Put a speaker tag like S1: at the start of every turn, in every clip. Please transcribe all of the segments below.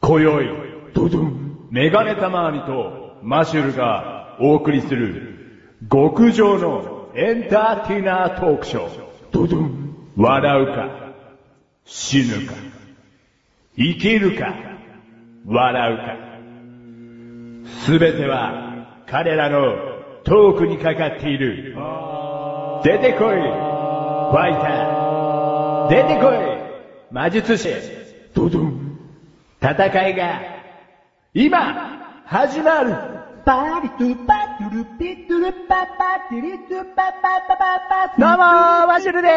S1: 今宵、ドドン、メガネたまわりとマシュルがお送りする、極上のエンターテイナートークショー、ドドン、笑うか、死ぬか、生きるか、笑うか。すべては彼らのトークにかかっている。出てこい、ファイター。出てこい、魔術師。ドドン。戦いが、今、始まる。
S2: パリトゥパトゥルピトゥルパパティリトゥパパパパパ
S3: どうもー、マシュルで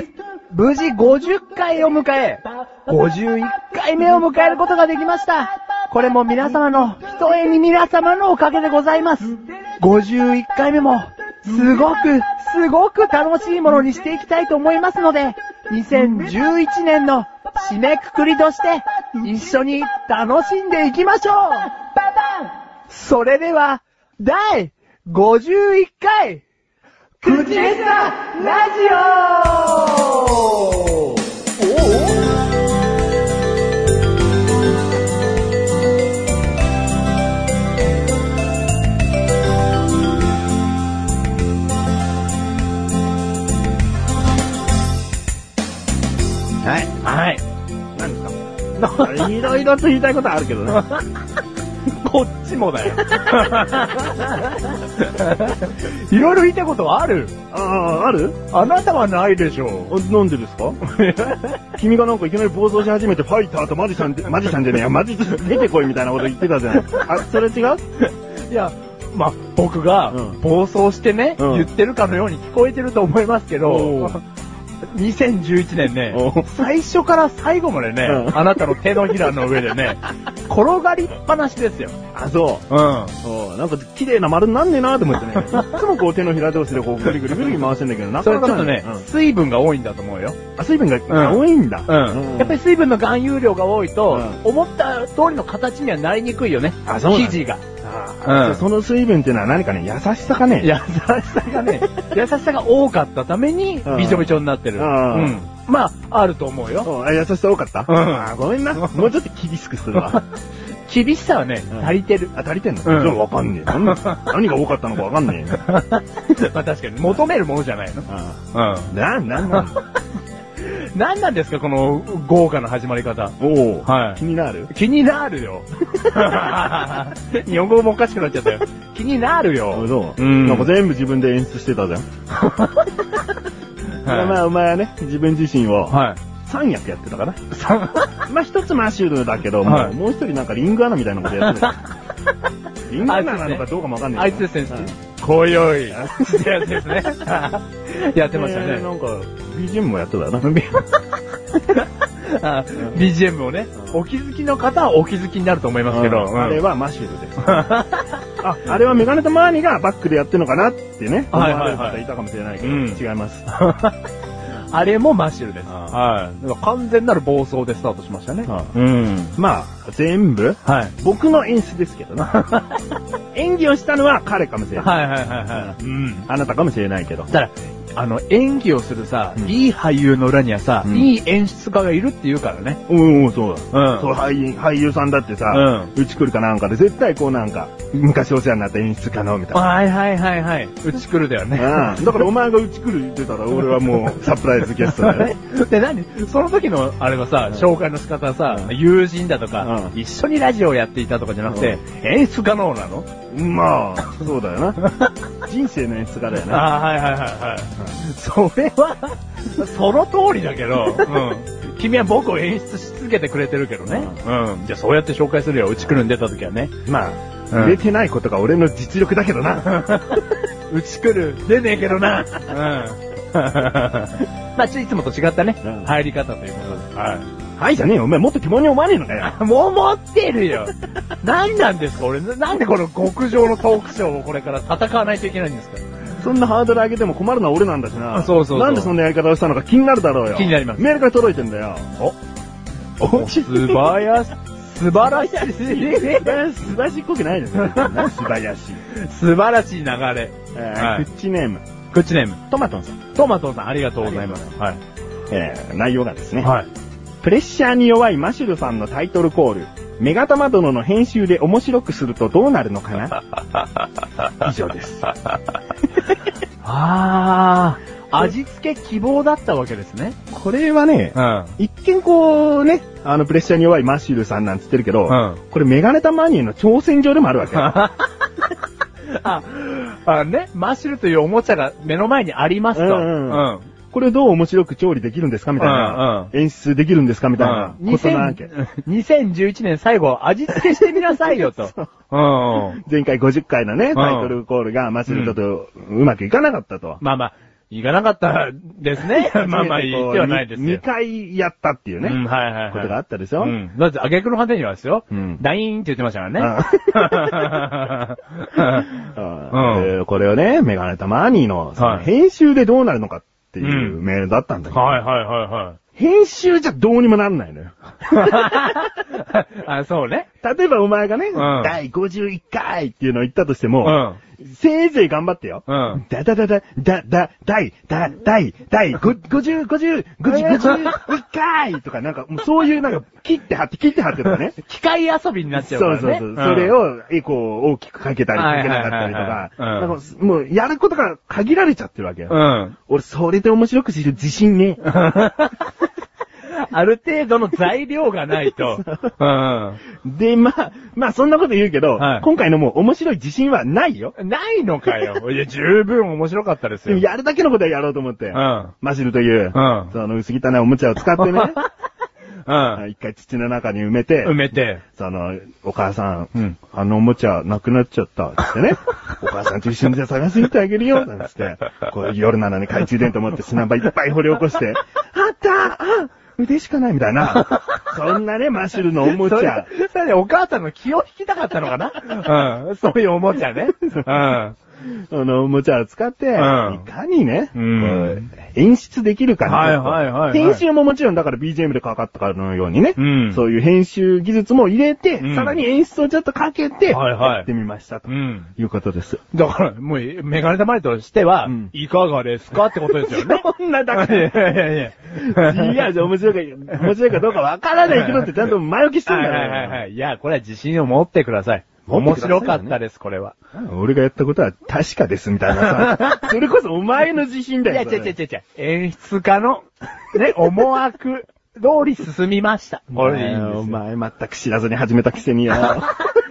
S3: ーす無事50回を迎え、51回目を迎えることができました。これも皆様の、一重に皆様のおかげでございます。51回目も、すごく、すごく楽しいものにしていきたいと思いますので、2011年の締めくくりとして、一緒に楽しんでいきましょう
S2: パパ
S3: それでは、第51回、口下手ラジオ
S4: はい。
S3: はい。
S4: いろいろと言いたいことあるけ どね。
S3: こっちもだ よ。いろいろ言いたいことはある
S4: ああ、ある
S3: あなたはないでしょ
S4: あなんでですか 君がなんかいきなり暴走し始めて、ファイターとマジシャンで、マジシャンじゃねえや、マジシャン出てこいみたいなこと言ってたじゃない。あ、それ違う
S3: う。いや、まあ、僕が
S4: うん
S3: 暴走してね、
S4: うん
S3: 言ってるかのように聞こえてると思いますけど
S4: お、
S3: 2011年ね、
S4: おう
S3: 最初から最後までね、
S4: うん
S3: あなたの手のひらの上で ね、転がりっぱなしですよ。
S4: あ、そ
S3: うん。
S4: う。おうなんか綺麗な丸になんねえなと思ってね。いつもこう手のひら同士でこうぐりぐりぐりぐり回してんだけど、な
S3: そ
S4: か
S3: れ
S4: な
S3: ち
S4: か
S3: ょっと
S4: な
S3: ね
S4: い、
S3: 水分が多いんだと思うよ。
S4: うんあ、水分が
S3: うん
S4: 多いんだ。
S3: うん。やっぱ
S4: り、
S3: り水分の含有量が多いと、
S4: うん
S3: 思った通りの形にはなりにくいよね。
S4: あそうなんだ
S3: 生地が。
S4: あ
S3: うん
S4: その水分っていうのは何かね、優しさかね。
S3: 優しさがね、 優しさが多かったために
S4: う、ん
S3: びちょびちょになってる。う
S4: うん
S3: ん。まあ、あると思うよ。
S4: おうあ優しさ多かった
S3: うん
S4: あごめんな。もうちょっと厳しくする わ。
S3: 厳しさはね、
S4: うん
S3: 足りて る。
S4: あ、足りてんの
S3: うん
S4: じゃあわかんねえ。何何が多かったのかわかんねえ。
S3: まあ確かに、求めるものじゃないの。
S4: あ
S3: う
S4: あな、なんなん
S3: ん。何なんですか、この豪華な始まり方。
S4: おお、
S3: はい
S4: 気になる
S3: 気になるよ。日本語もおかしくなっちゃったよ。気になるよ。
S4: そうう。
S3: ん
S4: なんか全部自分で演出し てたじゃん。
S3: はい
S4: まあ、お前はね、自分自身を
S3: はい。
S4: 三役やってたから。
S3: さん
S4: まあ、一つマシュルだけど、もう
S3: はい
S4: もう一人なんかリングアナみたいなことやって た。リングアナなのかどうかもわかんな
S3: あ
S4: い
S3: い
S4: け
S3: つ
S4: ど。
S3: ですね
S4: うん、
S3: こよい。やつですね。やってました
S4: えー
S3: ね。
S4: なんか、BGM もやって たな。
S3: あ BGM をね、お気づきの方はお気づきになると思いますけど。
S4: うんあれ
S3: は、
S4: はマシュルです。あ、あれはメガネとマーニがバックでやってるのかなってね、思
S3: はいはいはい
S4: われる方いたかもしれないけど、
S3: うん
S4: 違います。
S3: あれもマッシュルです。
S4: あ
S3: はい。だから完全なる暴走でスタートしましたね。
S4: うん。まあ、全部、
S3: はい。
S4: 僕の演出ですけどな。 演技をしたのは彼かもしれない。
S3: はいはいはいはい。うん。
S4: あなたかもしれないけど。
S3: だから、あの、演技をするさ、
S4: うん
S3: いい俳優の裏にはさ、
S4: うん
S3: いい演出家がいるって言うからね。
S4: うん、うん、そうだ。
S3: うん
S4: そう俳優、俳優さんだってさ、
S3: う
S4: うち来るかなんかで絶対こうなんか、昔お世話になった演出家の、みたいな。
S3: はいはいはいはい。うち来 るだよね。
S4: うんだからお前がうち来る言ってたら俺はもうサプライズゲスト だよ。
S3: で、何その時の、あれはさ、紹介の仕方はさ、友人だとか、
S4: う
S3: 一緒にラジオをやっていたとかじゃなくて、演出可能なの
S4: ま あ、そうだよな。人生の演出家だよな。
S3: ああ、はいはいはいはい。それは、 その通りだけど、うん。君は僕を演出し続けてくれてるけどね。うん。じゃあそうやって紹介するよ。うち来るん出た時はね。
S4: ま
S3: うん
S4: あ、売れてないことが俺の実力だけどな。
S3: うち来る、出ねえけどな。 うん。まあ、ちょいつもと違ったね、
S4: うん
S3: 入り方ということで。はい。
S4: はいじゃねえよ。お前もっと疑問に思わねえのかよ。
S3: もう持ってるよ何なんですか俺、ななんでこの極上のトークショーをこれから戦わないといけないんですか
S4: そんなハードル上げても困るのは俺なんだしな。
S3: そうそうそう
S4: なんでそんなやり方をしたのか気になるだろうよ。
S3: 気になります
S4: メールから届いてんだよ。お
S3: 素 早す、素晴らしい、
S4: 素晴らしいっぽくないです ね。素晴らしい。
S3: 素晴らしい流れ。
S4: えー
S3: はい
S4: クッチネーム、
S3: クッチネーム、
S4: トマトンさん。
S3: トマトさんありがとうございます。はい。
S4: えー内容がですね。
S3: はい。
S4: プレッシャーに弱いマシュルさんのタイトルコール、メガタマ殿の編集で面白くするとどうなるのかな以上です。
S3: あー、味付け希望だったわけですね。
S4: これはね、
S1: うん。
S4: 一見こうね、あのプレッシャーに弱いマシュルさんなんつってるけ
S1: う
S4: ど、
S1: ん
S4: これメガネタマニアの挑戦状でもあるわ け。
S3: あ、あね、マッシュルというおもちゃが目の前にありますと。
S1: う
S4: うん
S1: ん。
S4: これどう面白く調理できるんですかみたいな、演出できるんですかみたいなことなわけ。
S3: 2000 2011年最後、味付けしてみなさい よと。
S1: うん。
S4: 前回50回のね、
S1: ん
S4: タイトルコールがマシュルちょっとうまくいかなかったと。
S3: まあまあ、いかなかったです ね。まあまあ、言ってはないですよ
S4: 2。回やったっていうね、
S3: うん、はいはいはい。
S4: ことがあったでしょ、
S3: うん。だって、あげくの果てにはですよ。
S4: うん
S3: ダイーンって言ってましたからね。
S4: あ
S1: うん
S4: えーこれをね、メガネタマーニーのその
S1: はい
S4: 編集でどうなるのかっていう
S1: うん
S4: メールだったんだけど、
S1: はいはいは
S4: 編集じゃどうにもなんないのよ。
S3: あ、そうね。
S4: 例えばお前がね、
S1: ん
S4: 第51回っていうのを言ったとして
S1: い
S4: も、
S1: はい。
S4: せいぜい頑張ってよ。
S1: うん。うん。
S4: だだだだ、だ、だ、第、だ、第、第、ご50、50、50、51回とか、なんか、もうそういう、なんか、切って貼って、切って貼ってとかね。
S3: 機械遊びになっち
S4: そ
S3: ゃ
S4: う
S3: うから
S4: そ
S3: ね。
S4: うそう。
S3: ん
S4: それ。を、え、こう、大きくかけたり、
S3: はい
S4: か
S3: はいは
S4: けないかったりとか、
S1: はい
S4: なんかもう、やることが限られちゃってるわけよ。
S1: うん。
S4: 俺、それで面白くする自信ね。
S3: ある程度の材料がないと。
S1: うん。
S4: で、まあ、まあ、そんなこと言うけど、
S1: はい
S4: 今回のもう面白い自信はないよ。
S3: ないのかよ。いや、十分面白かったです
S4: で
S3: よ。
S4: も、やるだけのことはやろうと思って。
S1: うん。
S4: マシルという、
S1: うん
S4: その薄汚いおもちゃを使ってね、
S1: うん。
S4: 一回土の中に埋めて、
S1: 埋めて。
S4: その、お母さん,、
S1: うん
S4: あのおもちゃなくなっちゃった、ってね。 お母さんと一緒にじゃあ探しに行ってあげるよ、なんつって。こう夜なのに懐中電灯持って砂場いっぱい掘り起こして、あったあ腕しかないみたいな。そんなね、マシュルのおもち
S3: それ
S4: ゃ。、
S3: それでお母さんの気を引きたかったのか なうん。 そういうおもちゃね。うん。
S4: そのおもちゃを使っ
S1: ん
S4: て、いかにね、
S1: うん
S4: こう演出できるかね
S1: はいはいはいはい
S4: 編集ももちろんだから BGM でかかったかのようにね、
S1: うん
S4: そういう編集技術も入れて、
S1: うん
S4: さらに演出をちょっとかけて、
S1: はいはい
S4: やってみましたと。
S1: うん。
S4: いうことです。
S3: だから、もう、メガネたまりとしては
S4: うん、
S3: いかがですかってことですよ ね。
S4: そんな、だ
S3: い
S4: から、
S3: やいやいや。
S4: いや、じゃあ面白いか、面白いかどうかわからないけどってちゃんと前置きして
S3: は
S4: ん
S3: い
S4: だ
S3: はいはい
S4: から。
S3: はい。いや、これは自信を持ってください。
S4: 持っ
S3: 面
S4: てくださいね
S3: 白かったです、これは。
S4: 俺がやったことは確かですみたいなさ。 それこそお前の自信
S3: い
S4: だ
S3: や、
S4: よ。
S3: 違う違う違う違う。演出家の、ね、思惑通り進みました。これでいいん
S4: お
S3: で
S4: 前全く知らずに始めたくせによ。
S3: すよ。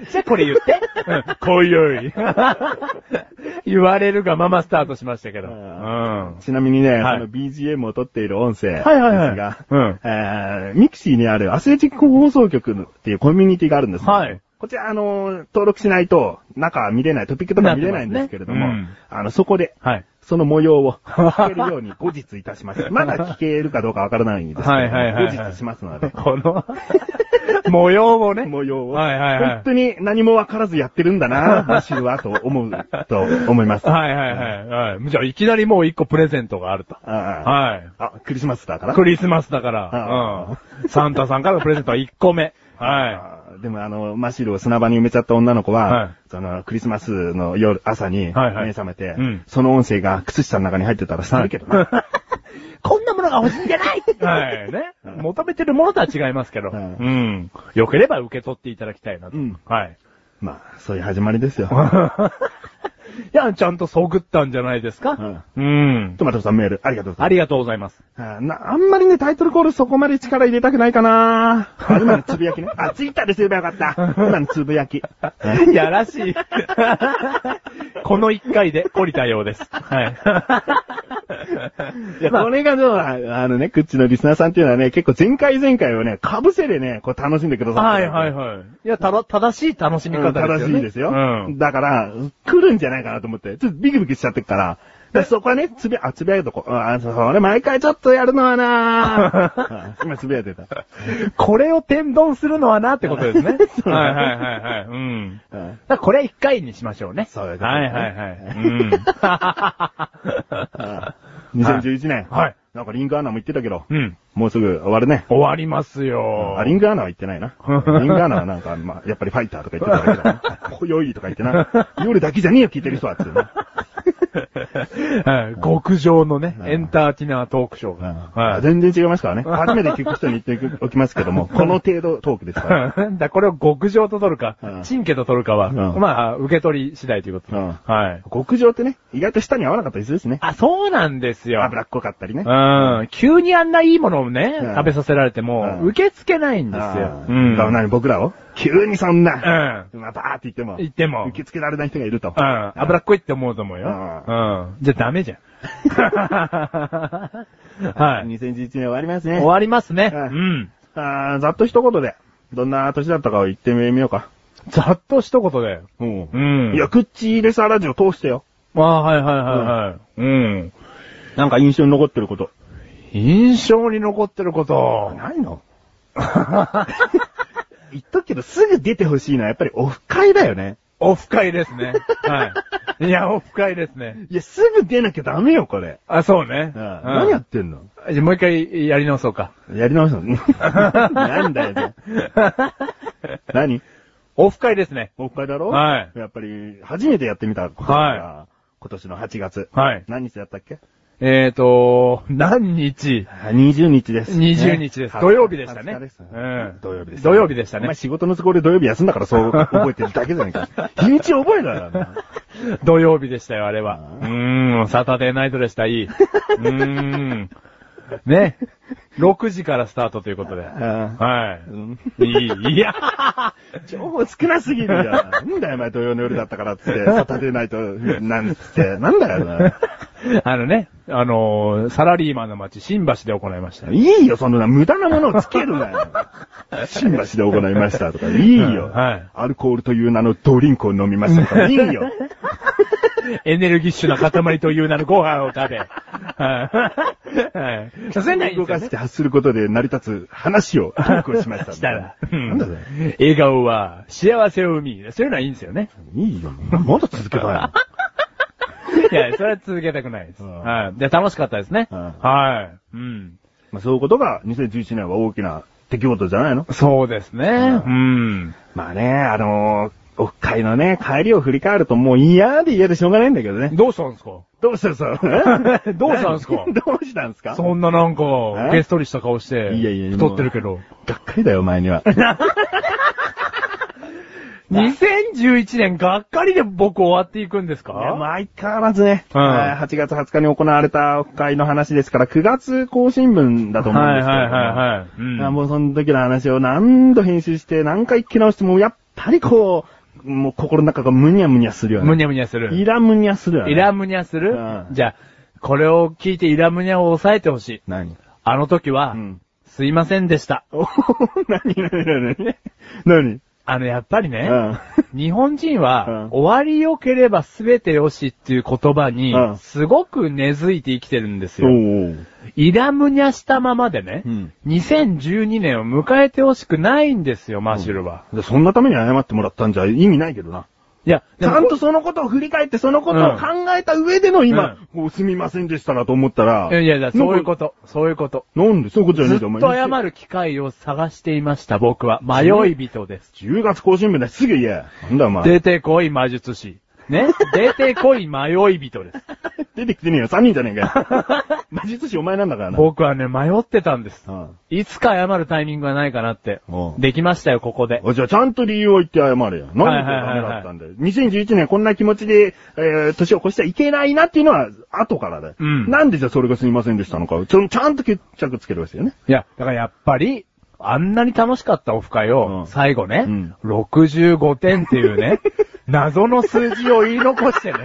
S3: じゃあこれ言って。 こいよい。言われるがままスタートしましたけど。う
S4: うん
S3: ん。
S4: ちなみにね、
S1: はい
S4: あの BGM を撮っている音声です
S3: はいはいはい
S4: が、
S1: うん
S4: えーミクシーにあるアスレチック放送局っていうコミュニティがあるんですよ
S3: はい
S4: こちら、あのー、登録しないと、中は見れない、トピックとか見れないんですけれども、
S1: なってますね
S4: あの、そこで、
S1: はい。
S4: その模様を 聞けるように後日いたします。まだ聞けるかどうかわからないんですけ
S1: はい
S4: れど
S1: はいはいはい
S4: も、後日しますので、
S3: この、模様をね。
S4: 模様を、
S1: はいはいはい
S4: 本当に何もわからずやってるんだな、マシュルは、と思う、と思います。
S1: はいはいはい。はい。じゃあ、いきなりもう一個プレゼントがあると。
S4: あ
S1: はい。
S4: ーあ、クリスマスだから
S1: クリスマスだから
S4: あ。
S1: うん。サンタさんからのプレゼントは1個目。は
S4: あーでもあの、マシルを砂場に埋めちゃった女の子は、
S1: はい
S4: その、クリスマスの夜、朝に、目
S1: はいはい
S4: 覚めて、
S1: うん
S4: その音声が靴下の中に入ってたら捨てるけどな、
S3: こんなものが欲しいんじゃない
S1: い。はい。ね。求めてるものとは違いますけど。う
S4: はい
S1: ん。良ければ受け取っていただきたいなと
S4: うん。
S1: はい。
S4: まあ、そういう始まりですよ。
S1: いや、ちゃんとそぐったんじゃないですか。うん。
S4: トマトさんメール、ありがとうござい
S1: ありがとうございます。
S4: ます。あーなあんまりね、タイトルコールそこまで力入れたくないか なあ今のつぶやきね。あ、ツイッターですればよかった。今のつ ぶやき。
S3: やらし い。
S1: この1回で降りたようです。はい。
S4: いや、これがどうああのね、クッチのリスナーさんっていうのはね、結構前回前回をね、被せでね、こう楽しんでくださっ
S1: は
S4: て
S1: い
S4: る
S1: はいはい。
S3: いや、ただ、正しい楽しみ
S4: う
S3: 方
S4: ん
S3: ですよね。
S4: 正しいですよ。
S1: うん
S4: だから、来るんじゃないかなと思って、ちょっとビクビクしちゃってるから。だからそこはね、つぶや、あ、つぶやいとこ。あ、そう俺毎回ちょっとやるの はなうん今つぶやいてた。
S3: これを天丼するのはなってこと ですね。
S4: う
S1: はいはいはいはい。うん。
S4: うん
S3: だからこれは一回にしましょうね。
S4: そういうことね
S1: はいはいはい。うん。
S4: うん2011年。
S1: はい。
S4: なんかリンクアナも言ってたけど、
S1: うん。
S4: もうすぐ終わるね。
S1: 終わりますよ。
S4: あ、リングアナは言ってな いな。リングアナはなんか、まあ、やっぱりファ イターとか言ってたけど、ほよいとか言ってな。夜だけじゃねえよ、聞いてる人はっていうね。
S3: はい極上のね、エンターテイナートークショーが。は
S4: あ
S3: い
S4: 全然違いますからね。初めて聞く人に言っておきますけ ども、この程度トークですから。
S3: だ、これを極上と取るか
S4: う、ん
S3: チンケと取るかは、
S4: うん
S3: まあ、受け取り次第ということで。
S4: うん
S3: はい。
S4: 極上ってね、意外と舌に合わなかったりするしね。
S3: あ、そうなんですよ。
S4: 脂っこかったりね。
S3: うん。急にあんないいものをね、
S4: うん
S3: 食べさせられても、
S4: うん
S3: 受け付けないんですよ
S4: あ。
S3: う
S4: ー
S3: ん。
S4: だから何僕らを急にそんな、
S3: うん。
S4: まあ、バーって言っても、
S3: 言っても。
S4: 受け付けられない人がいると。
S3: うん。脂っこいって思うと思うよ。う。
S4: うん
S3: じゃあダ メじゃん。はい。
S4: 2011年終わりますね
S3: 終。わりますね。う
S4: うん
S3: ん。
S4: あーざっと一言で、どんな年だったかを言ってみようか。
S3: ざっと一言で。
S4: うん
S3: うん。
S4: いや、口入れさラジオ通してよ。
S3: ああ、はいはいはいはい。うん。
S4: なんか印象に残ってること。
S3: 印象に残ってる こと。
S4: ないの言っとくけど、すぐ出てほしいのはやっぱりオフ会だよね。
S3: オフ会ですね。はい。いや、オフ会ですね。
S4: いや、すぐ出なきゃダメよ、これ。
S3: あ、そうね。
S4: うん
S3: うん
S4: 何やってんの
S3: じゃあもう一回やり直そうか。
S4: やり直 したのなんだよ、ね、何
S3: オフ会ですね。
S4: オフ会だろ
S3: はい
S4: やっぱり、初めてやってみたことだから、今年の8月。
S3: はい。
S4: 何日だったっけ
S3: えーと、何日
S4: ?20 日です。
S3: 20日です土曜日でしたね
S4: 20日です
S3: うん
S4: 土曜日です。
S3: 土曜日でしたね
S4: お前仕事の都合で土曜日休んだから そう覚えてるだけじゃないか。日にち覚えたな。
S3: 土曜日でしたよ、あれは。
S4: あ
S3: うーん、サタデーナイトでした、いい。うーん。ね。6時からスタートということで。
S4: ああ
S3: は
S4: うん
S3: い。いい、いや、
S4: 情報少なすぎるじゃん。なんだよ、お前土曜の夜だったからっつって、サタデーナイト、なんつって、なんだよな。
S3: あのね、あのーサラリーマンの街、新橋で行いました。い
S4: いいよ、そんな無駄なものをつけるなよ。新橋で行いましたとか、いいよ、
S3: うんはい
S4: アルコールという名のドリンクを飲みましたとか、いいよ。
S3: エネルギッシュな塊という名のご飯を 食べ。はい。はい。それないん
S4: 動
S3: ですよ
S4: かし
S3: ね
S4: て発することで成り立つ話を、トークをしました。
S3: したら。う
S4: なんだよ。
S3: 笑顔は幸せを生み。そういうのはいいんですよ ね。
S4: いいよ。まだ続けたいの。
S3: いや、それは続けたくないです。
S4: うん
S3: はい。で、楽しかったですね。
S4: うん
S3: はい。うん。
S4: まあそういうことが2011年は大きな出来事じゃないの
S3: そうですね。うん。
S4: まあね、あのー、オフ会のね、帰りを振り返るともう嫌で嫌でしょうがないんだけどね。
S3: どうしたんですか
S4: どうしたさ
S3: どうしたんすか
S4: どうしたんすか
S3: そんななんか、
S4: え
S3: げっそりした顔して、
S4: いやいや
S3: 太ってるけど。
S4: がっかりだよ、お前に は。
S3: 2011年がっかりで僕終わっていくんですか
S4: いやまあ相変わらずね、
S3: うん
S4: はい8月20日に行われた会の話ですから、9月更新分だと思うんですけれども、
S3: はいはいはいはいうん
S4: あもうその時の話を何度編集して、何回聞き直しても、やっぱりこう、もう心の中がむにゃむにゃするよね。
S3: むにゃむにゃする。
S4: イラむにゃするよね。
S3: イラムニャする、
S4: うん
S3: じゃあ、これを聞いてイラムニャを抑えてほしい。
S4: 何
S3: あの時は、
S4: うん。
S3: すいませんでした。
S4: お何何何何何
S3: あの、やっぱりね、
S4: うん
S3: 日本人は、
S4: うん
S3: 終わり良ければ全て良しっていう言葉に、
S4: うん
S3: すごく根付いて生きてるんです
S4: お
S3: よ。
S4: う
S3: イラムニャしたままでね、
S4: うん
S3: 2012年を迎えてほしくないんですよ、マシュルは。
S4: おうそんなために謝ってもらったんじゃ意味ないけどな。
S3: いや、
S4: ちゃんとそのことを振り返って、そのことを考えた上での今、もうすみませんでしたらと思ったら。
S3: いやいや、そういうこと、そういうこと。
S4: なんでそういうことじゃね
S3: ず
S4: え
S3: っ
S4: んだ、お前。
S3: と謝る機会を探していました、僕は。迷い人です。
S4: 10月更新分だ、すぐ言え。なんだ、お前。
S3: 出てこい、魔術師。ね出てこい、迷い人 です。
S4: 出てきてねえよ、3人じゃねえかよ。魔術師お前なんだからな。
S3: 僕はね、迷ってたんです。
S4: うん
S3: いつか謝るタイミングがないかなって
S4: お。う
S3: できましたよ、ここで。
S4: おじゃあ、ちゃんと理由を言って謝れよ。なんでダメだったんだよ。2011年こんな気持ちで、えー、年を越してはいけないなっていうのは、後からだよ。
S3: うん
S4: なんでじゃあそれがすみませんでしたのか。ちょ、ちゃんと決着つけるわけよね。
S3: いや、だからやっぱり、あんなに楽しかったオフ会を、
S4: うん
S3: 最後ね、
S4: うん
S3: 65点っていう ね、謎の数字を言い残してね、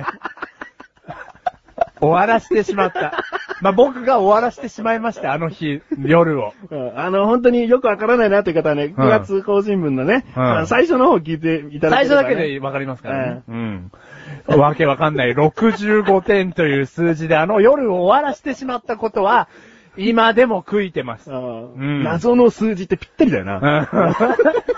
S3: 終わらしてしまった。まあ、僕が終わらしてしまいました、あの日、夜を。
S4: うんあの、本当によくわからないなという方はね、9月更新分のね、
S3: うん
S4: あの最初の方を聞いていただ
S3: 最
S4: けれ
S3: 初
S4: ば
S3: だ
S4: ね
S3: けでわかりますからね。うん。わけわかんない。65点という数字であの夜を終わらしてしまったことは、今でも悔いてます。
S4: あー
S3: うん
S4: 謎の数字ってぴったりだよな。
S3: 8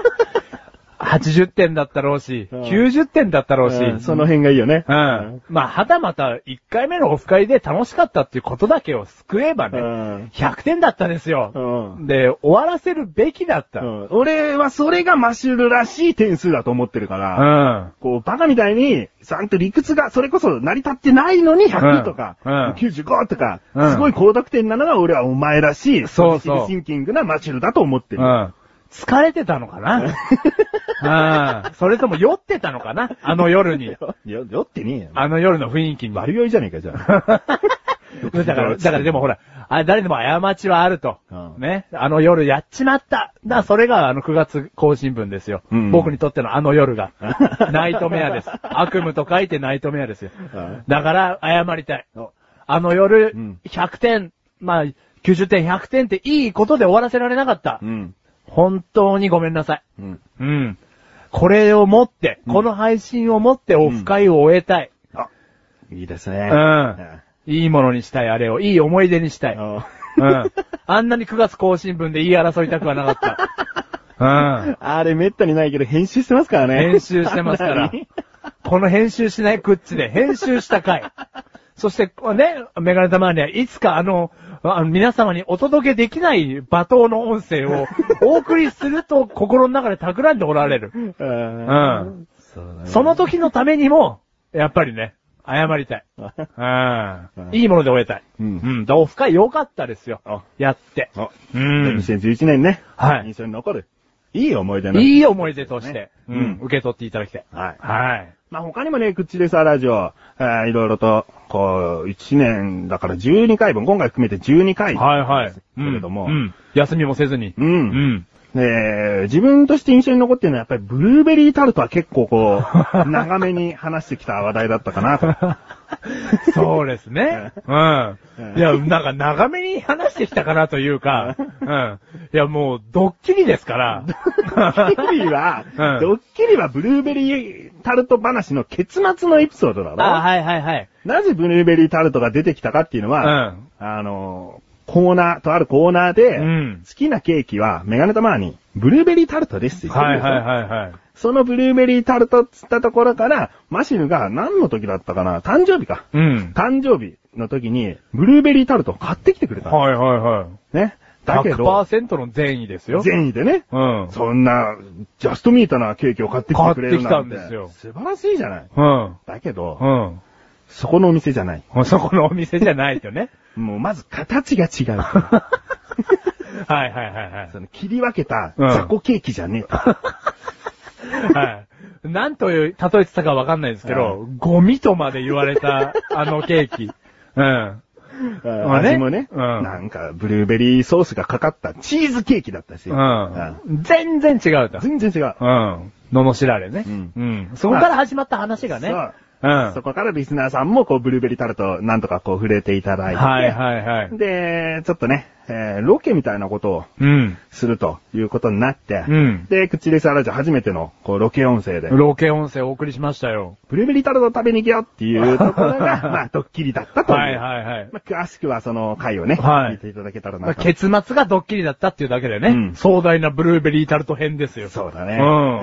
S3: 80点だったろうし、
S4: うん
S3: 90点だったろうし、
S4: うんその辺がいいよね。
S3: うん。まあ、はたまた1回目のオフ会で楽しかったっていうことだけを救えば
S4: う
S3: ね、
S4: ん。
S3: 100点だったです
S4: う
S3: よ。
S4: ん。
S3: で、終わらせるべきだった。う
S4: う
S3: ん。
S4: ん俺はそれがマシュルらしい点数だと思ってるから、こう、バカみたいに、ちゃんと理屈が、それこそ成り立ってないのに100とか、
S3: うんうん
S4: 95とか、
S3: うん
S4: すごい高得点なのが俺はお前らしい、
S3: そうそう
S4: ポジティブシンキングなマシュルだと思って
S3: う
S4: る。
S3: ん。疲れてたのかな うん。それとも酔ってたのかなあの夜に。
S4: よ、 酔ってねえよ。
S3: あの夜の雰囲気に。
S4: 悪酔いじゃねえか、じゃあ。
S3: だから、だからでもほら、あ誰でも過ちはあると。
S4: うん
S3: ね。あの夜やっちまった。だからそれがあの9月更新分ですよ。
S4: うん
S3: 僕にとってのあの夜 が。ナイトメアです。悪夢と書いてナイトメアですよ。
S4: うん
S3: だから、謝りたい
S4: お。
S3: あの夜
S4: うん、
S3: 100点、まあ、90点、100点っていいことで終わらせられなかった。
S4: うん。
S3: 本当にごめんなさい。
S4: うん。
S3: うん。これを持って、
S4: うん
S3: この配信を持ってオフ会を終えたい。
S4: あ、いいですね。
S3: うんいいものにしたい、あれを。いい思い出にしたい。
S4: あ
S3: うん。あんなに9月更新分で言い争いたくはなかった。うん。
S4: あれめったにないけど、編集してますからね。
S3: 編集してます から。この編集しないクッチで編集した回。そして、こうね、メガネたまにはいつかあの、あの皆様にお届けできない罵倒の音声をお送りすると心の中で企んでおられる。
S4: う。
S3: うんん。
S4: そうだね
S3: その時のためにも、やっぱりね、謝りたい。うん。いいもので終えたい。
S4: うん
S3: うん。だオフ会良かったですよ
S4: あ。
S3: やって。
S4: あ、
S3: うん。
S4: 2011年ね。
S3: はい
S4: 印象に残る。いい思い出の。
S3: いい思い出として、
S4: う
S3: うんん、受け取っていただきたい。
S4: はい
S3: はい。
S4: まあ、他にもね、口でさ、ラジオ、えーいろいろと、こう、1年だから12回分、今回含めて12回。
S3: はいはい。
S4: けれども、
S3: うんうん休みもせずに。
S4: う
S3: うんん。
S4: えー自分として印象に残ってるのは、やっぱりブルーベリータルトは結構 こう、長めに話してきた話題だったかなと。
S3: そうですね。うん
S4: うん。
S3: いや、なんか長めに話してきたかなというか、うん。いや、もう、ドッキリですから。
S4: ドッキリは、
S3: うん
S4: ドッキリはブルーベリータルト話の結末のエピソードだ ろ
S3: あ、はいはいはい。
S4: なぜブルーベリータルトが出てきたかっていうのは、
S3: うん
S4: あの、コーナー、とあるコーナーで、
S3: うん
S4: 好きなケーキはメガネたまに、ブルーベリータルトですって言ってるん
S3: は
S4: で
S3: い
S4: すよ
S3: はいはいはい。
S4: そのブルーベリータルトっつったところから、マシルが何の時だったかな誕生日か。
S3: うん。
S4: 誕生日の時に、ブルーベリータルトを買ってきてくれたの。
S3: はいはいはい。
S4: ね。だけど、
S3: 100%の善意ですよ。
S4: 善意でね、
S3: うん。
S4: そんな、ジャストミートなケーキを買ってきてくれるなんて。
S3: 買ってきたんですよ
S4: 素晴らしいじゃない。
S3: うん。
S4: だけど、
S3: うん。
S4: そこのお店じゃない。
S3: そこのお店じゃないとね。
S4: もうまず形が違 うから。
S3: はいはいはいはい。
S4: その切り分けた
S3: うん
S4: 雑魚ケーキじゃねえと。
S3: はい。なんという、例えてたかわかんないですけ
S4: う
S3: ど、ゴミとまで言われ た、あのケーキ。うん。
S4: うん
S3: まあね
S4: 味もね、
S3: うん
S4: なんかブルーベリーソースがかかったチーズケーキだったし。うん
S3: うん。全然違うと。
S4: 全然違う。
S3: うん。罵られね。
S4: うん
S3: うん。そこから始まった話がね。
S4: そう
S3: うん。
S4: そこからリスナーさんもこうブルーベリータルトなんとかこう触れていただいて。
S3: はいはいはい。
S4: で、ちょっとね、えーロケみたいなことを
S3: うん。
S4: するということになって、
S3: うん
S4: で、口レスアラジオ初めてのこうロケ音声で、
S3: ロケ音声お送りしましたよ。
S4: ブルーベリータルトを食べに行けよっていうところが、 まあ、ドッキリだったという。
S3: はいはいはい。
S4: まあ、詳しくはその回をね、
S3: はい
S4: 聞いていただけたら
S3: ま
S4: な
S3: あ
S4: と。
S3: 結末がドッキリだったっていうだけでね、
S4: うん
S3: 壮大なブルーベリータルト編ですよ。
S4: そうだね。
S3: うん
S4: うん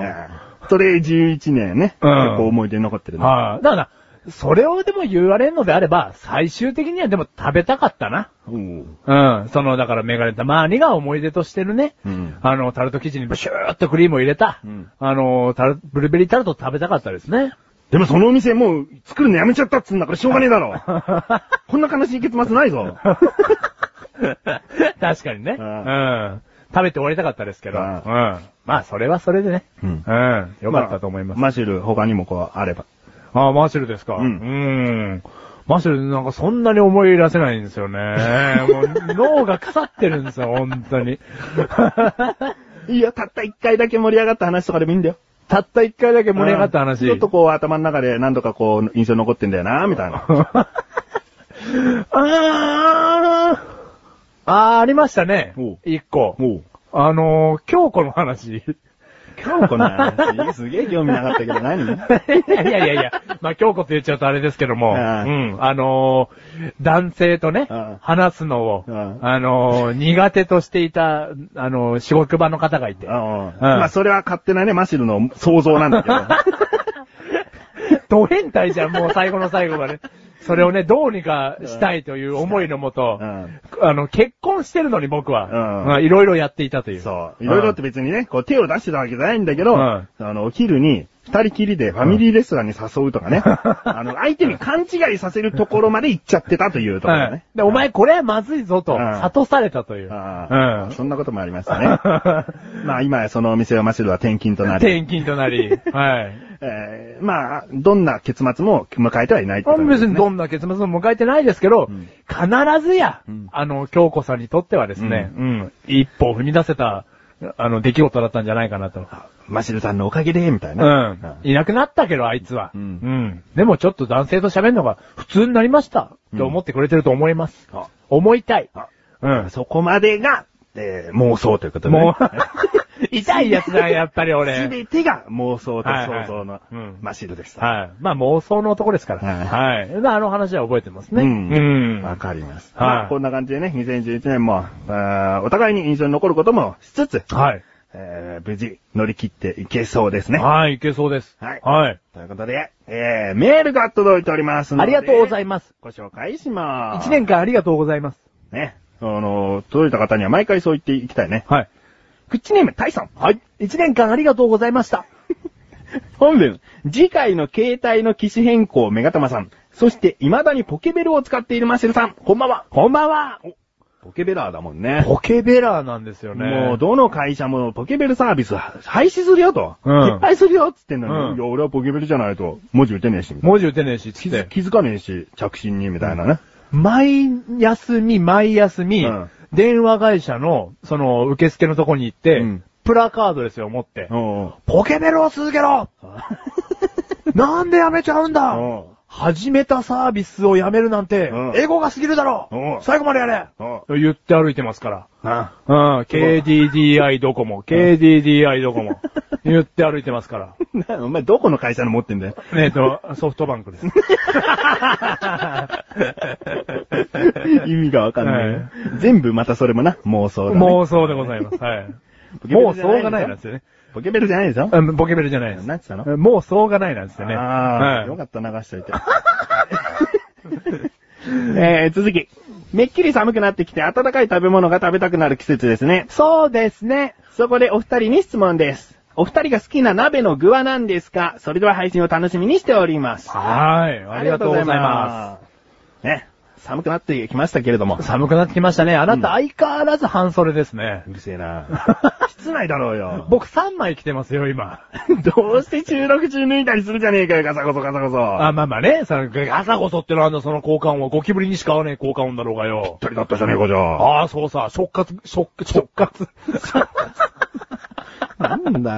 S4: それ11年ね、
S3: うん
S4: 結構思い出に残ってるね。
S3: はい、だから、それをでも言われるのであれば、最終的にはでも食べたかったな。
S4: うん
S3: うん。その、だからメガネたまーにが思い出としてるね。
S4: うん
S3: あの、タルト生地にブシューっとクリームを入れた。
S4: うん
S3: あの、タル、ブルーベリータルトを食べたかったです ね。
S4: でもそのお店もう作るのやめちゃったっつうんだからしょうがねえだ ろ。こんな悲しい結末ない ぞ。
S3: 確かにね。
S4: う
S3: うんん。食べて終わりたかったですけど。
S4: う
S3: うんん。まあ、それはそれでね。
S4: うん
S3: うん。よかったと思います。
S4: マシュル、他にもこう、あれば。
S3: ああ、マシュルですか。
S4: う
S3: うんん。マシュルなんかそんなに思い出せないんです よね。もう脳が腐ってるんですよ、本当に。
S4: いや、たった一回だけ盛り上がった話とかでもいいんだよ。
S3: たった一回だけ盛り上がった話。
S4: うんちょ っとこう、頭の中で何度かこう、印象に残ってんだよな、みたいな。
S3: あーあー、ありましたね
S4: おう。
S3: 一個。
S4: もう。
S3: あのー、京子の話。
S4: 今日この話、すげえ興味なかったけど 何
S3: いやいやいやいや、 まあ、京子って言っちゃうとあれですけども、う
S4: ああ
S3: ん、あのー男性とね
S4: あ、あ
S3: 話すのを、
S4: あ
S3: あのー苦手としていた、あのー仕事場の方がいて、
S4: あ
S3: う
S4: あ、
S3: ん
S4: まあそれは勝手なね、マシルの想像なんだけど。
S3: ド変態じゃん、もう最後の最後まで。それをね、どうにかしたいという思いのもと、
S4: うん
S3: あの、結婚してるのに僕は、
S4: うん
S3: うんいろいろやっていたという。
S4: そう。いろいろって別にね、こう手を出してたわけじゃないんだけど、
S3: うん
S4: あの、お昼に、二人きりでファミリーレストランに誘うと かね。あの、相手に勘違いさせるところまで行っちゃってたというところ
S3: はい
S4: ね。
S3: で、お前これはまずいぞと、
S4: うん
S3: 悟されたという。
S4: ああ
S3: うん
S4: そんなこともあり ましたね。まあ今、そのお店はマシルは転勤となり、
S3: 転勤とな り、はい。
S4: えーまあ、どんな結末も迎えてはいないってことです
S3: 別
S4: ね
S3: にどんな結末も迎えてないですけど、
S4: ん
S3: 必ずや、
S4: うん
S3: あの、京子さんにとってはですね、
S4: う
S3: うん一歩踏み出せた、あの、出来事だったんじゃないかなと。
S4: マシルさんのおかげで、みたいうな。
S3: ん。いなくなったけど、あいつは。
S4: う
S3: うんん。でもちょっと男性と喋るのが普通になりました。
S4: うん
S3: と思ってくれてると思います。
S4: あ
S3: 思いたい。
S4: あ
S3: うん。
S4: そこまでが、えー妄想ということでね。
S3: もう、 痛いやつだ、やっぱり
S4: す
S3: 俺。
S4: べてが妄想と想像
S3: は
S4: の
S3: いはいうん
S4: マシルでした。
S3: はい。まあ妄想の男ですから。
S4: は
S3: はい。まああの話は覚えてますね。
S4: うん
S3: うん。
S4: わかります。
S3: はい
S4: まあこんな感じでね、2011年も、あーお互いに印象に残ることもしつつ、
S3: はい。
S4: えー無事乗り切っていけそうですね。
S3: はい、いけそうです。
S4: はい
S3: はい。
S4: ということで、えーメールが届いておりますので、
S3: ありがとうござ
S4: い
S3: います。
S4: ます。ご紹介します。
S3: 一年間ありがとうございます。
S4: ね。あの、届いた方には毎回そう言っていきたいね。
S3: はい。
S4: 口ネーム、タイさん。
S3: はい。一年間ありがとうございました。
S4: 本文、次回の携帯の機種変更、メガタマさん。そして、未だにポケベルを使っているマシルさん。こんばんは。
S3: こんばんは。
S4: ポケベラーだもんね。
S3: ポケベラーなんですよね。
S4: もう、どの会社もポケベルサービスは廃止するよと。
S3: うん
S4: 撤廃するよっつってんのに、
S3: うん
S4: いや、俺はポケベルじゃないと、文字打てねえし、みたいな
S3: 文字打てねえし、つ
S4: 気
S3: っ
S4: づ
S3: て。
S4: 気づかねえし、着信に、みたいなね。
S3: 毎休み、毎休み、
S4: うん
S3: 電話会社の、その、受付のとこに行って、
S4: うん
S3: プラカードですよ、持って。
S4: おう
S3: ポケベルを続け ろなんでやめちゃうんだ
S4: おう
S3: 始めたサービスをやめるなんて
S4: うん、
S3: エゴが過ぎるだろ
S4: うん
S3: 最後までやれ
S4: おう
S3: 言って歩いてますから。
S4: あ
S3: うん、KDDI ドコモ、KDDI ドコモ、言って歩いてます から。
S4: なお前、どこの会社の持ってん だよ。
S3: えっと、ソフトバンクです。
S4: 意味がわかんない
S3: は
S4: ね。全部またそれもな、妄想だね。
S3: 妄想でございます。はい。
S4: ポケベ
S3: も
S4: ル
S3: う
S4: じゃない
S3: そうがないなんですよね。
S4: ポケベルじゃないでしょ
S3: あのボケベルじゃないです。
S4: なんつったの
S3: もうそうがないなんですよね。
S4: ああ、
S3: はい
S4: よかった、流しと いて。えー、続き。めっきり寒くなってきて暖かい食べ物が食べたくなる季節ですね。
S3: そうですね。
S4: そこでお二人に質問です。お二人が好きな鍋の具は何ですかそれでは配信を楽しみにしております。。
S3: はい。ありがとうございます
S4: ね、寒くなってきましたけれども
S3: す。。寒くなってきましたね。あな
S4: うん
S3: た相変わらず半袖ですね
S4: う。るせえ な室内だろうよ。
S3: 僕3枚着てますよ、今。
S4: どうして収録中脱いだりするじゃねえかよ、ガサゴソガサゴソ。
S3: あ、まあまあね、その、朝こそってなんだ、その交換音。ゴキブリにしか合わねえ交換音だろうがよ。
S4: ぴったりだったじゃねえか、じゃあ。
S3: ああ、そうさ、食活、食、食活。
S4: なんだ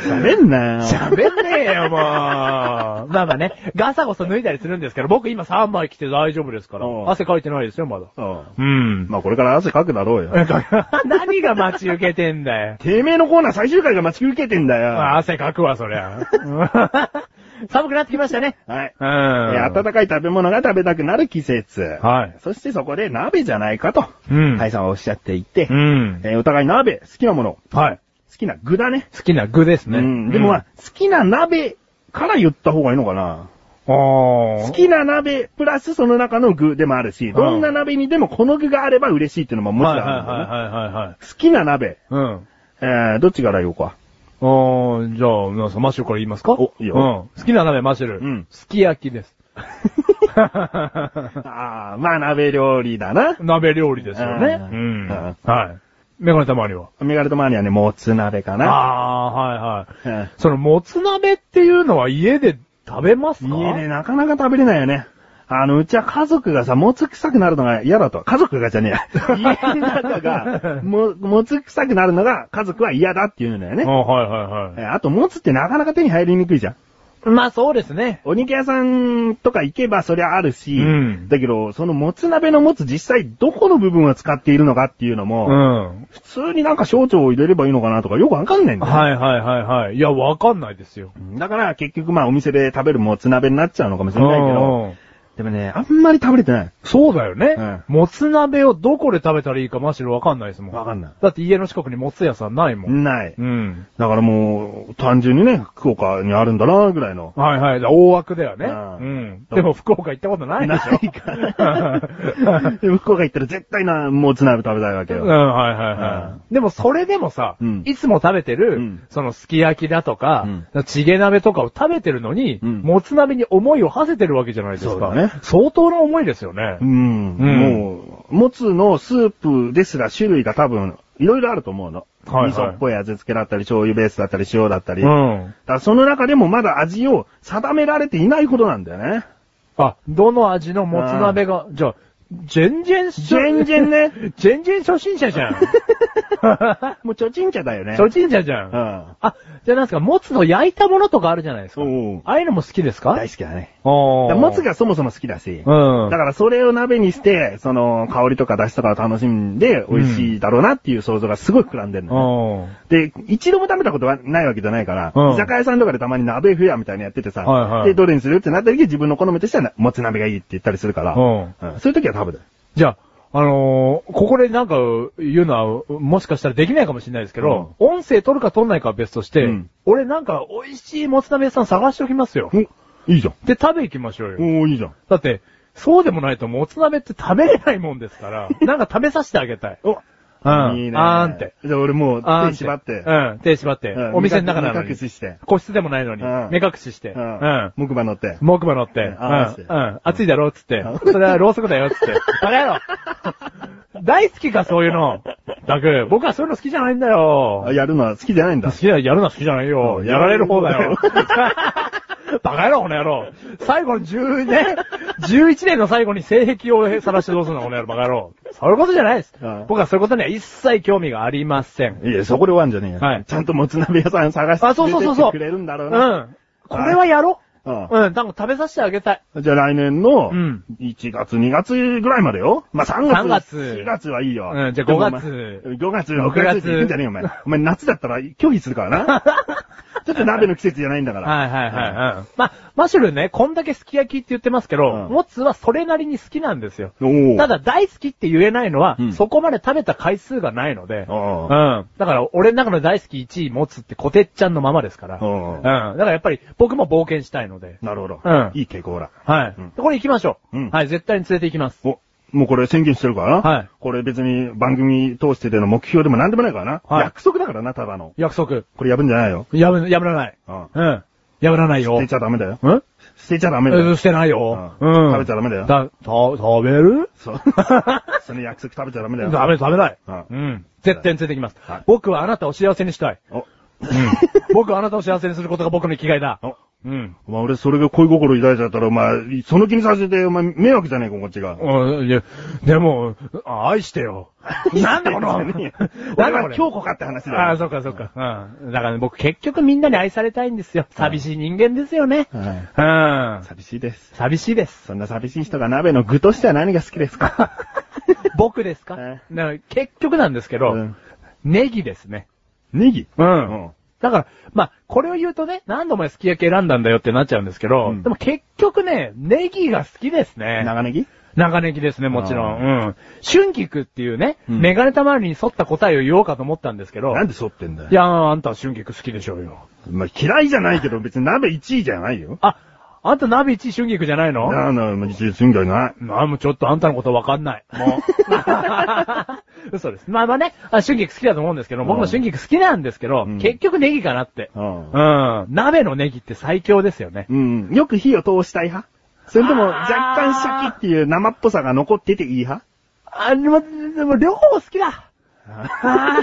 S4: 喋んなよ。
S3: 喋んねえよ、もう。まあまあね、ガサゴサ脱いだりするんですけど、僕今3枚着て大丈夫ですか
S4: うん
S3: ら、汗かいてないですよ、まだ。
S4: うん
S3: うん。
S4: まあこれから汗かくだろうよ。
S3: 何が待ち受けてんだよ。
S4: てめえのコーナー最終回が待ち受けてんだよ。
S3: まあ、汗かくわ、そりゃ。 寒くなってきましたね。
S4: はい。
S3: う
S4: え
S3: ん。
S4: ー暖かい食べ物が食べたくなる季節。
S3: はい。
S4: そしてそこで鍋じゃないかと、
S3: うん。
S4: タイさんはおっしゃっていて、
S3: うん。
S4: えーお互い鍋、好きなもの、
S3: はい。
S4: 好きな具だね。
S3: 好きな具ですね。
S4: うん。でもまあ、好きな鍋から言った方がいいのか
S3: う
S4: な。
S3: ん、ああ。
S4: 好きな鍋、プラスその中の具でもあるし、どんな鍋にでもこの具があれば嬉しいっていうのももち
S3: は
S4: ろん
S3: い
S4: あ
S3: はいは
S4: るんだよね
S3: いはいはい。
S4: 好きな鍋、
S3: うん。
S4: えー、どっちから言おうか。
S3: あー、じゃあ、皆さん、マッシュルから言いますか
S4: おいいよ。
S3: うん。好きな鍋、マッシュル。
S4: うん
S3: すき焼き です。
S4: ああ、まあ鍋料理だな。
S3: 鍋料理ですよね。
S4: う
S3: うんん。はい。メガネたまには。
S4: メガネとマーニはね、もつ鍋か
S3: あ
S4: な。
S3: あー、はいはい。
S4: うん
S3: その、もつ鍋っていうのは家で食べますか
S4: 家でなかなか食べれないよね。あの、うちは家族がさ、もつ臭くなるのが嫌だと。家族がじゃねえ や。家の中が、も、もつ臭くなるのが家族は嫌だっていうんだよ
S3: あー
S4: ね。
S3: はいはいはい。
S4: えあと、もつってなかなか手に入りにくいじゃん。
S3: まあそうですね。
S4: お肉屋さんとか行けばそりゃあるし、
S3: うん
S4: だけど、そのもつ鍋のもつ実際どこの部分を使っているのかっていうのも、
S3: ん。
S4: 普通になんか省庁を入れればいいのかなとかよくわかんないんだよ、ね。
S3: はいはいはいはい。いや、わかんないですよ。
S4: だから結局まあお店で食べるもつ鍋になっちゃうのかもしれないけ
S3: うんう
S4: ど、
S3: ん
S4: でもね、あんまり食べれてない。
S3: そうだよね、
S4: うん
S3: もつ鍋をどこで食べたらいいかましろわかんないですもん。
S4: わかんない
S3: だって家の近くにもつ屋さんないもん。
S4: ない。
S3: うん。
S4: だからもう、単純にね、福岡にあるんだな、ぐらい の。
S3: はいはい。だ大枠だよね。
S4: うん
S3: うん。でも福岡行ったことないでしょ。
S4: ないから。でも福岡行ったら絶対な、もつ鍋食べたいわけ
S3: うん、
S4: よ。
S3: はいはいは
S4: う
S3: い。でもそれでもさ、
S4: うん
S3: いつも食べてる、
S4: うん
S3: そのすき焼きだとか、
S4: う
S3: チゲ鍋とかを食べてるのに、
S4: うん
S3: もつ鍋に思いを馳せてるわけじゃないですか。
S4: そうだね
S3: 相当な思いですよね。
S4: うん。
S3: うん
S4: もう、もつのスープですら種類が多分、いろいろあると思うの。
S3: はいはい
S4: 味噌っぽい味付けだったり、醤油ベースだったり、塩だったり。だ
S3: うん。
S4: からその中でもまだ味を定められていないほどなんだよね。
S3: あ、どの味のもつ鍋が、じゃあ、全然初、
S4: 全然ね。
S3: 全然初心者じ ゃん。
S4: もうちょちんちゃだよね。
S3: 初心者じゃん。
S4: うん。
S3: あ、じゃあなんですか、もつの焼いたものとかあるじゃないですか。
S4: うん
S3: ああいうのも好きですか
S4: 大好きだね。
S3: お
S4: だからもつ、がそもそも好きだし。
S3: うん。
S4: だからそれを鍋にして、その、香りとか出汁とかを楽しんで、美味しいだろうなっていう想像がすごい膨らんでるの、
S3: お
S4: で、一度も食べたことはないわけじゃないから、
S3: うん
S4: 居酒屋さんとかでたまに鍋フェアみたいなのやっててさ、
S3: はいはい
S4: で、どれにするってなった時自分の好みとしては、もつ鍋がいいって言ったりするから、
S3: う
S4: うんそういう時は食べたよ。
S3: じゃあ、あのーここでなんか言うのは、もしかしたらできないかもしれないですけど、音声取るか取んないかは別として、
S4: うん
S3: 俺なんか美味しいもつ鍋屋さん探しておきますよ。
S4: おいいじゃん。
S3: で、食べ行きましょうよ。
S4: おーいいじゃん。
S3: だって、そうでもないともつ鍋って食べれないもんですから、なんか食べさせてあげたい。
S4: お
S3: うん。
S4: いいね。
S3: あーんって。。
S4: じゃあ俺もう
S3: あーん
S4: 手縛って、
S3: うん。手縛って。
S4: うん
S3: お店の中なのに。
S4: 目隠しして
S3: 個室でもないのに。
S4: うん
S3: 目隠しして。う
S4: うん
S3: ん。
S4: 木馬乗って。
S3: 木馬乗って。う
S4: うん
S3: ん。
S4: あー
S3: うん。暑いだろうっつって
S4: うん。
S3: それはろうそくだよっつって。バカ野郎大好きか、そういうの。だく、僕はそういうの好きじゃないんだよ
S4: あ。やるのは好きじゃないんだ
S3: 好。きだ、やるのは好きじゃないよ。
S4: うん
S3: やられる方だよ。 バカ野郎、この野郎。最後の10年、11年の最後に性癖を晒してどうすんの、この野郎、バカ野郎。そういうことじゃないです
S4: うん。
S3: 僕はそういうことには一切興味がありません。
S4: いや、そこで終わんじゃねえよ。
S3: はい
S4: ちゃんともつ鍋屋さん探して
S3: あ、そうそうそうそう。
S4: くれるんだろうな。
S3: うん。これはやろう。
S4: うん
S3: うん、なんか食べさせてあげたい。
S4: じゃあ来年の
S3: うん
S4: 1月、2月ぐらいまでよ。まあ3月。
S3: 3月
S4: 4月はいいよ。
S3: うんじゃあ5月
S4: でもお前5月、
S3: 6
S4: 6
S3: 月
S4: 月って言うんじゃねえよ、お前。お前夏だったら拒否するから な。ちょっと鍋の季節じゃないんだから。
S3: はいはいはい。うん。まあ、マシュルね、こんだけすき焼きって言ってますけど、
S4: うん
S3: もつはそれなりに好きなんですよ。
S4: おー
S3: ただ大好きって言えないのは、
S4: うん
S3: そこまで食べた回数がないので、
S4: お
S3: う
S4: ー
S3: ん。だから、俺の中の大好き1位持つってこてっちゃんのままですから。
S4: おう
S3: うん。だからやっぱり、僕も冒険したいので。
S4: なるほど。
S3: うん
S4: いい傾向だ。
S3: はい。
S4: うん
S3: これ行きましょう、
S4: うん
S3: はい、絶対に連れて行きます。
S4: お、もうこれ宣言してるからな。
S3: はい
S4: これ別に番組通してでの目標でも何でもないからな。
S3: はい
S4: 約束だからな、ただの。
S3: 約束。
S4: これ破んじゃないよ。
S3: やめ、やめらない。
S4: うん
S3: うん。やめらないよ。
S4: 捨てちゃダメだよ。
S3: うん
S4: 捨てちゃダメだよ。
S3: うんしてないよ。
S4: うん
S3: うん。
S4: 食べちゃダメだよ
S3: だ、た食べる
S4: そう。 その約束食べちゃダメだよ。
S3: ダメ、食べない。
S4: う
S3: うん。絶対に連れてきます
S4: はい。
S3: 僕はあなたを幸せにしたい。
S4: お、
S3: 僕はあなたを幸せにすることが僕の生きがいだ。
S4: お、
S3: うん。
S4: お前俺それが恋心抱いちゃったら、お前、その気にさせて、お前迷惑じゃねえか、こっちが。
S3: うんいや、でも、あ愛して よ。なんだこの、
S4: な
S3: なん
S4: ん
S3: だ
S4: だ
S3: こ
S4: こ
S3: れ
S4: れ。。京子かって話だよ。
S3: ああ、そっかそっか。うん。だからね僕結局みんなに愛されたいんですよ。寂しい人間ですよね。
S4: はい。
S3: うん。
S4: 寂しいです。
S3: 寂しい です。
S4: そんな寂しい人が鍋の具としては何が好きですか
S3: 僕ですか
S4: はい
S3: だから結局なんですけど
S4: うん、
S3: ネギですね。
S4: ネギ。
S3: う。
S4: うん
S3: だから、まあ、これを言うとね、なんでお前すき焼き選んだんだよってなっちゃうんですけど、
S4: うん
S3: でも結局ね、ネギが好きですね。
S4: 長ネギ
S3: 長ネギですね、もちろん。うん。春菊っていうね、
S4: うん
S3: メガネたまわりに沿った答えを言おうかと思ったんですけど、
S4: なんで剃ってんだよ。
S3: いやー、あんたは春菊好きでしょうよ。
S4: まあ、嫌いじゃないけど、別に鍋1位じゃないよ。
S3: あ、あんた鍋一位春菊じゃないの
S4: なあなあ、まあ、1位すんじゃない。
S3: あ、もうちょっとあんたのことわかんない。もう。 嘘です。まあまあね、あ春菊好きだと思うんですけど、僕も春菊好きなんですけど、
S4: うん
S3: 結局ネギかなって。
S4: うん
S3: うん。鍋のネギって最強ですよね。
S4: うん。よく火を通したい派それとも、
S3: あー
S4: 若干シャキっていう生っぽさが残ってていい派
S3: あ、でも、でも両方好きだ。あ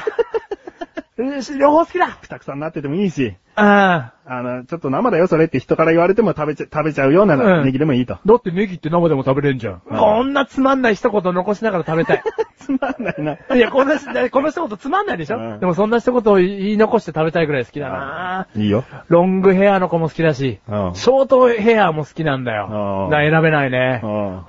S3: ーよし両方好きだ。
S4: くたくさになっててもいいし、
S3: ああ。
S4: あの、ちょっと生だよ、それって人から言われても食べちゃ、食べちゃうよう
S3: う
S4: なんネギでもいいと。
S3: だってネギって生でも食べれんじゃん。こんなつまんない一言残しながら食べた い。
S4: つまんないな。
S3: いや、こんなし、この一言つまんないでしょ、
S4: うん
S3: でもそんな一言を言い残して食べたいぐらい好きだな、
S4: いいよ。
S3: ロングヘアの子も好きだし、
S4: うん
S3: ショートヘアも好きなんだ
S4: う
S3: よ。
S4: ん
S3: だから選べないね。
S4: う
S3: うんん。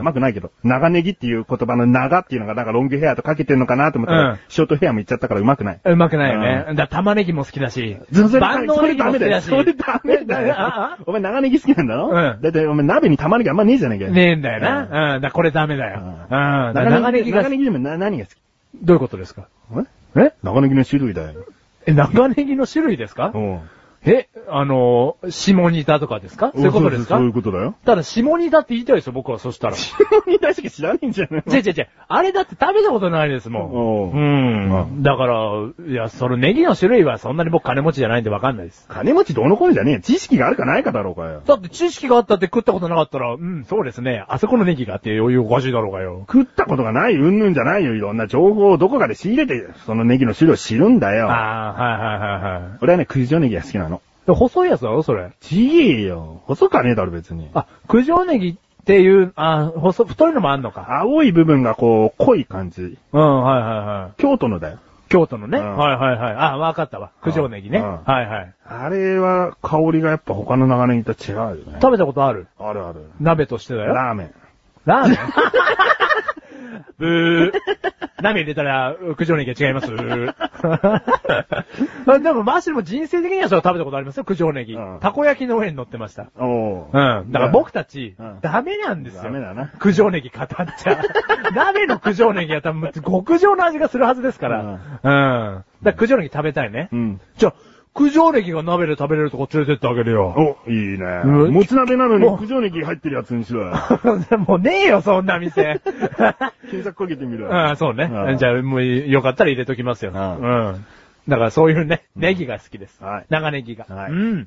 S4: うまくないけど。長ネギっていう言葉の長っていうのが、だからロングヘアとかけてんのかなと思ったら、
S3: うん
S4: ショートヘアもいっちゃったからうまくない。
S3: うまくないよね。だから玉ねぎも好きだし、
S4: それ
S3: 万能ネギも好きだし。
S4: それダメだ
S3: えあ
S4: よ。お前長ネギ好きなんだろ
S3: うん
S4: だってお前鍋に玉ねぎあんまねえじゃねえか
S3: あ
S4: よ。
S3: ねえんだよな。う
S4: う
S3: んん。だからこれダメだよ。うん。だから
S4: 長
S3: 長ネ
S4: ネギ
S3: ギ
S4: が。
S3: が
S4: 長、ネギでもな何が好き
S3: どういうことですか
S4: ええ長ネギの種類だよ。
S3: え、長ネギの種類ですか
S4: ん。
S3: え、あのー、下ネタとかですかそういうことですか
S4: そうそういうことだよ。
S3: ただ、下ネタって言いたいですよ、僕は、そしたら。違
S4: に大好き知らねえんじゃね
S3: う違う違う。あれだって食べたことないですもん。
S4: おう
S3: うん。だから、いや、そのネギの種類はそんなに僕金持ちじゃないんでわかんないです。
S4: 金持ちどうのこうのじゃねえよ。知識があるかないかだろうかよ。
S3: だって知識があったって食ったことなかったら、うん、そうですね。あそこのネギがあって余裕おかしいだろうがよ。
S4: 食ったことがない、うんぬんじゃないよ。いろんな情報をどこかで仕入れて、そのネギの種類を知るんだ
S3: あ
S4: よ。
S3: あ、はいはいはいはい
S4: 俺はね、九条ネギが好きなの。
S3: で。細いやつだろ、それ。
S4: ちげえよ。細かねえだろ、別に。
S3: あ、九条ネギっていう、あ細、太いのもあんのか。
S4: 青い部分がこう、濃い感じ。
S3: うん、はいはいはい。
S4: 京都のだよ。
S3: 京都のね。
S4: うん
S3: はいはいはい。あ、わかったわ。九条ネギね。
S4: うん
S3: はいはい。
S4: あれは、香りがやっぱ他の長ネギと違うよね。
S3: 食べたことある
S4: あるある。
S3: 鍋としてだよ。
S4: ラーメン。
S3: ラーメン ブー。鍋入れたら、九条ネギは違います。 でも、マーシュルも人生的にはそれは食べたことありますよ、九条ネギ。
S4: うん
S3: たこ焼きの上に乗ってました。
S4: おー
S3: うん。だから僕たち、
S4: うん
S3: ダメなんですよ。
S4: ダメだな
S3: 九条ネギ語っちゃ う。鍋の九条ネギは多分、極上の味がするはずですから。
S4: うん
S3: うん。だから九条ネギ食べたいね。
S4: うん。
S3: じゃあ、九条ネギが鍋で食べれるとこ連れてってあげるよ。
S4: お、いいね。
S3: うん
S4: もつ鍋なの
S3: も
S4: に
S3: う
S4: 九条ネギ入ってるやつにしろよ。
S3: もうねえよ、そんな 店。
S4: 検索かけてみる。
S3: うん、そうね。
S4: ん
S3: じゃあ、もう、よかったら入れときますよ。う
S4: う
S3: んん。だから、そういうね、ネギが好きです。
S4: はい
S3: 長ネギが。
S4: はい
S3: うん。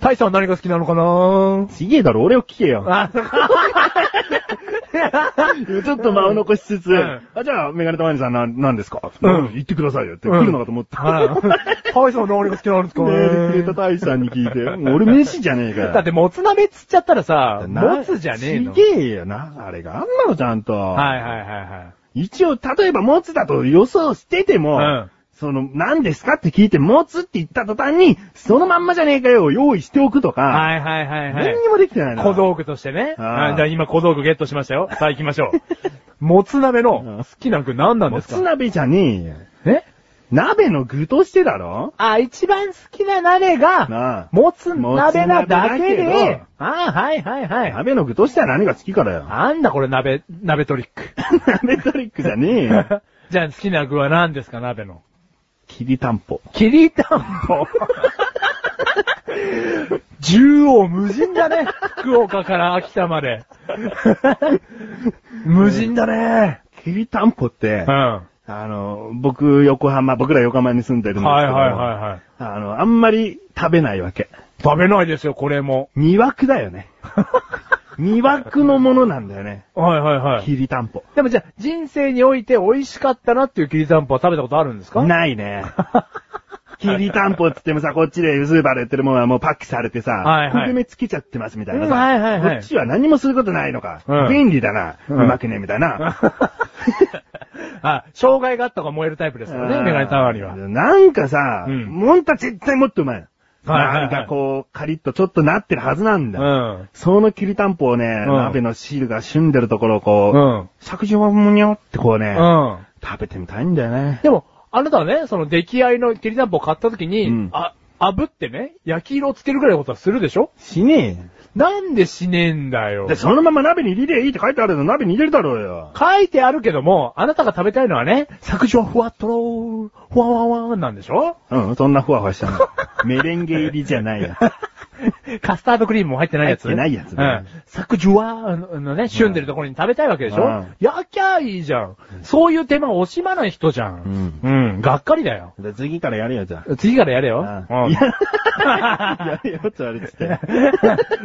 S3: タイさんは何が好きなのかな
S4: ちげえだろ、俺を聞けよ。
S3: あ、
S4: ちょっと間を残しつつ、
S3: うん
S4: あ、じゃあ、メガネたまにさんな、何ですか
S3: うん
S4: 言ってくださいよって来るのかと思った。ね
S3: タイさんは何が好きなのですか
S4: え、くれた
S3: ね
S4: 大使さんに聞いて。もう俺飯じゃねえか よ。
S3: だって、もつ鍋っつっちゃったらさ、
S4: な
S3: もつじゃねえの。
S4: ちげえよな、あれが。あんなのちゃんと。
S3: はいはいはいはい。
S4: 一応、例えば、もつだと予想してても、
S3: うん
S4: その、何ですかって聞いて、もつって言った途端に、そのまんまじゃねえかよ、用意しておくとか、
S3: はいはいはいはい。
S4: 何にもできてないな。
S3: 小道具としてね。
S4: あー
S3: あじゃあ今小道具ゲットしました よ。さあ行きましょう。もつ鍋
S4: うん
S3: の好きな具何なん
S4: も
S3: ですか
S4: つ鍋じゃねえよ。
S3: え
S4: 鍋の具としてだろ
S3: あ、一番好きな鍋が、
S4: なあ。
S3: もつ鍋なだけ
S4: もつ鍋だけ
S3: で
S4: ど、
S3: あはいはいはい。
S4: 鍋の具としては何が好きかだよ。
S3: なんだこれ鍋、鍋トリック。
S4: 鍋トリックじゃねえよ。
S3: じゃあ好きな具は何ですか、鍋の。
S4: きりたんぽ。
S3: きりたんぽ。縦横無尽だね。福岡から秋田まで。 無尽だね。
S4: きりたんぽって
S3: うん。、は
S4: あの、僕、横浜、僕ら横浜に住んでるん
S3: い
S4: ですけど、
S3: はいはいはい。
S4: あの、あんまり食べないわけ。
S3: 食べないですよ、これも。
S4: 魅惑だよね。魅惑のものなんだよね。
S3: はいはいは。
S4: きりたんぽ。
S3: でもじゃあ、人生において美味しかったなっていうきりたんぽは食べたことあるんですか
S4: ないね。きりたんぽっつってもさ、こっちでスーパーで売ってるものはもうパックされてさ、
S3: はいはい
S4: 焦げ目つけちゃってますみたいなさ、
S3: うんはいはいはい
S4: こっちは何もすることないのか。
S3: うん
S4: 便利だな、う
S3: うん
S4: まくね、みたいな。
S3: あ、障害があった方が燃えるタイプですよね、メガネタワーには。
S4: なんかさ、
S3: うん
S4: もんた絶対もっとうまい。
S3: はいはいはい
S4: なんかこう、カリッとちょっとなってるはずなんだ。
S3: うん。
S4: そのきりたんぽをね、
S3: ん
S4: 鍋の汁が旬んでるところをこう、
S3: うん。
S4: 削除はむにょってこうね、
S3: うん。
S4: 食べてみたいんだよね。
S3: でも、あなたはね、その出来合いのきりたんぽを買った時に、
S4: うん
S3: あ、炙ってね、焼き色をつけるぐらいのことはするでしょ
S4: しね
S3: なんでしねえんだ
S4: え
S3: よ
S4: よ。で、。そのまま鍋に入れりゃいいって書いてあるの鍋に入れるだろうよ。
S3: 書いてあるけども、あなたが食べたいのはね、削除はふわっとろー、ふわわわーなんでし ょ
S4: うん、そんなふわふわしたの。 メレンゲ入りじゃないや。
S3: カスタードクリームも入ってないやつ
S4: 入ってないやつね
S3: うん。サクジュワーのね、旬でるところに食べたいわけでしょ、
S4: うん
S3: やきゃいいじゃん。そういう手間を惜しまない人じゃん。うん。がっかりだよ。
S4: じゃあ次からやるよ、じゃ
S3: 次からやれよ。
S4: あ。
S3: うん
S4: いや、 やるよって言われてて。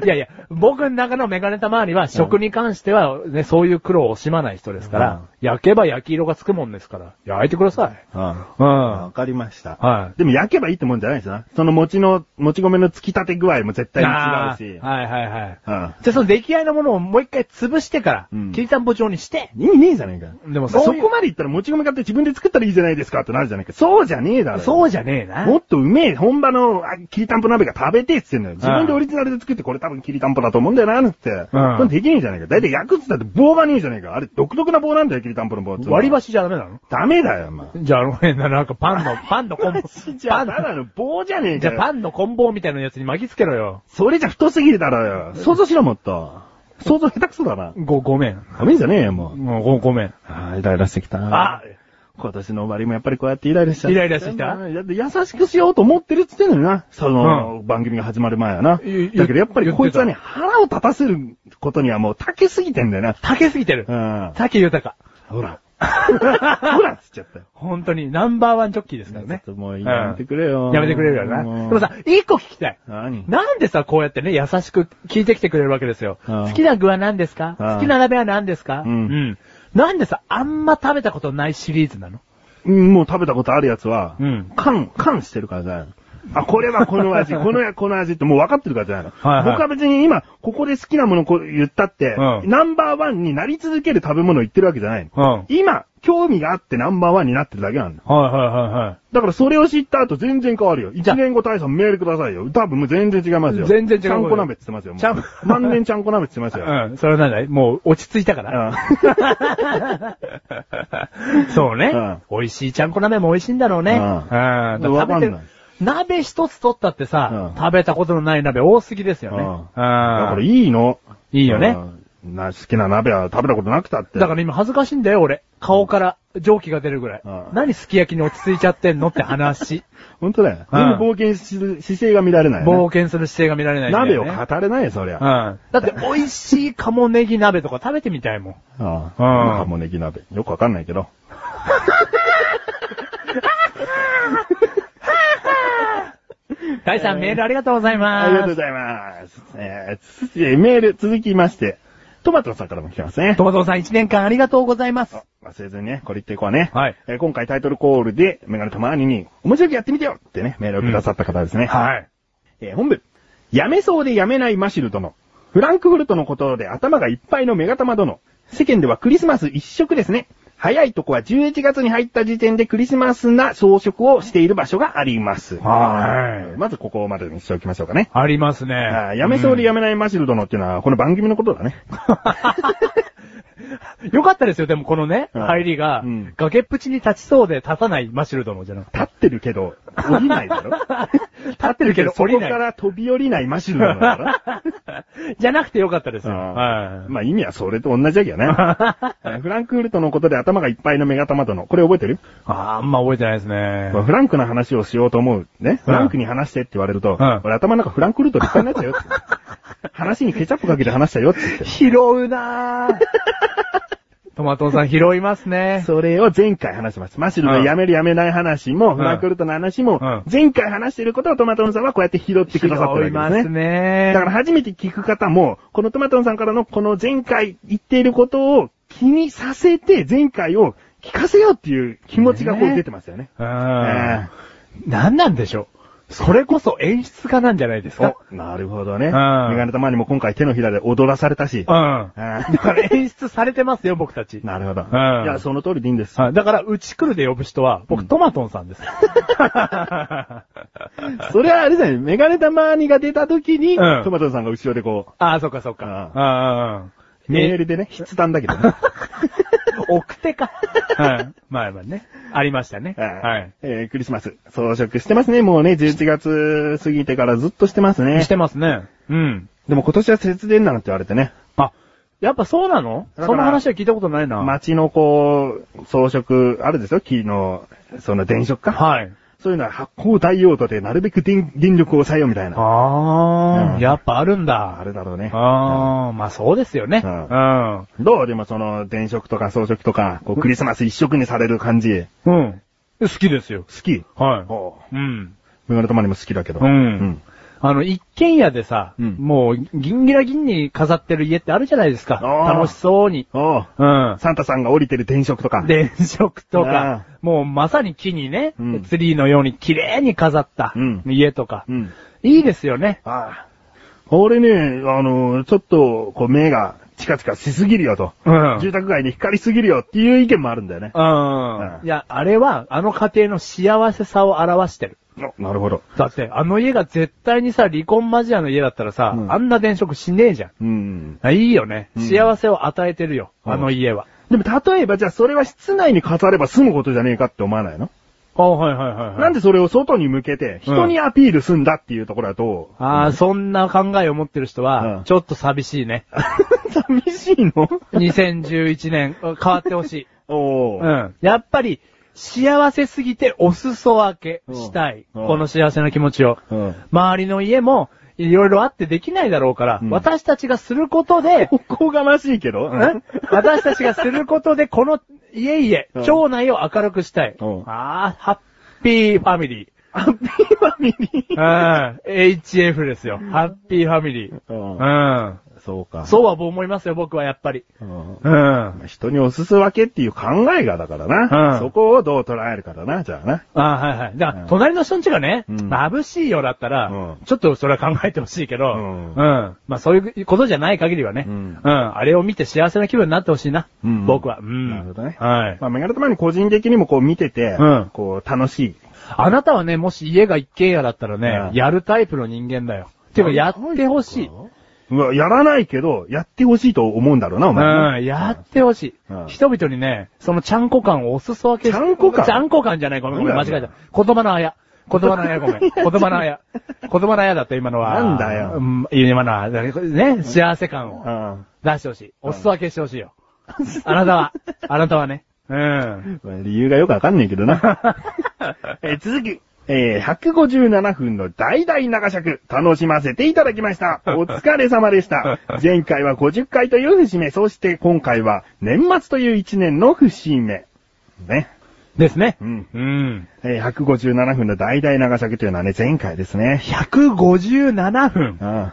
S3: いやいや、僕の中のメガネた周りは食に関してはね、そういう苦労を惜しまない人ですから、焼けば焼き色がつくもんですから、焼いてください。
S4: わ
S3: うん。は
S4: かりました。
S3: い。
S4: でも焼けばいいってもんじゃないですな。その餅の、餅米の突き立て具合も絶対
S3: あ
S4: に違う
S3: ー
S4: し。
S3: はいはいはい。
S4: う
S3: じゃあその出来合いのものをもう一回潰してから、
S4: うん
S3: きりたんぽ状にして、
S4: ん。意味ねえじゃねえか。
S3: でも
S4: そ
S3: そういう
S4: こまで言ったら餅米買って自分で作ったらいいじゃないですかってなるじゃないか。そうじゃねえだろ。
S3: そうじゃねえな。
S4: もっとうめえ、本場の、あ、きりたんぽ鍋が食べてえって言ってんのよ。自分でオリジナルで作って、これ多分きりたんぽだと思うんだよな、なんつって。うんこれできねえじゃねえか。だいたい焼くっつったって棒がねえじゃねえか。あれ、独特な棒なんだよ、きりたんぽの棒っつうのは
S3: 割り箸じゃダメなの
S4: ダメだよ、お前。
S3: じゃああの辺な、なんかパン の、パンのコンボ。
S4: じゃ
S3: パ
S4: あ、
S3: ン
S4: ただの棒じゃねえ
S3: じ
S4: か
S3: ゃあ
S4: よ。
S3: パンのコンボみたいなやつに巻きつけろよ。
S4: それじゃ太すぎるだろよ。想像しろ、もっと。想像下手くそだな。
S3: ご、ごめん。
S4: ダメじゃねえよ、もう。
S3: もうご、ごめん。
S4: ああ、イライラしてきたな。
S3: あ
S4: 今年の終わりもやっぱりこうやってイライラしちゃ
S3: イライラしてきた
S4: だって優しくしようと思ってるっつってんのよな。その、番組が始まる前はな。だ
S3: い
S4: けどやっぱり
S3: 言って
S4: こ
S3: た
S4: いつはね、腹を立たせることにはもう竹すぎてんだよな。
S3: 竹すぎてる
S4: う。ん。
S3: 竹豊。
S4: ほら。 ほらっつっちゃったよ。
S3: 本当に、ナンバーワンジョッキーですからね。
S4: ちょっともうやめてくれよ。
S3: うんやめてくれるよな。
S4: う
S3: でも、さ、一個聞きたい。
S4: 何
S3: なんでさ、こうやってね、優しく聞いてきてくれるわけですよ。
S4: うん
S3: 好きな具は何ですか
S4: うん
S3: 好きな鍋は何ですか
S4: うん
S3: なんでさ、あんま食べたことないシリーズなの
S4: うんもう食べたことあるやつは、
S3: ん。
S4: 缶、缶してるからじゃないのあ、これはこ の味、このや、この味ってもう分かってるからじゃないの。
S3: はいはい
S4: 僕は別に今、ここで好きなものこう言ったって、
S3: うん
S4: ナンバーワンになり続ける食べ物を言ってるわけじゃないの。
S3: うん。はい
S4: 今、興味があってナンバーワンになってるだけなんだ。
S3: はいはいはい。
S4: だからそれを知った後全然変わるよ。
S3: じゃ
S4: 1
S3: あ
S4: 年後大さんメールくださいよ。多分もう全然違いますよ。
S3: 全然違う
S4: ちゃんこ鍋って言ってますよ。もう
S3: ちゃん
S4: 万年ちゃんこ鍋って言ってますよ。
S3: うん、それは何だいもう落ち着いたから。 そうね、美味しいちゃんこ鍋も美味しいんだろうね。
S4: うん
S3: ん
S4: うんわかんない
S3: 鍋一つ取ったってさ、
S4: うん
S3: 食べたことのない鍋多すぎですよね。
S4: うん
S3: うん
S4: だからいいの。
S3: いいよね。
S4: うん。な、好きな鍋は食べたことなくたって。
S3: だから今恥ずかしいんだよ、俺。顔から蒸気が出るぐらい。
S4: うん
S3: 何すき焼きに落ち着いちゃってんのって 話。
S4: 本当だよ。
S3: うん
S4: 全部冒険する姿勢が見られない、ね。
S3: 冒険する姿勢が見られないんだ
S4: 鍋
S3: よ
S4: を
S3: ね。
S4: 語れないよ、そりゃ。
S3: うん。だって美味しい鴨ネギ鍋とか食べてみたいも ん。
S4: ああ。
S3: うん
S4: 鴨ネギ鍋。よくわかんないけど。
S3: 大さん、メールありがとうございます。
S4: ありがとうございます。えーつえーメール続きまして、トマトさんからも来てますね
S3: ト。マトさん、一年間ありがとうございます。
S4: 忘れずにね、これ言っていこうね。
S3: はい
S4: えー今回タイトルコールで、メガネたまーにに、面白くやってみてよってね、メールをくださった方ですね。
S3: はい。
S4: えー本部。やめそうでやめないマシル殿。フランクフルトのことで頭がいっぱいのメガタマ殿。世間ではクリスマス一色ですね。早いとこは11月に入った時点でクリスマスな装飾をしている場所があります。
S3: はーい
S4: まずここまでにしておきましょうかね。
S3: ありますね。
S4: あーやめそうでやめないマシル殿っていうのは、この番組のことだね。
S3: よかったですよ、でもこのね、
S4: うん
S3: 入りが
S4: うん、
S3: 崖っぷちに立ちそうで立たないマシル殿じゃなくて。
S4: 立ってるけど、降りないだろ
S3: 立ってるけど
S4: そ
S3: 降り
S4: こ
S3: な
S4: か
S3: い
S4: ら飛び降りないマシル 殿だろ
S3: じゃなくてよかったですよ。
S4: あ
S3: は
S4: ーまあ意味はそれと同じだ けどね。えーフランクフルトのことで頭がいっぱいのメガタマ殿。これ覚えてる
S3: い。あんま覚えてないですね
S4: まあ。フランクな話をしようと思う。ね。フランクに話してって言われると、
S3: うん
S4: 俺頭の中フランクフルトでいっぱいになっちゃうよって。 話にケチャップかけて話したよって言って。
S3: 拾うなぁ。トマトさん拾いますね。
S4: それを前回話しました。マシュルのやめるやめない話も、
S3: ん
S4: フランクフルトの話も、
S3: うん
S4: 前回話してることをトマトンさんはこうやって拾ってくださって
S3: 拾い
S4: る
S3: ま
S4: わけですすね。
S3: ね。
S4: だから初めて聞く方も、このトマトンさんからのこの前回言っていることを気にさせて、前回を聞かせようっていう気持ちがこう出てますよね。
S3: うんなんなんでしょう。それこそ演出家なんじゃないですか。
S4: お、なるほどね。
S3: ん
S4: メガネたまにも今回手のひらで踊らされたし。
S3: うん。
S4: あ
S3: だから演出されてますよ、僕たち。
S4: なるほど。
S3: うん
S4: いや、その通りでいいんです。
S3: はいだから、うち来るで呼ぶ人は、僕、トマトンさ んです。
S4: それはあれだよね、メガネたまーにが出た時に、
S3: うん
S4: トマトさんが後ろでこ
S3: ああ、そっかそっか。
S4: う
S3: ああ、
S4: う、メールでね、筆談だけどね。
S3: 奥手か。はい。まあまあね。ありましたね。は
S4: はい
S3: い。
S4: えークリスマス、装飾してますね。もうね、11月過ぎてからずっとしてますね
S3: し。てますね。うん。
S4: でも今年は節電なんて言われてね、
S3: あ、やっぱそうなの
S4: だから
S3: そんな話は聞いたことないな。
S4: 街のこう、装飾、あるでしょ木の、その電飾か。
S3: はい。
S4: そういうのは発光ダイオードでなるべく電電力を抑えようみたいな。
S3: あ
S4: う
S3: あ、
S4: ん
S3: やっぱあるん
S4: あ
S3: だ。
S4: れだろうね。
S3: ああ、まあそうですよね。う。
S4: うん
S3: うん。
S4: どうでもその、電飾とか装飾とか、こうクリスマス一色にされる感じ。
S3: 好きですよ。
S4: 好き。
S3: はい。
S4: お
S3: うん。
S4: メガネたまにも好きだけど。
S3: うんあの、一軒家でさ、
S4: うん
S3: もう、ギンギラギンに飾ってる家ってあるじゃないですか。
S4: あー
S3: 楽しそうに。う
S4: おう
S3: ん。
S4: サンタさんが降りてる電飾とか。
S3: 電飾とか
S4: あ、
S3: もうまさに木にね、
S4: うん
S3: ツリーのように綺麗に飾った
S4: うん
S3: 家とか、
S4: うん。
S3: いいですよね。
S4: ああ。俺ね、あの、ちょっと、こう目がチカチカしすぎるよと。
S3: うん。
S4: 住宅街に光りすぎるよっていう意見もあるんだよね。
S3: うん
S4: う。ん
S3: いや、あれは、あの家庭の幸せさを表してる。
S4: おなるほど。
S3: だって、あの家が絶対にさ、離婚間際の家だったらさ、
S4: うん
S3: あんな電飾しねえじゃん。
S4: うん。
S3: あいいよね。
S4: うん
S3: 幸せを与えてるよ、
S4: うん
S3: あの家は。
S4: でも例えばじゃあそれは室内に飾れば済むことじゃねえかって思わないの、
S3: あ、はいはいはい、はい。
S4: なんでそれを外に向けて人にアピールすんだっていうところだと、
S3: ああ、そんな考えを持ってる人
S4: う
S3: は
S4: ん、
S3: ちょっと寂しいね。
S4: 寂しいの
S3: 2011年、 変わってほしい。
S4: お
S3: う
S4: ー。
S3: ん。やっぱり、幸せすぎてお裾分けしたい。
S4: うん
S3: この幸せな気持ちを。
S4: うん。
S3: 周りの家も、いろいろあってできないだろうから、
S4: うん
S3: 私たちがすることで、
S4: おこがましいけど。うん
S3: ん私たちがすることで、この家
S4: う
S3: 々、
S4: ん
S3: 町内を明るくしたい。
S4: うん
S3: ああ、ハッピーファミリー。
S4: ハッピーファミリー。
S3: うん。HF ですよ。ハッピーファミリー。
S4: うん
S3: うん。
S4: そう か。
S3: そうは思いますよ、僕はやっぱり。
S4: うん
S3: うん。
S4: 人におすすわけっていう考えがだから
S3: うん
S4: な。そこをどう捉えるかだな、じゃあな。
S3: あはいはい。だから、
S4: うん
S3: 隣の人んちがね、
S4: うん
S3: 眩しいよだったら、
S4: うん
S3: ちょっとそれは考えてほしいけど、う
S4: うんん。
S3: まあそういうことじゃない限りはね、う
S4: うんん。
S3: あれを見て幸せな気分になってほしいな、
S4: うん
S3: 僕は。うん。
S4: なるほどね
S3: はい。
S4: まあ、メガネたまに個人的にもこう見てて、
S3: うん
S4: こう楽しい。
S3: あなたはね、もし家が一軒家だったらね、
S4: うん
S3: やるタイプの人間だよ。ていうか、やってほしい。
S4: うわ、やらないけど、やってほしいと思うんだろうな、お前な。
S3: うん、やってほしい、
S4: うん
S3: 人々にね、そのちゃんこ感をお裾分け
S4: ちゃんこ感
S3: ちゃんこ感じゃない、ごめんごめん、間
S4: なんだ
S3: 違えた。言葉のあや。言葉のあや、 ごめん。言葉のあや。言葉のあやだった、今のは。
S4: なんだよ
S3: うん、今のは、ね、幸せ感を
S4: うん。
S3: 出してほしい。お裾分けしてほしいよ。あなたは、あなたはね。うん。
S4: まあ理由がよくわかんないけどな。 えー続き。えー、157分の大々長尺、楽しませていただきま した。お疲れ様でした。前回は50回という節目、そして今回は年末という1年の節目。ね。
S3: ですね。
S4: うん
S3: うん。
S4: えー、157分の大々長尺というのはね、前回ですね。
S3: 157分。
S4: うん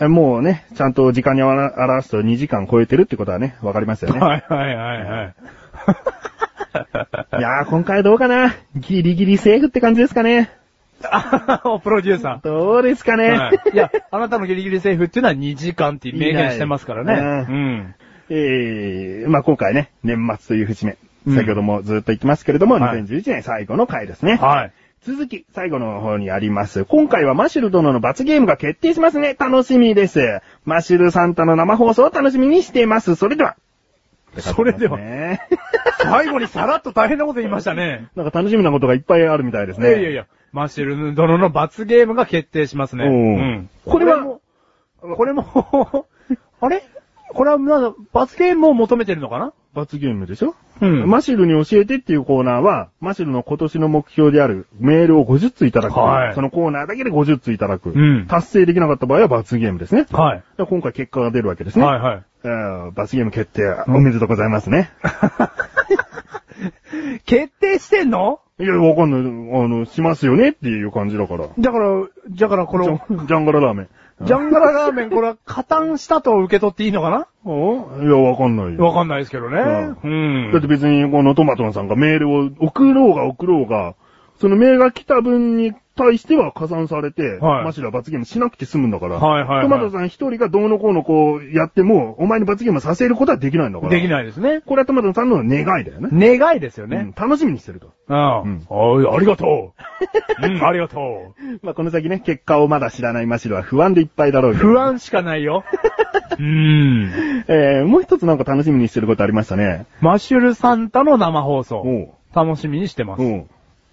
S4: えもうね、ちゃんと時間に表表すと2時間超えてるってことはね、わかります よね。
S3: はいはいはい はい。
S4: いやー、今回どうかなギリギリセーフって感じですかね
S3: あプロデューサー。
S4: どうですかね、
S3: はいいや、あなたのギリギリセーフっていうのは2時間って明言してますからね。
S4: い
S3: うん。
S4: えー、まあ今回ね、年末という節目。
S3: うん
S4: 先ほどもずっと言ってますけれども、
S3: はい
S4: 2011年最後の回ですね。
S3: はい。
S4: 続き、最後の方にあります。今回はマシュル殿の罰ゲームが決定しますね。楽しみです。マシュルサンタの生放送を楽しみにしています。それでは。
S3: それでは
S4: ね
S3: 最後にさらっと大変なこと言いましたね。
S4: なんか楽しみなことがいっぱいあるみたいです
S3: い
S4: ね。
S3: やいやいや、マッシュルヌ殿の罰ゲームが決定しますね。
S4: おう
S3: うん。
S4: これは
S3: これも、これも あれこれは、なんだ、罰ゲームを求めてるのかな
S4: 罰ゲームでしょ
S3: うん
S4: マシルに教えてっていうコーナーは、マシルの今年の目標であるメールを50通いただく。
S3: はい
S4: そのコーナーだけで50通いただく。
S3: うん
S4: 達成できなかった場合は罰ゲームですね。
S3: はい。
S4: で今回結果が出るわけですね。
S3: はいはい。
S4: えー罰ゲーム決定、おめでとうございますね。
S3: 決定してんの
S4: いや、わかんない。あの、しますよねっていう感じだから。
S3: だから、だからこ
S4: ジ
S3: の、
S4: ャンジャンガララーメン。
S3: ジャンガララーメン、これは加担したと受け取っていいのかな
S4: うんいや、わかんないよ。
S3: わかんないですけどね。う。
S4: うんだって別にこのトマトンさんがメールを送ろうが送ろうが、そのメールが来た分に対しては加算されて、
S3: はい
S4: マシラ罰ゲームしなくて済むんだから、
S3: はいはいはい
S4: トマトさん一人がどうのこうのこうやっても、お前に罰ゲームさせることはできないんだから。
S3: でき
S4: い。
S3: ないですね。
S4: これはトマトンさんの願いだよね。
S3: 願いですよ
S4: うん
S3: ね。
S4: 楽しみにしてると。
S3: うん。
S4: ん
S3: あありが とう。うん、ありがとう。
S4: まあ、この先ね、結果をまだ知らないマシラは不安でいっぱいだろうけど
S3: 不安しかないよ。うん。
S4: えー、もう一つなんか楽しみにしてることありましたね。
S3: マシュルサンタの生放送。
S4: おう。
S3: 楽しみにしてます。
S4: おう。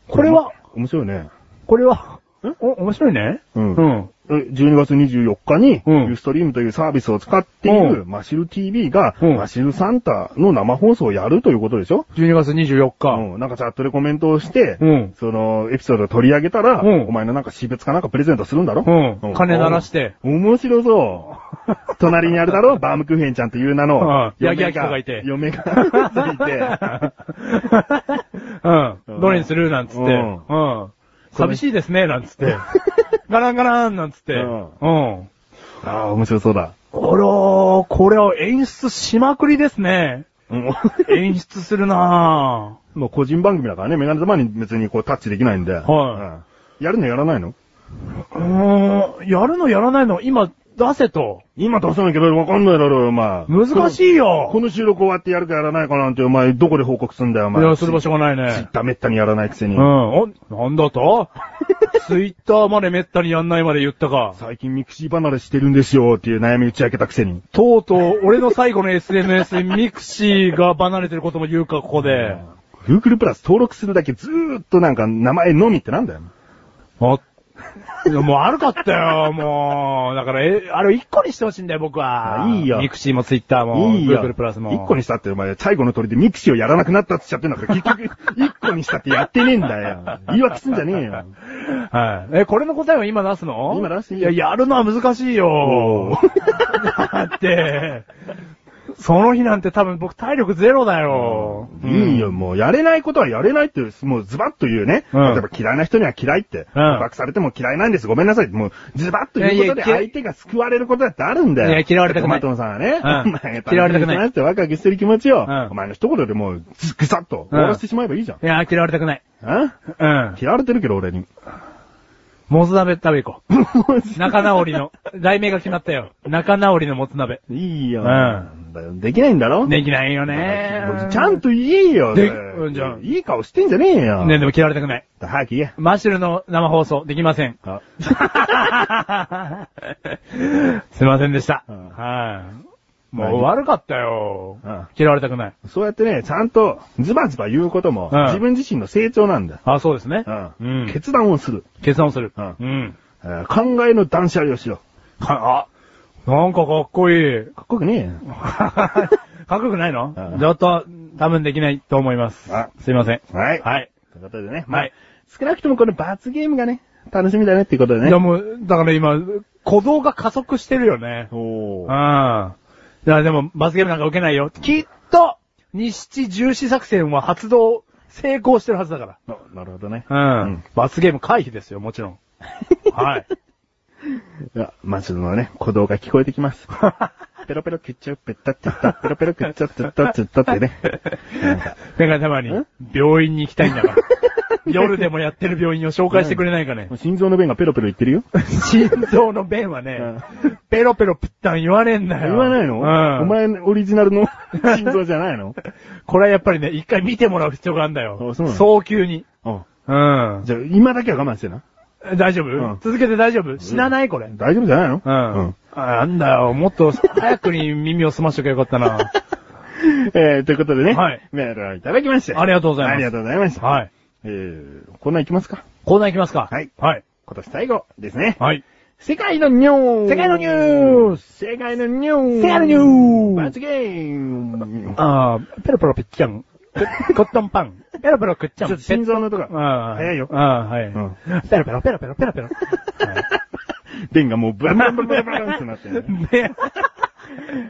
S3: これは、
S4: 面白いね。
S3: これは、お、面白いね。
S4: うん
S3: うん。
S4: え12月24日に、
S3: うん
S4: ユーストリームというサービスを使っている
S3: う
S4: マシル TV が、
S3: うん
S4: マシルサンタの生放送をやるということでしょ
S3: 12月24日。
S4: うん、なんかチャットでコメントをして、
S3: うん
S4: そのエピソードを取り上げたら、
S3: うん
S4: お前のなんか私別かなんかプレゼントするんだろ、
S3: うん金鳴らして
S4: お面白そう。 隣にあるだろバームクーヘンちゃんという名
S3: うん
S4: の、
S3: ヤ
S4: 嫁
S3: ギヤキ子がいて
S4: 嫁がつい て、
S3: うん。どれにするなんつって。う
S4: うん
S3: ん。寂しいですね、なんつ って。ガランガランなんつって。う
S4: うん
S3: ん。
S4: ああ、面白そうだ。
S3: これを、これを演出しまくりですね。
S4: うん
S3: 演出するなぁ。
S4: もう個人番組だからね、メガネ玉に別にこうタッチできないんで。
S3: は
S4: うんやるのやらないの
S3: うーん、やるのやらないの今出せと。
S4: 今出さなきゃわかんないだろうよ、お前。
S3: 難し
S4: い
S3: いよ。
S4: この収録終わってやるかやらないかなんて、お前、どこで報告すんだよ、お前。
S3: いや、それはしょうがない
S4: ツイ
S3: ね
S4: ッ。ターめったにやらないくせに。
S3: うん、お、なんだ とツイッターまでめったにやんないまで言ったか。
S4: 最近ミクシー離れしてるんですよっていう悩み打ち明けたくせに。
S3: とうとう、俺の最後の SNS、ミクシーが離れてることも言うか、ここで。
S4: Google プラス登録するだけずーっとなんか名前のみってなんだよ。
S3: あ、いやもう悪かったよ、もう。だから、え、あれを一個にしてほしいんだよ、僕は。
S4: あいいよ
S3: ミクシーもツイッターも、
S4: いいよ。
S3: Google プラスも。
S4: 一個にしたってお前、最後の鳥でミクシーをやらなくなったって言っちゃってんだから、結局、一個にしたってやってねえんだよ。言い訳すんじゃねえ よ。
S3: はい。え、これの答えは今出すの
S4: 今出していい
S3: いや、
S4: よ
S3: やるのは難しいよ
S4: お。
S3: だって、その日なんて多分僕体力ゼロだよ。
S4: いいよ、もう、やれないことはやれないって、もうズバッと言うね。
S3: うん
S4: 例えば嫌いな人には嫌いって。
S3: うん
S4: 告白されても嫌いなんです。ごめんなさい。もう、ズバッと言うこと
S3: い
S4: で
S3: やいや
S4: 相手が救われることだってあるんだよ。
S3: いや嫌われたくない
S4: トマトンさんはね。
S3: うん
S4: お前
S3: 嫌われたくない
S4: 楽しみにしますってワクワクしてる気持ちを、
S3: うん
S4: お前の一言でもう、ズぐさっと終わらせてしまえばいいじゃん。
S3: いや、嫌われたくない。
S4: うん
S3: うん。
S4: 嫌われてるけど、俺に。
S3: もつ鍋食べ行こう。 仲直りの。 題名が決まったよ。仲直りのもつ鍋。
S4: いいよ。
S3: うん
S4: なんだよできないんだろ
S3: できないよね。
S4: ちゃんと言えよ。
S3: で
S4: それ
S3: うんじゃあ
S4: いい顔してんじゃねえよ。
S3: ね、でも嫌われたくない。
S4: 早く言え。
S3: マッシュルの生放送、できませ ん。
S4: あ
S3: すいませんでした。
S4: うん
S3: はい。
S4: まあいい
S3: もう悪かったよ
S4: うん。
S3: 嫌われたくない。
S4: そうやってね、ちゃんとズバズバ言うことも、
S3: うん
S4: 自分自身の成長なんだ。
S3: あ、そうですね。
S4: うん
S3: うん
S4: 決断をする、
S3: 決断をする。
S4: うん
S3: ん。
S4: えー考えの断捨離をしろ。
S3: は、あ、なんかかっこい い。
S4: かっこよくねえよ
S3: かっこよくないの
S4: うん
S3: ちょっと、多分できないと思います
S4: あ。
S3: すいません。
S4: はい。
S3: はい。
S4: ということでね、まあ、
S3: はい
S4: 少なくともこの罰ゲームがね、楽しみだねっていうことで
S3: いや
S4: ね。
S3: もう、だから今、鼓動が加速してるよね。う
S4: お
S3: ん。
S4: ー
S3: いや、でも、罰ゲームなんか受けないよ。きっと、日七重視作戦は発動、成功してるはずだか
S4: ななるほどね。
S3: ら。うん。
S4: うん
S3: 罰ゲーム回避ですよ、もち ろん。はい。
S4: いや、マジのね、鼓動が聞こえてきます。ペロペロ食っちゃう、ペッタッチャッタ、ペロペロ食っちゃう、ペッタッチャッタってね。なんか
S3: ペガたまに
S4: ん、
S3: 病院に行きたいんだ から。夜でもやってる病院を紹介してくれないかね
S4: も。う心臓の弁がペロペロいってるよ。
S3: 心臓の弁はね、ペロペロプッタン言わねえんだよ。
S4: 言わない
S3: う
S4: の、
S3: ん。
S4: お前のオリジナルの心臓じゃないの
S3: これはやっぱりね、一回見てもらう必要があるんだよ。
S4: あそうなの
S3: 早急に。
S4: うん。
S3: うん。
S4: じゃあ、今だけは我慢してな。
S3: 大丈夫、
S4: うん
S3: 続けて大丈夫死なないこれ。うん。
S4: 大丈夫じゃないの
S3: あなんだよ、もっと早くに耳を澄ましとけばよかった な。
S4: えー、ということでね。
S3: はい
S4: メールをいただきまして。
S3: ありがとうございます
S4: ありがとうございました。い。
S3: はい。
S4: えー、こんなんいきますか
S3: コーナー行きますか。
S4: はい
S3: はい。
S4: 今年最後ですね。
S3: はい。
S4: 世界のニュース
S3: 世界のニュース
S4: 世界のニュース
S3: 世界のニュース
S4: 罰ゲーム
S3: ああ、ペロペロピッチャン。コットンパン。ペロペロくっち
S4: ちょ
S3: ゃ
S4: っ
S3: ん。
S4: と心臓のとこ、
S3: ああ。
S4: 早いよ。
S3: ああ、はい。
S4: うん
S3: ペロペロペロペロペロペロ。
S4: 弁がもうブラブラブラブラブラってなってるね。
S3: で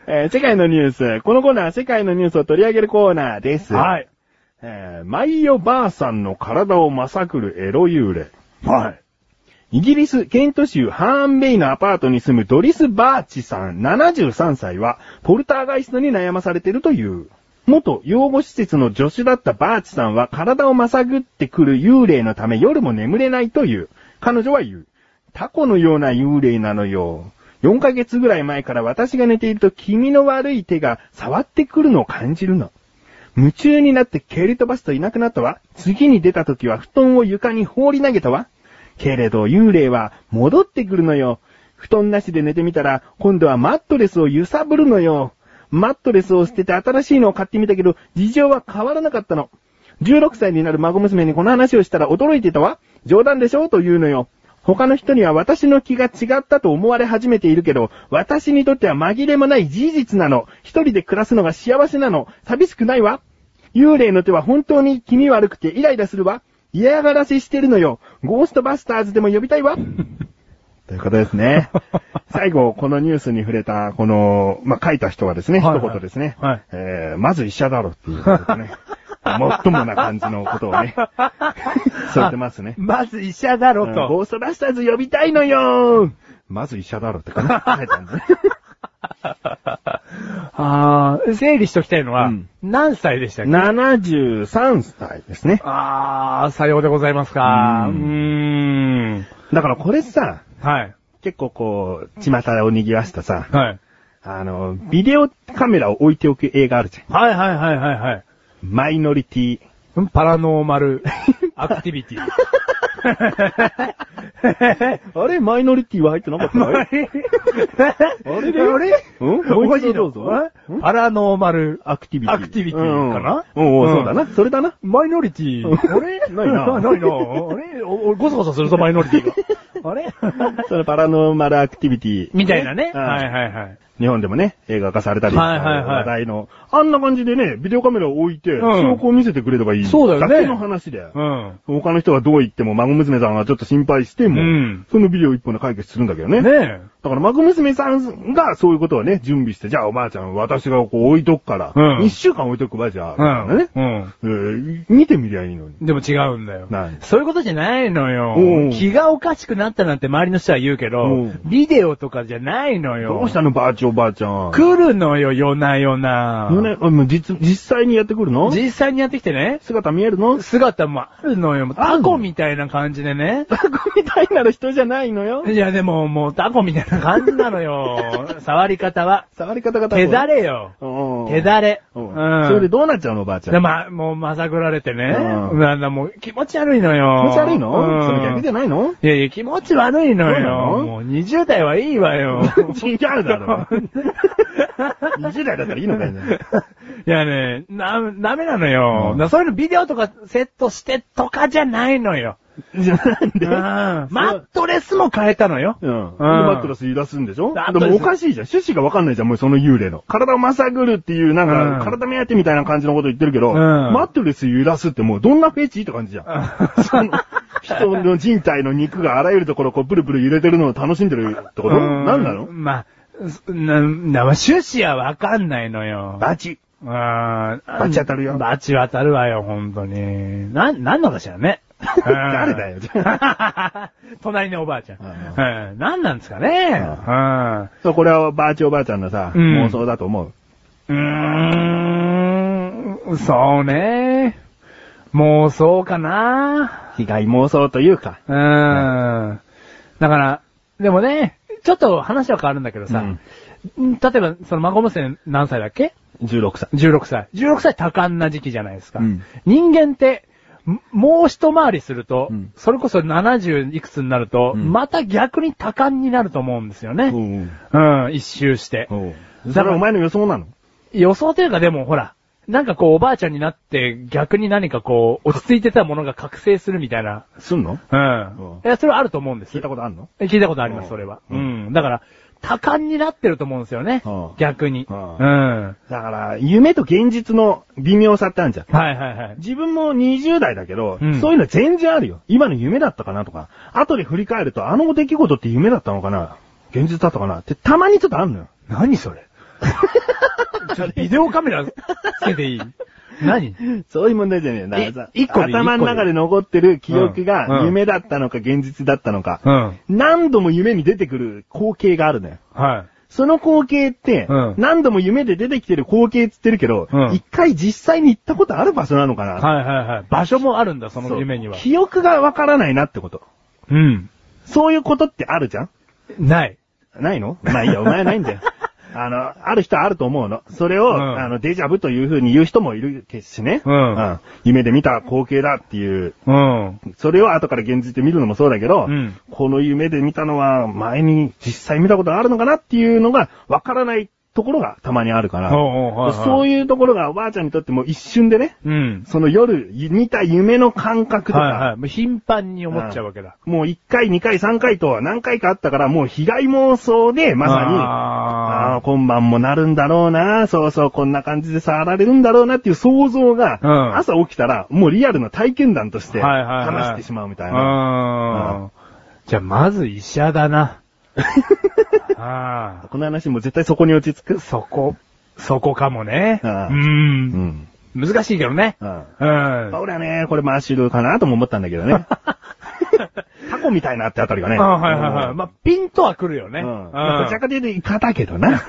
S4: えー世界のニュース。このコーナーは世界のニュースを取り上げるコーナーです。。
S3: はいい。
S4: えー、マイヨばあさんの体をまさくるエロ幽霊。
S3: はい。
S4: イギリス、ケント州ハーンベイのアパートに住むドリス・バーチさん73歳は、ポルターガイストに悩まされているという。元養護施設の助手だったバーチさんは体をまさぐってくる幽霊のため夜も眠れないという。彼女は言う。タコのような幽霊なのよ。4ヶ月ぐらい前から私が寝ていると気味の悪い手が触ってくるのを感じるの。夢中になって蹴り飛ばすといなくなったわ。次に出た時は布団を床に放り投げたわ。けれど幽霊は戻ってくるのよ。布団なしで寝てみたら、今度はマットレスを揺さぶるのよ。マットレスを捨てて新しいのを買ってみたけど、事情は変わらなかったの。16歳になる孫娘にこの話をしたら驚いてたわ。冗談でしょと言うのよ。他の人には私の気が違ったと思われ始めているけど、私にとっては紛れもない事実なの。一人で暮らすのが幸せなの。寂しくないわ。幽霊の手は本当に気味悪くてイライラするわ。嫌がらせしてるのよ。ゴーストバスターズでも呼びたいわ。ということですね。最後、このニュースに触れた、この、まあ、書いた人はですね、
S1: はいはい
S4: 一言ですね。
S1: はい
S4: えー、まず医者だろっていうこと でね。もっともな感じのことをね、そう言ってますね。
S3: まず医者だろ
S4: うん
S3: と。
S4: ゴーストバスターズ呼びたいのよーまず医者だろって かな。 書いたんですね。
S3: あー、整理しときたいのは、
S4: うん
S3: 何歳でしたっけ
S4: 73歳ですね。
S3: あー、さようでございますか。う
S4: う
S3: ー
S4: ん
S3: ん。
S4: だからこれさ、
S3: はい。
S4: 結構こう、巷を賑わしたさ、
S3: はい。
S4: あの、ビデオカメラを置いておく映画あるじゃん。
S3: はいはいはいはいはい。
S4: マイノリティ。
S3: うんパラノーマ ルアクティビティ。
S4: あれマイノリティは入ってなかった
S3: あれあれあれ
S4: うん
S3: お
S4: もう
S3: かし
S4: 一
S3: いど
S4: 度ど
S3: うぞ
S4: うぞ。
S3: えパラノーマル。
S4: アクティビティ。
S3: アクティビティかな
S4: うんうん、おう
S3: うん
S4: そうだな。それだな。
S3: マイノリティ。あれ
S4: ない
S3: ない
S4: な
S3: な。あれおおゴソゴソするぞ、マイノリティ が。あれ
S4: そのパラノーマルアクティビティ。
S3: みたいなね。
S4: うん
S3: はいはいはい。
S4: 日本でもね、映画化されたり、
S3: はいはいはい
S4: 話題の。あんな感じでね、ビデオカメラを置いて、証拠を見せてくれればいい。
S3: そうだよね
S4: だけの話で。
S3: うん。
S4: 他の人がどう言っても、孫娘さんがちょっと心配しても、
S3: うん
S4: そのビデオ一本で解決するんだけどね。
S3: ねえ。
S4: だから、孫娘さんがそういうことをね、準備して、じゃあおばあちゃん、私がこう置いとくから、
S3: うん
S4: 一週間置いとくわ、じゃあ、
S3: うん。
S4: みたいなね、
S3: うん。
S4: えー見てみりゃいいのに。
S3: でも違うんだよ
S4: 何。
S3: そういうことじゃないの
S4: お
S3: よ
S4: う。
S3: 気がおかしくなったなんて周りの人は言うけ
S4: お
S3: ど
S4: う、
S3: ビデオとかじゃないのよ。
S4: どうしたの、ばあちゃん、おばあちゃん。
S3: 来るのよ、夜な夜な。
S4: ね、あもう実、実際にやってくるの
S3: 実際にやってきてね、
S4: 姿見える の
S3: 姿もあるのよ。タコみたいな感じでね。
S4: タコみたいな人じゃないのよ。
S3: いや、でも、もうタコみたいな感じなの よ。触り方は。
S4: 触り方が
S3: 手だ。れよ。
S4: うん
S3: 手だれ。
S4: う
S3: うんん。
S4: それでどうなっちゃうの、ばあちゃん。
S3: で、ま、もう、まさぐられてね。
S4: うん
S3: なんだ、もう、気持ち悪いの
S4: 気
S3: よ。
S4: 持ち悪いの、それ逆じゃ
S3: ない
S4: ないの
S3: いやいや、気持ち悪いの
S4: そうな
S3: よ。
S4: の
S3: もう、20代はいいわよ。
S4: 違うだろ。20代だったらいいのかいね。
S3: いやね、な、ダメなのよ。
S4: う
S3: だ
S4: ん
S3: からそういうのビデオとかセットしてとかじゃないのよ。
S4: じゃあ なん
S3: う
S4: で
S3: んマットレスも変えたのよ。
S4: うん。で、
S3: うん
S4: バット レス言い出すんでしょ
S3: バッ
S4: で
S3: トレス
S4: もおかしいじゃん。趣旨がわかんないじゃん、もうその幽霊の。体をまさぐるっていう、なん
S3: うん
S4: か、体目当てみたいな感じのこと言ってるけど、
S3: うん
S4: マットレス言い出すってもうどんなフェチって感じじゃん。その人の人体の肉があらゆるところ、こう、ブルブル揺れてるのを楽しんでるってこと
S3: うん
S4: なんなの
S3: まあ、すな、な、趣旨はわかんないのよ。
S4: バチ。
S3: バ
S4: バチ当たるよ
S3: バチ当たるわよ、本当に。な、なんのかしらね。
S4: 誰だよじ
S3: よ。隣のおばあちゃん。うん。何なんですかね。
S4: そう、これはばあちおばあちゃんのさ、
S3: うん
S4: 妄想だと思う。
S3: うん。うーん、そうね。妄想かな。
S4: 被害妄想というか。
S3: うん。だから、でもね、ちょっと話は変わるんだけどさ、うん例えば、その孫娘何歳だっけ
S4: 16歳。
S3: 16歳。16歳多感な時期じゃないですか。
S4: うん
S3: 人間って、んもう一回りすると、
S4: うん
S3: それこそ70いくつになると、
S4: うん
S3: また逆に多感になると思うんですよ
S4: う
S3: ね。
S4: ん。
S3: うん、一周して。
S4: だからお前の予想なの
S3: 予想というかでもほら、なんかこうおばあちゃんになって逆に何かこう落ち着いてたものが覚醒するみたいな。
S4: すんの
S3: うん。
S4: うん
S3: いや、それはあると思うんです。
S4: 聞いたことあんの
S3: え聞いたことありま
S4: う
S3: す、
S4: ん
S3: それは。う。
S4: うん
S3: だから、多感になってると思うんですよね
S4: うん。
S3: 逆に。う。
S4: うんん
S3: はい
S4: だから、夢と現実の微妙さってあるじゃん。
S3: はいはい。
S4: 自分も20代だけど、
S3: うん
S4: そういうの全然あるよ。今の夢だったかなとか、後で振り返ると、あの出来事って夢だったのかな現実だったかなってたまにちょっとあんのよ。
S3: 何それちょビデオカメラつけていい何
S4: そういう問題じゃねえ
S3: え一個でいい
S4: 頭の中で残ってる記憶
S3: うんう
S4: が
S3: ん
S4: 夢だったのか現実だったのか、
S3: うん。
S4: 何度も夢に出てくる光景があるのよ。
S3: は
S4: その光景って、
S3: うん
S4: 何度も夢で出てきてる光景っつってるけど、
S3: うん
S4: 一回実際に行ったことある場所なのか
S3: い。
S4: な、
S3: はいはいはい。場所もあるんだ、そ
S4: そ
S3: の
S4: う
S3: 夢には。
S4: 記憶がわからないなってこと。
S3: うん。
S4: そういうことってあるじゃん
S3: ない。
S4: ないのまあいいや、お前はない んだよ。あの、ある人はあると思うの。それを、
S3: うん
S4: あの、デジャブという風に言う人もいるけしね。
S3: うん
S4: 夢で見た光景だっていう、
S3: うん。
S4: それを後から現実で見るのもそうだけど、
S3: うん
S4: この夢で見たのは前に実際見たことがあるのかなっていうのがわからないところがたまにあるから、
S3: おうおうはいはい
S4: そういうところがおばあちゃんにとっても一瞬でね、
S3: うん。
S4: その夜見た夢の感覚とか、
S3: はいはい。もう頻繁に思っちゃうわけだ。
S4: もう1回、2回、3回と何回かあったから、もう被害妄想で、まさに、ああ
S3: あ
S4: ー、今晩もなるんだろうな、そうそう、こんな感じで触られるんだろうなっていう想像が、
S3: うん
S4: 朝起きたら、もうリアルな体験談として、
S3: はいはいはい
S4: 話してしまうみたいな。
S3: あ。うん。じゃあ、まず医者だな。ああ。
S4: この話も絶対そこに落ち着く。
S3: そこ、そこかもね。
S4: うんう
S3: うん。
S4: ん。
S3: 難しいけどね。
S4: うん。
S3: うん。
S4: 俺はね、これマッシュルかなとも思ったんだけ どね。タコみたいなってあたりがね。
S3: あはいはいはい。まあ、ピンとは来るよね。
S4: う。
S3: うんん
S4: まあどちらかというとイカだけどな。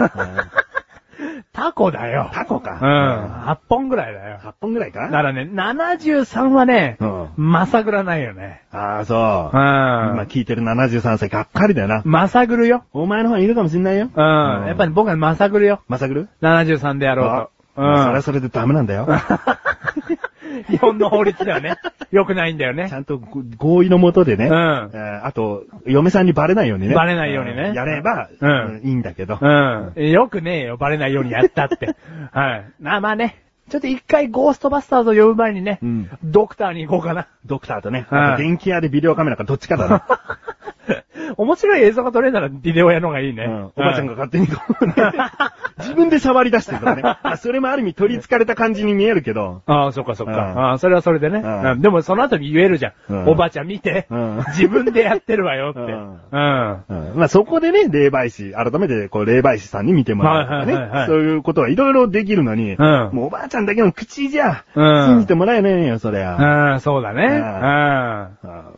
S5: タコだよ。
S4: タコか。
S3: うん。8本ぐらいだよ。
S4: 8本ぐらいか
S3: だからね、73はね、
S4: うん
S3: まさぐらないよね。
S4: ああ、そう
S3: う。
S4: 今
S3: ん。
S4: 聞いてる73歳がっかりだよな。
S3: まさぐるよ。
S4: お前の方にいるかもしんないよ。
S3: うん。やっぱり僕はまさぐるよ。
S4: まさぐる
S3: 73でやろうと。う
S4: あそれは
S3: ん。
S4: それでダメなんだよ。
S3: 日本の法律で はね、良くないんだよ
S4: ち
S3: ね。
S4: ゃんとご合意のもとでね。
S3: うん
S4: えーあと、嫁さんにバレないようにね。
S3: バレないようにね
S4: んやれば、
S3: うん
S4: うんいいんだけど。
S3: うん。よくねえよ、バレないようにやったって。はい。
S5: まあまあね。ちょっと一回ゴーストバスターズを呼ぶ前にね、
S4: うん
S5: ドクターに行こうかな。
S4: ドクターとね、
S3: うん
S4: あと電気屋でビデオカメラかどっちかだな。
S3: 面白い映像が撮れるならビデオ屋の方がいい ね。
S4: うんおばあちゃんが勝手にこうね、 自分で触り出してるからね。まあそれもある意味取り憑かれた感じに見えるけど。
S3: ああ、そっかそっか。
S4: うん
S3: ああ、それはそれでね。
S4: うん
S3: うんでもその後に言えるじゃ
S4: うん
S3: ん。おばあちゃん見て
S4: うん。
S3: 自分でやってるわよって。
S4: う
S3: うんん。
S4: うんまあそこでね、霊媒師、改めてこう霊媒師さんに見てもらうとかね、
S3: はいはいはいはい
S4: そういうことはいろいろできるのに、
S3: うん
S4: もうおばあちゃんだけの口じゃ、
S3: うん
S4: 信じてもらえないのよ、そりゃ。
S3: うん、そうだね。うん。
S4: あ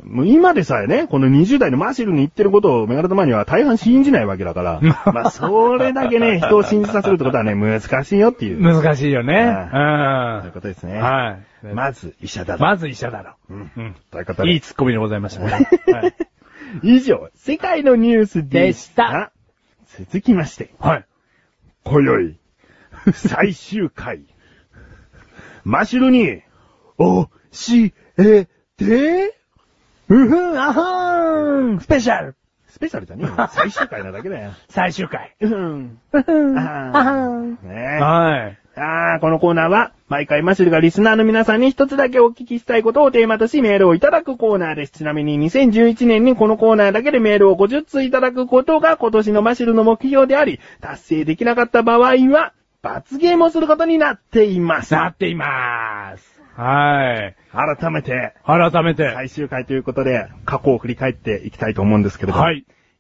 S4: もう今でさえね、この20代のマシルに言ってることをメガネたまには大半信じないわけだから、 まあそれだけね、人を信じさせるってことはね、難しいよっていう、
S3: 難しいよね。
S4: うそう
S3: う
S4: いうんこ。とですね。
S3: はい。ま、
S4: まず医者だと。
S3: まず医者だろ。
S4: うん
S3: うん。
S4: ということで
S3: いいツッコミでございま したね。はい。
S4: 以上、世界のニュースでした。続きまして、
S3: はい。
S4: 今宵、最終回、マシルに、お、し、え、て、
S5: うふん、あはーん、スペシャル
S4: スペシャルじゃねえよ。最終回なだけだよ。
S3: 最終回。
S4: うん。
S5: うふん、
S4: あ
S5: あは
S4: ー
S5: ん。
S4: ねえ。
S3: はい。
S4: あー、このコーナーは、毎回マシュルがリスナーの皆さんに一つだけお聞きしたいことをテーマとしメールをいただくコーナーです。ちなみに2011年にこのコーナーだけでメールを50通いただくことが今年のマシュルの目標であり、達成できなかった場合は、罰ゲームをすることになっています。
S3: なっていまーす。はい。
S4: 改めて、
S3: 改めて。はい。
S4: 最終回ということで、過去を振り返っていきたいと思うんですけれども、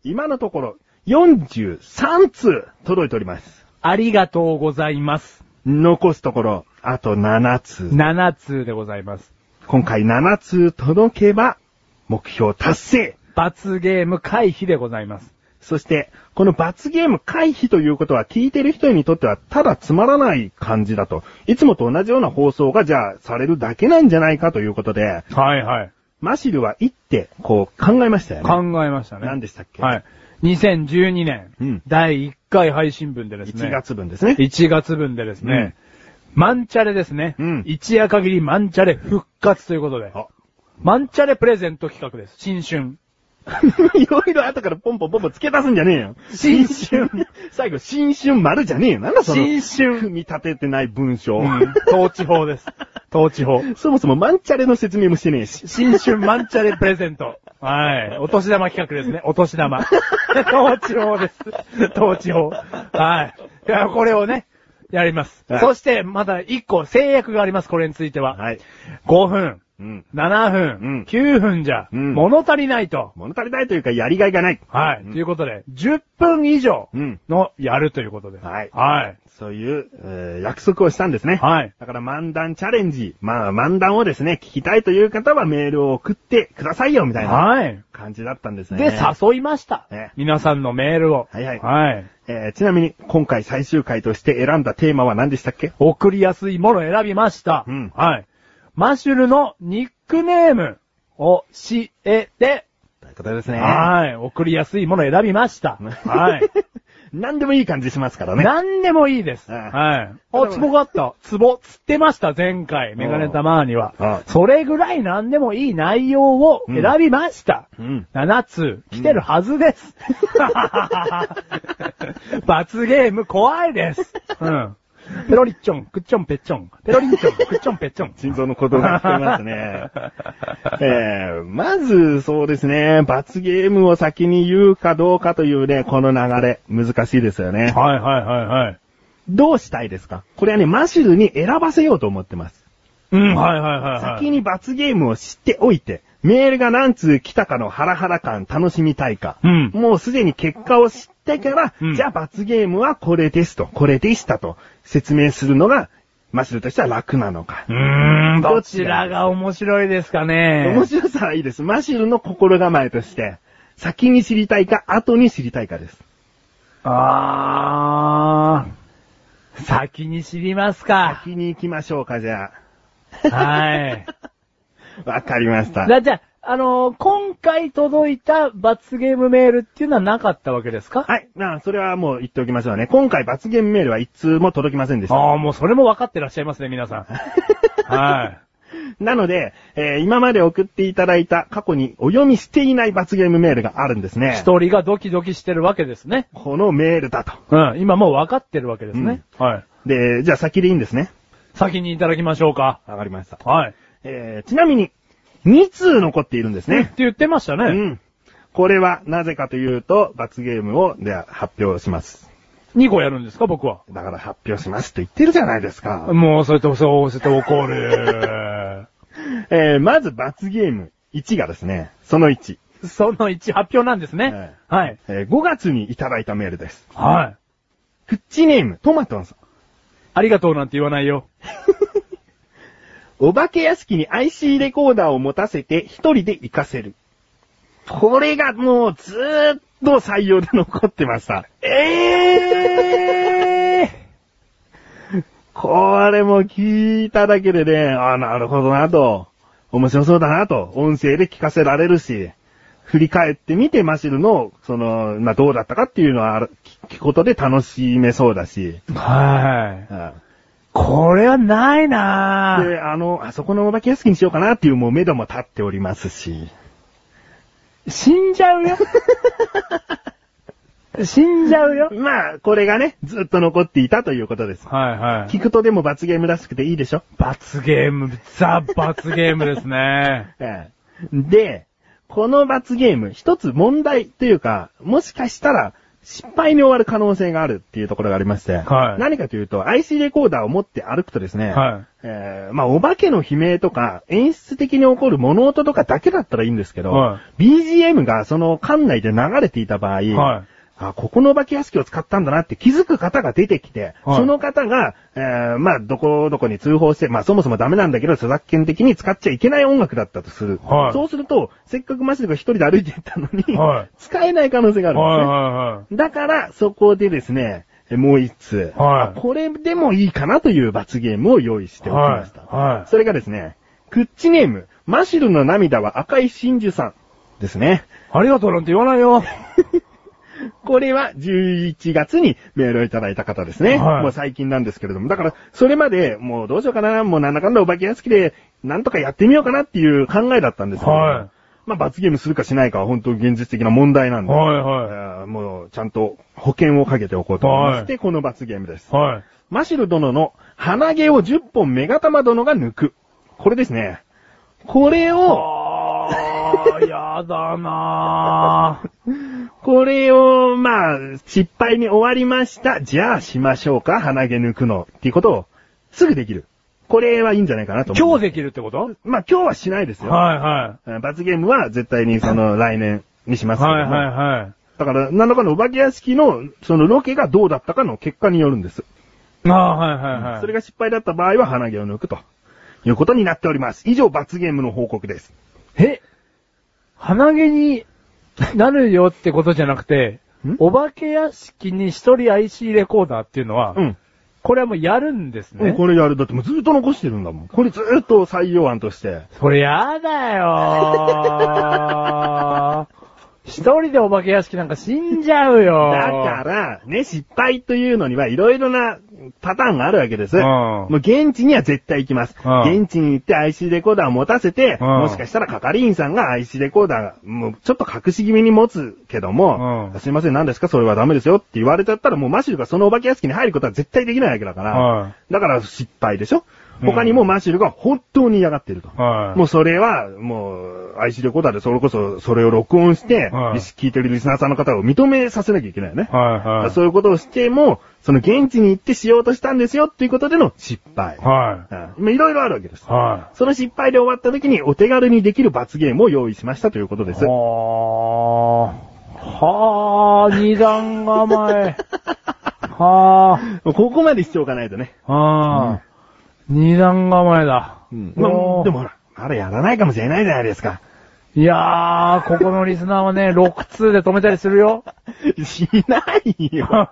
S4: 今のところ、43通届いております。
S3: ありがとうございます。
S4: 残すところ、あと7通。
S3: 7通でございます。
S4: 今回7通届けば、目標達成。
S3: 罰ゲーム回避でございます。
S4: そして、この罰ゲーム回避ということは聞いてる人にとってはただつまらない感じだと。いつもと同じような放送がじゃあされるだけなんじゃないかということで、
S3: はいはい。
S4: マシルは行ってこう考えましたよね。
S3: 考えましたね。
S4: 何でしたっけ
S3: はい。2012年、
S4: うん
S3: 第1回配信分でですね。
S4: 1月分ですね。
S3: 1月分でですね、マンチャレですね。
S4: うん
S3: 一夜限りマンチャレ復活ということで。
S4: あ
S3: マンチャレプレゼント企画です。新春。
S4: いろいろ後からポンポンポンポン付け足すんじゃねえよ。
S3: 新春。
S4: 最後、新春丸じゃねえよ。なんだその。
S3: 新春
S4: 組み立ててない文章。
S3: うん。統治法 です。統治法。
S4: そもそもマンチャレの説明もしてねえし。
S3: 新春マンチャレプレゼント。はい。お年玉企画ですね。お年玉。 統治法です。統治法。はい。いやこれをね、やります。
S4: はい
S3: そして、まだ1個制約があります。これについては。
S4: はい。
S3: 5分、
S4: うん。
S3: 7分、
S4: うん
S3: 9分じゃ、
S4: うん
S3: 物足りないと。
S4: 物足りないというか、やりがいがない。
S3: はい。
S4: うん
S3: ということで、10分以上
S4: うん
S3: のやるということで。
S4: はい
S3: はい。
S4: そういう、えー約束をしたんですね。
S3: はい。
S4: だから漫談チャレンジ、まあ漫談をですね、聞きたいという方はメールを送ってくださいよ、みたいな
S3: はい。
S4: 感じだったんですね。
S3: で、誘いました
S4: ね。
S3: 皆さんのメールを。
S4: はいはい
S3: はい。
S4: えーちなみに、今回最終回として選んだテーマは何でしたっけ
S3: 送りやすいものを選びました。
S4: うん
S3: はい。マシュルのニックネームを教えて、
S4: ということですね。
S3: はい。送りやすいものを選びました。はい。
S4: 何でもいい感じしますからね。
S3: 何でもいいです。
S4: うん
S3: はい。あ、ツボがあった。ツボ、釣ってました、前回。メガネたまーには
S4: う。ん
S3: それぐらい何でもいい内容を選びました。
S4: うん
S3: 7つ、来てるはずです。罰ゲーム怖いです。うん。ペロリッチョン、クッチョンペッチョン。ペロリンチョン、クッチョンペッチョン。
S4: 心臓の鼓動が聞こえま すね。えー、まず、そうですね、罰ゲームを先に言うかどうかというね、この流れ、難しいですよね。
S1: はいはいはいはい。
S4: どうしたいですかこれはね、マシュルに選ばせようと思ってます。
S1: うん、はいはいはい、はい。
S4: 先に罰ゲームを知っておいて、メールが何通来たかのハラハラ感、楽しみたいか。
S1: うん
S4: もうすでに結果を知ってから、
S1: うん
S4: じゃあ罰ゲームはこれですと、これでしたと、説明するのが、マシュルとしては楽なのか。
S1: うーん、
S3: どちらが面白いですか
S4: 面
S3: ね。
S4: 白さはいいです。マシルの心構えとして、先に知りたいか、後に知りたいかです。
S3: あー。先に知りますか。
S4: 先に行きましょうか、じゃあ。
S3: はい。
S4: わかりました。
S3: だじゃあ、あのー今回届いた罰ゲームメールっていうのはなかったわけですか
S4: はい。なあ、それはもう言っておきましょうね。今回罰ゲームメールは一通も届きませんでした。
S3: ああ、もうそれも分かってらっしゃいますね、皆 さん。はい。
S4: なので、えー今まで送っていただいた過去にお読みしていない罰ゲームメールがあるんですね。
S3: 一人がドキドキしてるわけですね。
S4: このメールだと。
S3: うん、今もう分かってるわけですね。はい。
S4: で、じゃあ先でいいんですね。
S3: 先にいただきましょうか。
S4: わかりました。
S3: はい。
S4: えーちなみに、2通残っているんですね
S3: って。言ってました
S4: う
S3: ね。
S4: ん。これはなぜかというと、罰ゲームを、では発表します。
S3: 2個やるんですか、僕は。
S4: だから発表しますって言ってるじゃないですか。
S3: もう、それと、そう、それと怒る。
S4: えー、まず罰ゲーム1がですね、その1。
S3: その1発表なんですね。はい。
S4: えー、5月にいただいたメールです。
S3: はい。
S4: フッチネーム、トマトンさん。
S3: ありがとうなんて言わないよ。
S4: お化け屋敷に IC レコーダーを持たせて一人で行かせる。これがもうずーっと採用で残ってました。ええー、これも聞いただけでね、あなるほどなと、面白そうだなと、音声で聞かせられるし、振り返ってみてマシルの、その、まあ、どうだったかっていうのはある聞くことで楽しめそうだし、
S3: はい。
S4: うん
S3: これはないなぁ。
S4: で、あの、あそこのお化け屋敷にしようかなっていうもう目処も立っておりますし。
S3: 死んじゃうよ。死んじゃうよ。
S4: まあ、これがね、ずっと残っていたということです。
S3: はいは。
S4: 聞くとでも罰ゲームらしくていいでしょ
S3: 罰ゲーム、ザ罰ゲームです ね。
S4: ええで、この罰ゲーム、一つ問題というか、もしかしたら、失敗に終わる可能性があるっていうところがありまして、
S3: はい
S4: 何かというと、IC レコーダーを持って歩くとですね、
S3: はい
S4: えーまあ、お化けの悲鳴とか、演出的に起こる物音とかだけだったらいいんですけど、
S1: は
S4: BGM がその館内で流れていた場合、
S1: はい
S4: あ、ここのお化け屋敷を使ったんだなって気づく方が出てきて、
S1: はい
S4: その方が、えーまあ、どこどこに通報して、まあ、そもそもダメなんだけど、著作権的に使っちゃいけない音楽だったとする。
S1: はい
S4: そうすると、せっかくマシルが一人で歩いていったのに、
S1: はい
S4: 使えない可能性があるんですね。
S1: はいは
S4: だから、そこでですね、もう一つ、
S1: はい
S4: これでもいいかなという罰ゲームを用意して
S1: いはい。
S4: おきました。
S1: は
S4: それがですね、クッチネーム、マシルの涙は赤い真珠さんですね。
S1: い。ありがとうなんて言わないよ。
S4: これは11月にメールをいただいた方ですね。
S1: はい
S4: もう最近なんですけれども。だから、それまで、もうどうしようかな、もうなんだかんだお化け屋敷で、なんとかやってみようかなっていう考えだったんですけど、
S1: はい
S4: まあ罰ゲームするかしないかは本当現実的な問題なんで、
S1: はいはい。
S4: あーもうちゃんと保険をかけておこうと思いまして、この罰ゲームです。
S1: はい。
S4: マシル殿の鼻毛を10本メガ玉殿が抜く。これですね。これを、
S3: あー、やだな ぁ。
S4: これを、まあ、失敗に終わりました。じゃあしましょうか、鼻毛抜くの。っていうことを、すぐできる。これはいいんじゃないかなと思
S3: 今
S4: う。
S3: 日
S4: で
S3: できるってこと
S4: まあ今日はしないですよ。
S1: はいはい。
S4: えー罰ゲームは絶対にその来年にしますけども
S1: はいはいは
S4: だから、何らかのお化け屋敷の、そのロケがどうだったかの結果によるんです。
S1: い。ああ、はいはいはい。
S4: それが失敗だった場合は鼻毛を抜くと。いうことになっております。以上、罰ゲームの報告です。
S3: え鼻毛になるよってことじゃなくて
S4: ん、
S3: お化け屋敷に一人 IC レコーダーっていうのは、
S4: うん。
S3: これはもうやるんですね。
S4: これやる。だってもうずっと残してるんだもん。これずっと採用案として。
S3: それやだよー一人でお化け屋敷なんか死んじゃうよ。
S4: だから、ね、失敗というのにはいろいろなパターンがあるわけです。
S1: うん
S4: もう現地には絶対行きます。
S1: うん
S4: 現地に行って IC レコーダーを持たせて、
S1: うん
S4: もしかしたら係員さんが IC レコーダー、もうちょっと隠し気味に持つけども、
S1: うん
S4: すいません、何ですかそれはダメですよって言われちゃったら、もうマシュルがそのお化け屋敷に入ることは絶対できないわけだから、
S1: はい
S4: だから失敗でしょ
S1: うん
S4: 他にもマシュルが本当に嫌がってると。
S1: はい
S4: もうそれは、もう、IC レコーダーでそれこそ、それを録音して、
S1: はい
S4: 聞いてるリスナーさんの方を認めさせなきゃいけないよね。
S1: はいはい。
S4: そういうことをしても、その現地に行ってしようとしたんですよっていうことでの失敗。
S1: は
S4: うんいろいろあるわけです
S1: い。。は
S4: その失敗で終わった時にお手軽にできる罰ゲームを用意しましたということで
S1: い。
S4: す。
S1: は
S3: はあ、二段構 え。は
S4: ここまでしておかないとね。
S3: あ、はあ、二段構えだ。
S4: まあ
S3: おー
S4: でもほら、まだやらないかもしれないじゃないですか。
S3: いやー、ここのリスナーはね、6通で 止めたりするよ。
S4: しない よ。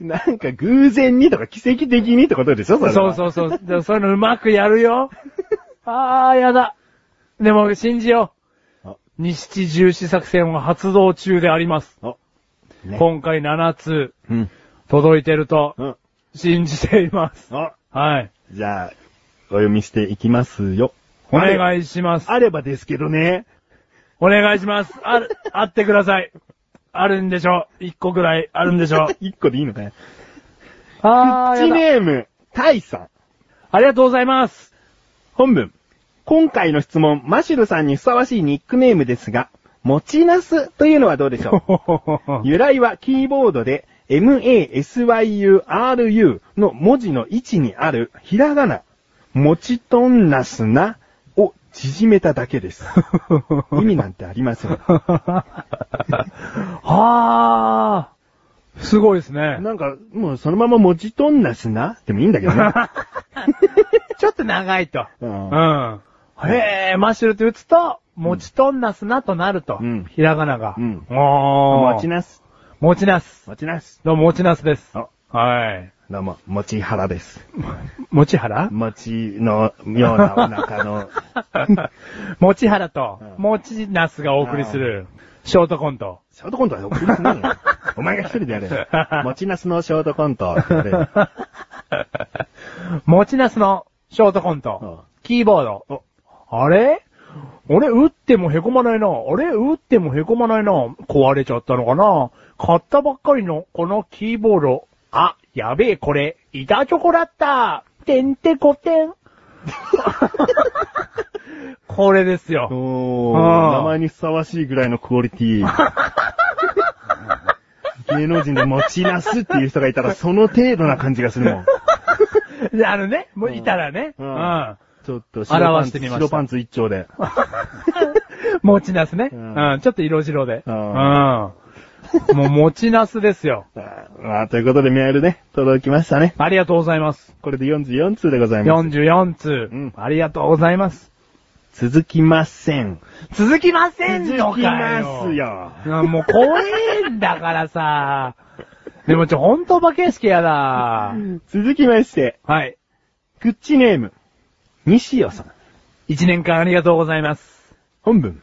S4: なんか偶然にとか奇跡的にってことでしょそれは
S3: そうそうそう。でもそういうのうまくやる よ。あー、やだ。でも、信じよ
S4: あ
S3: う。西地重視作戦は発動中であります。
S4: う。ね、
S3: 今回7通
S4: うん。
S3: 届いてると
S4: うん。
S3: 信じています。
S4: あ、
S3: はい。
S4: じゃあ、お読みしていきますよ。
S3: お
S4: い。
S3: 願いします。
S4: あればですけどね。
S3: お願いします。ある、あってください。あるんでしょう。一個ぐらいあるんで しょう。
S4: 一個でいいのかね。
S3: あ
S4: チネーム、タイさん。
S3: ありがとうござい ます。
S4: 本文。今回の質問、マシュルさんにふさわしいニックネームですが、持ちなすというのはどうでしょ う由来はキーボードで、m-a-s-y-u-r-u の文字の位置にあるひらがな、持ちとんなすなを縮めただ けです。意味なんてありません。
S3: はー。すごいです ね。
S4: なんか、もうそのまま持ちとんなすなでもいいん だけどね。
S3: ちょっと長いと。
S4: う
S1: い。
S4: ん
S1: うん。
S3: へー、マッシュルと打つと、持ちとんなすなとなると。
S4: うん
S3: ひらがなが。
S4: うん
S3: おー。
S4: 持ちなす。
S3: 持ちなす。
S4: 持ちなす。
S3: どうも、持ちなすです。
S4: あ
S1: はい。
S4: どうも、持ち原です。
S3: 持ち原
S4: 持ちのようなお腹の。
S3: 持ち原と
S4: うん、
S3: 持ちなすがお送りする、ショートコント。
S4: ショートコントは送りますね。お前が一人でやれ。 持ちなすのショートコントってやれ。
S3: 持ちなすのショートコン
S4: うん
S3: ト。キーボード。あれ俺、打っても凹まないな。あれ打っても凹まないな。壊れちゃったのかな買ったばっかりのこのキーボード。あ、やべえ、これ、板チョコだった。てんてこて ん。これですよ。
S4: お
S3: あー
S4: ー、名前にふさわしいぐらいのクオリティ。 芸能人で持ちなすっていう人がいたら、その程度な感じがするもん。
S3: であのね、もういたらね。
S4: う
S3: うんん。
S4: ちょっと白パン
S3: 表
S4: ツ
S3: してみました
S4: 白パンツ一丁で。
S3: 持ちなすね。
S4: う
S3: うんん。ちょっと色白で。
S4: う
S3: うんん。もう持ちなすですよ。
S4: まあ、ということでメールね、届きましたね。
S3: ありがとうございます。
S4: これで44通でございます。
S3: 44通。
S4: ん
S3: ありがとうございます。
S4: 続きません。
S3: 続きませんの
S4: 続
S3: か
S4: き
S3: よ
S4: ます。よ。
S3: うんもう怖えんだからさ。でもちょ、ほんとお化け屋敷やだ。
S4: 続きまして、
S3: はい。
S4: グッチネーム、西尾さん。
S3: 一年間ありがとうございます。
S4: 本文。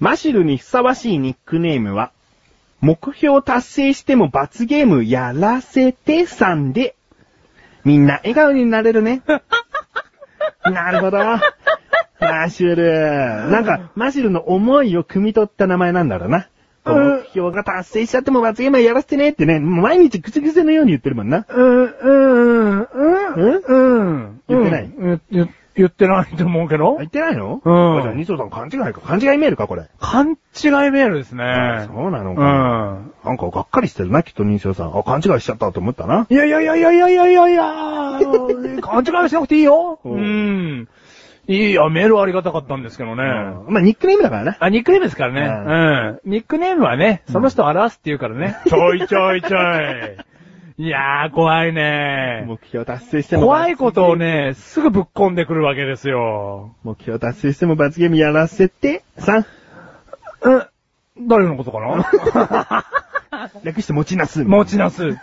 S4: マシュルにふさわしいニックネームは、目標達成しても罰ゲームやらせてさんで、みんな笑顔になれ るね。なるほど。マシュル。なんか、マシュルの思いを汲み取った名前なんだろうな。こう
S3: うん
S4: 目標が達成しちゃっても罰ゲームはやらせてねってね、もう毎日口癖のように言ってるもんな。
S3: うん、うん、うん、うん。
S4: 言ってない
S3: うん言言言ってないと思うけど。
S4: 言ってないの
S3: うん
S4: あじゃあ、ニソさん勘違いか。勘違いメールか、これ。
S3: 勘違いメールですね。
S4: そうなの
S3: う
S4: かな。
S3: ん。
S4: なんかがっかりしてるな、きっと認証さん。あ、勘違いしちゃったと思ったな。
S3: いやいやいやいやいやいやいやいや、勘違いはしなくていいよ。
S4: うん
S3: うん。いいや、メールありがたかったんですけどね。
S4: まあ、ニックネームだからな。
S3: あ、ニックネームですからね。うん。ニックネームはね、その人を表すって言うからね。 ちょいちょいちょ い。いやー、怖いね。
S4: 目標達成しても。
S3: 怖いことを。ね、すぐぶっ込んでくるわけですよ。
S4: 目標達成しても罰ゲームやらせて、3。
S3: うん。誰のことかな
S4: 略して持ちなす。
S3: 持ちな す。うん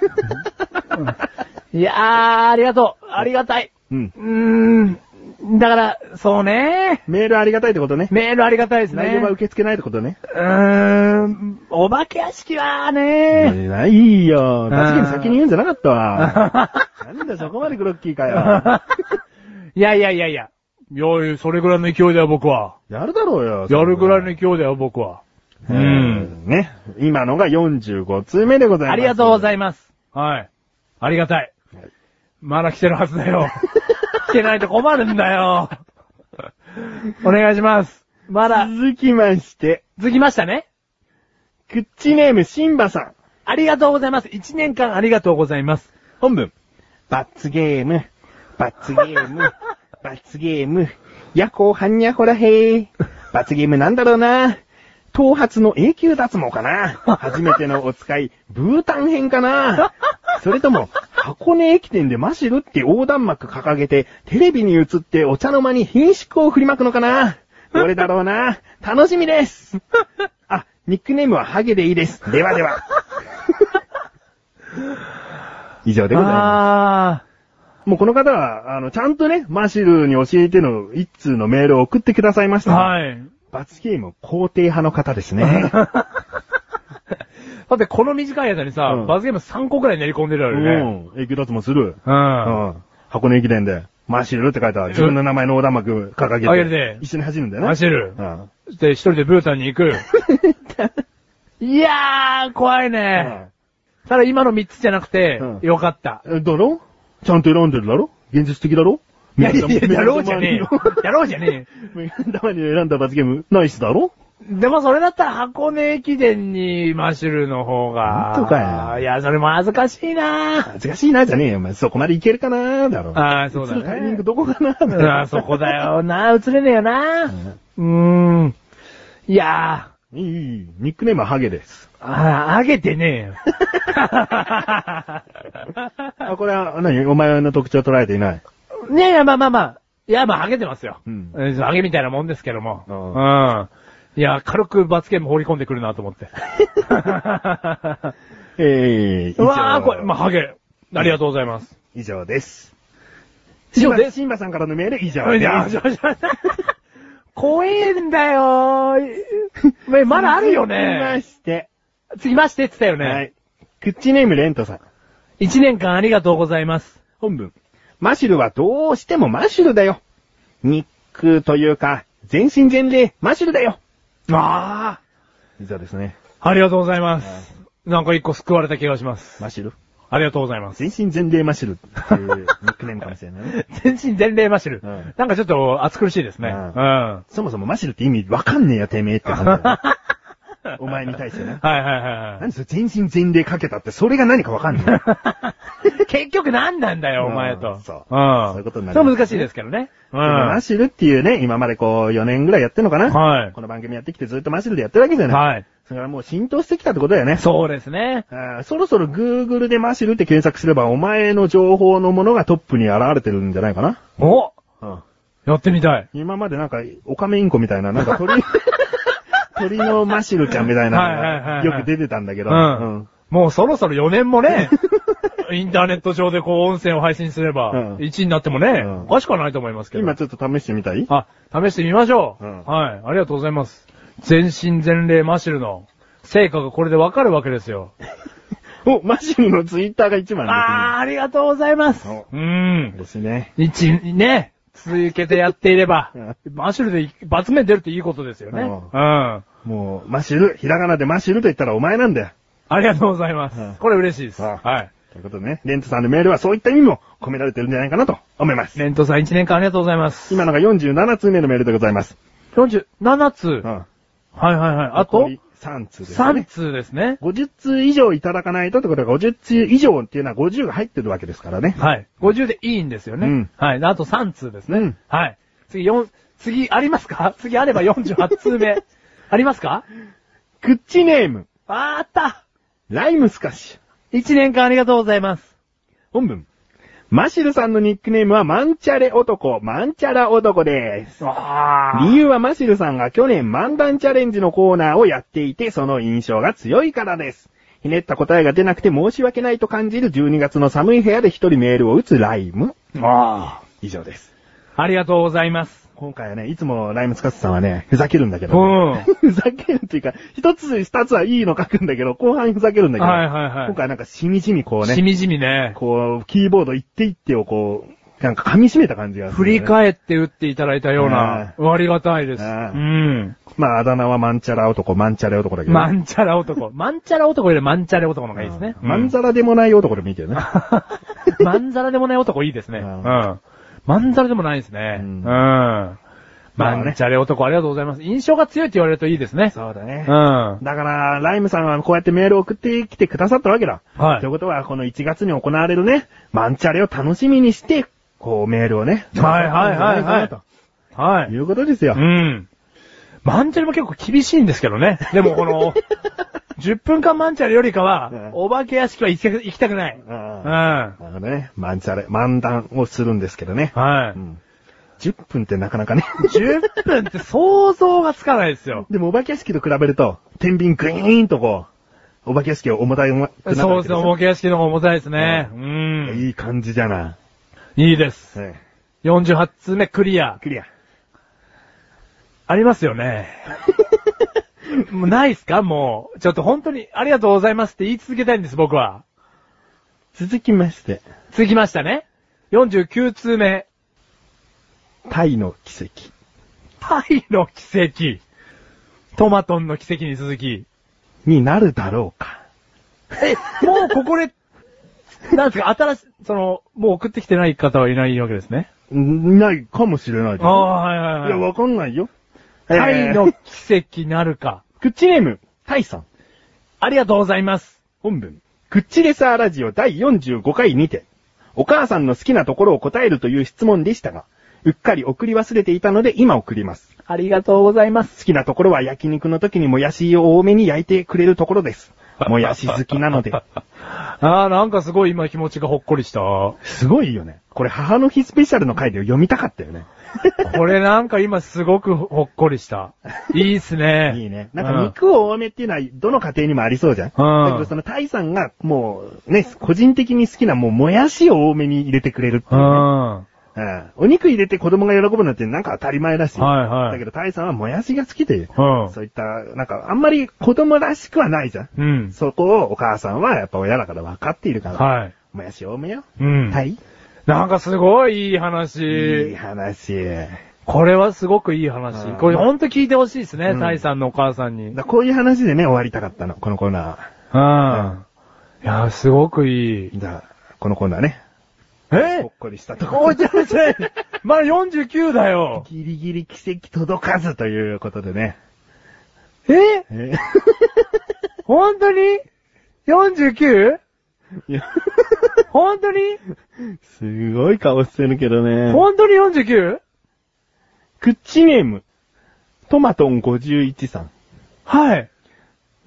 S3: いやー、ありがとう。ありがたい。
S4: うん。
S3: うーん。だから、そうね。
S4: メールありがたいってことね。
S3: メールありがたいですね。
S4: 内容は受け付けないってことね。
S3: うーん、お化け屋敷はね、
S4: ないよ。確かに先に言うんじゃなかったわ。なんだそこまでグロッキーかよ。
S3: いやいやいやいや。いやいや、それぐらいの勢いだよ、僕は。
S4: やるだろうよ。
S3: やるぐらいの勢いだよ、僕は。
S4: う。ん。ね。今のが45通目でございます。
S3: ありがとうござ
S4: い
S3: います。はい。ありがたい。まだ来てるはずだ よ。来てないと困るんだよ。お願いします。まだ、
S4: 続きまして、
S3: 続きましたね。
S4: クッチネームシンバさん。
S3: ありがとうございます。一年間ありがとうございます。
S4: 本文。罰ゲーム。罰ゲーム。罰ゲーム。夜行はんにゃほらへー。罰ゲームなんだろうな。頭髪の永久脱毛かな。初めてのお使い、ブータン編かな。それとも、箱根駅伝でマシルって横断幕掲げて、テレビに映ってお茶の間に品縮を振りまくのかな。どれだろうな。楽しみです。あ、ニックネームはハゲでいいです。ではでは。以上でございます。
S3: あ
S4: もうこの方は、あの、ちゃんとね、マシルに教えての一通のメールを送ってくださいまし
S3: ー、
S4: た。
S3: はい。
S4: 罰ゲーム肯定派の方です ね。
S3: だってこの短い間にさ、
S4: うん
S3: 罰ゲーム3個くらい練り込んでる
S4: う
S3: よね。
S4: ん。永久脱毛する。
S3: う
S4: う
S3: ん。
S4: ん。箱根駅伝で、マシルって書いた自分の名前の横断幕掲げ
S3: あげ
S4: て、
S3: て
S4: 一緒に走るんだよね。
S3: 走る
S4: う。ん。
S3: で、一人でブータンに行 く。いやー、怖いね。ただ今の3つじゃなくて、
S4: うん
S3: よかった。
S4: うん。だろちゃんと選んでるだろ現実的だろ
S3: いやいや、やろうじゃねえ よ。やろうじゃねえよ。
S4: えよ。たまに選んだ罰ゲーム、ナイスだろ
S3: でもそれだったら箱根駅伝にマシュルの方が。
S4: 本当かよ
S3: いや、それも恥ずかしいな
S4: 恥ずかしいな、じゃねえよ。お前そこまでいけるかなだろ。
S3: ああ、そうだ
S4: 映るタイミン
S3: ね
S4: グ。どこかな
S3: ああ、そこだよな映れねえよなうーん。いや
S4: いい、いいニックネームはハゲです。
S3: ー、ああ、上げてねえよ。
S4: あ、これは、何お前の特徴捉えていない。
S3: ねえ、いやまあまあまあ。いや、まあ、上げてますよ。
S4: うん
S3: えー上げみたいなもんですけども。
S4: う
S3: うん。いや、軽く罰ゲーム放り込んでくるなと思 って。
S4: ええ
S3: うわー、これ、まあ、ハゲ。ありがとうございます。
S4: 以上です。
S3: 以上です
S4: シンバさんからのメール以上
S3: いや、
S4: です。
S3: 怖えんだよー。ままだあるよ ね。
S4: 続きまして。
S3: 次ましてって言ったよ
S4: は
S3: ね。
S4: い。クッチネームレントさん。
S3: 一、年間ありがとうございます。
S4: 本文。マシュルはどうしてもマシュルだよ。ニックというか、全身全霊、マシュルだよ。
S3: あ
S4: 以上ですね。
S3: あ、ありがとうございます。なんか一個救われた気がします。
S4: マシュル
S3: ありがとうございます。
S4: 全身全霊マシュルっていうニックネームかもしれないね。
S3: 全身全霊マシル。
S4: うん
S3: なんかちょっと暑苦しいですね。
S4: う
S3: うんん。は
S4: そもそもマシュルって意味わかんねえよ、てめえって感じだよね。 お前に対してね
S3: い。はいはいは
S4: 何それ全身全霊かけたって、それが何かわかんない。
S3: い。結局何なんだよ、お前
S4: う
S3: と
S4: ん。そう
S3: うん。
S4: そういうことになり
S3: そ
S4: ま
S3: れ
S4: す
S3: は難しいですけどね。うん。
S4: でもマ
S3: は
S4: シルっていうね、今までこう4年ぐらいやってんのかな、
S3: い。
S4: この番組やってきてずっとマシルでやってるわけじゃない。
S3: はい。
S4: それからもう浸透してきたってことだよね。
S3: そうですね。
S4: あーそろそろ Google でマシルって検索すればお前の情報のものがトップに現れてるんじゃないかな、
S3: おやってみたい。
S4: 今までなんかオカメインコみたいな、なんか 鳥、鳥のマシルちゃんみた
S3: は
S4: い
S3: いはいはい
S4: な
S3: は
S4: のが
S3: い
S4: よく出てたんだけど、
S3: うん。もうそろそろ4年も ね、インターネット上でこう音声を配信すれば、
S4: うん
S3: 1位になってもね、
S4: ん
S3: おかしくはないと思いますけど。
S4: 今ちょっと試してみたい
S3: あ、試してみましょう、
S4: うん
S3: はい。ありがとうございます。全身全霊マシルの成果がこれでわかるわけですよ。
S4: お、マシルのツイッターが一番ですね
S3: あー、ありがとうございます。
S4: お
S3: うん。
S4: ですね。
S3: 一、ね、続けてやっていれば
S4: うん、
S3: マシルで罰面出るっていいことですよね。
S4: う
S3: うんん。
S4: もう、マシル、ひらがなでマシルと言ったらお前なんだよ。
S3: ありがとうございま
S4: うん
S3: す。これ嬉しいです。
S4: うん
S3: はい。
S4: ということでね、レントさんのメールはそういった意味も込められてるんじゃないかなと思います。
S3: レントさん1年間ありがとうございます。
S4: 今のが47通目のメールでございます。
S3: 47通。
S4: うん。
S3: はいはいはい。あ
S4: 残
S3: と
S4: り、3通です、ね。
S3: 3通ですね。
S4: 50通以上いただかないとってことは50通以上っていうのは50が入ってるわけですからね。
S3: はい。50でいいんですよね。
S4: うん
S3: はい。あと3通ですね。
S4: うん
S3: はい。次4、次ありますか次あれば48通 目。ありますか
S4: クッチネーム、
S3: あーあった
S4: ライムスカッシュ。
S3: !1 年間ありがとうございます。
S4: 本文。マシルさんのニックネームはマンチャレ男、マンチャラ男です。
S3: わ
S4: 理由はマシルさんが去年漫談チャレンジのコーナーをやっていて、その印象が強いからです。ひねった答えが出なくて申し訳ないと感じる12月の寒い部屋で一人メールを打つライム。
S3: ーあ
S4: 以上です。
S3: ーありがとうございます。
S4: 今回はね、いつもライム使ってたのはね、ふざけるんだけ
S3: う
S4: ど、
S3: ん。はい
S4: ふざけるっていうか、一つ二つはいいの書くんだけど、後半ふざけるんだけど、
S3: はいはい
S4: 今。回なんかしみじみこう
S3: し
S4: ね、
S3: みじみね。
S4: こう、キーボード一手一手をこう、なんか噛み締めた感じがす
S3: 振
S4: るんだよね、
S3: り返って打っていただいたような、ありがたいです。う
S4: ああ
S3: ん。
S4: まあ、あだ名はマンチャラ男、マンチャレ男だけどね。
S3: マンチャラ男。マンチャラ男よりマンチャレ男の方がいいですね。
S4: マンザラでもない男でもいいけどね。
S3: まんざらでもない男いいですね。う
S4: うんん。
S3: まんざらでもないですね。う。
S4: うんん
S3: まんちゃれ男ありがとうございます。印象が強いって言われるといいですね。
S4: そうだ
S3: う
S4: ね
S3: ん。。は
S4: だから、ライムさんはこうやってメールを送ってきてくださったわけだ。
S3: はい
S4: ということは、この1月に行われるね、マンチャレを楽しみにして、こうメールをね。。
S3: いはいはいはい。はいい。
S4: いうことですよ
S3: う。ん。マンチャレも結構厳しいんですけどね。でもこ の、10分間マンチャレよりか
S4: うん
S3: は、お化け屋敷は行きたく行きたくない。
S4: う
S3: うんん。は
S4: なるほどね。マンチャレ、漫談をするんですけどね。う
S3: い。
S4: ん。10分ってなかなかね。
S3: 10分って想像がつかないですよ。
S4: でも、お化け屋敷と比べると、天秤グイーンとこう、お化け屋敷を重たい重くなった
S3: そう
S4: わ
S3: で
S4: け
S3: すね、
S4: しょ
S3: お化け屋敷の方が重たいですね。う。
S4: うんいい感じじゃない
S3: いいです。
S4: はい。
S3: 48通目クリア。
S4: クリア。
S3: ありますよね。 もうないっすかもう。ちょっと本当にありがとうございますって言い続けたいんです、僕は。
S4: 続きまして、
S3: 続きましたね。49通目。
S4: タイの奇跡。
S3: タイの奇跡。トマトンの奇跡に続き。
S4: になるだろうか。
S3: え、もうここで、なんですか、新し、その、もう送ってきてない方はいないわけですね。
S4: んないかもしれないじゃ
S3: あ
S4: ん
S3: あ、はいい
S4: や、
S3: はいはい。
S4: わかんないよ。
S3: タイの
S4: えー、
S3: 奇跡なるか。
S4: クッチネーム、タイさん。
S3: ありがとうございます。
S4: 本文。クッチレサーラジオ第45回にて、お母さんの好きなところを答えるという質問でしたが、うっかり送り忘れていたので今送ります。
S6: ありがとうございます。
S4: 好きなところは焼肉の時にもやしを多めに焼いてくれるところ です。もやし好きなので。
S3: ああ、なんかすごい今気持ちがほっこりした。
S4: すごいよね。これ母の日スペシャルの回で読みたかったよね。
S3: これなんか今すごくほっこりした。いいっすね。
S4: い いね。なんか肉を多めっていうのは、どの家庭にもありそうじゃん。
S3: うん
S4: だけどそのタイさんが、もう、ね、個人的に好きな、もう、もやしを多めに入れてくれるって
S3: う
S4: い
S3: ん。
S4: う、ね
S3: うん。
S4: うん。お肉入れて子供が喜ぶなんて、なんか当たり前だし。
S3: はいはい
S4: だけどタイさんはもやしが好きで、
S3: うん
S4: そういった、なんか、あんまり子供らしくはないじゃん。
S3: うん。
S4: そこをお母さんはやっぱ親だから分かっているから。
S3: はい。
S4: もやし多めよ。
S3: うん。
S4: タイ
S3: なんかすごいいい話。
S4: いい話。
S3: これはすごくいい話
S4: う。ん
S3: これほんと聞いてほしいですね、
S4: うん
S3: タイさんのお母さんに。うん。い
S4: だこういう話でね、終わりたかったの、このコーナ
S3: やー、すごくいい。
S4: ー。じゃあ、このコーナーね。ほ
S3: え
S4: っこりしたところ
S3: おいちょいちょいまだ49だよ
S4: ギリギリ奇跡届かずということでね。
S3: え
S4: え
S3: ほんとに ?49?
S4: いや、
S3: ほんとに
S4: すごい顔してるけどね。
S3: ほんとに 49?
S4: クッチネーム、トマトン51さん。
S3: はい。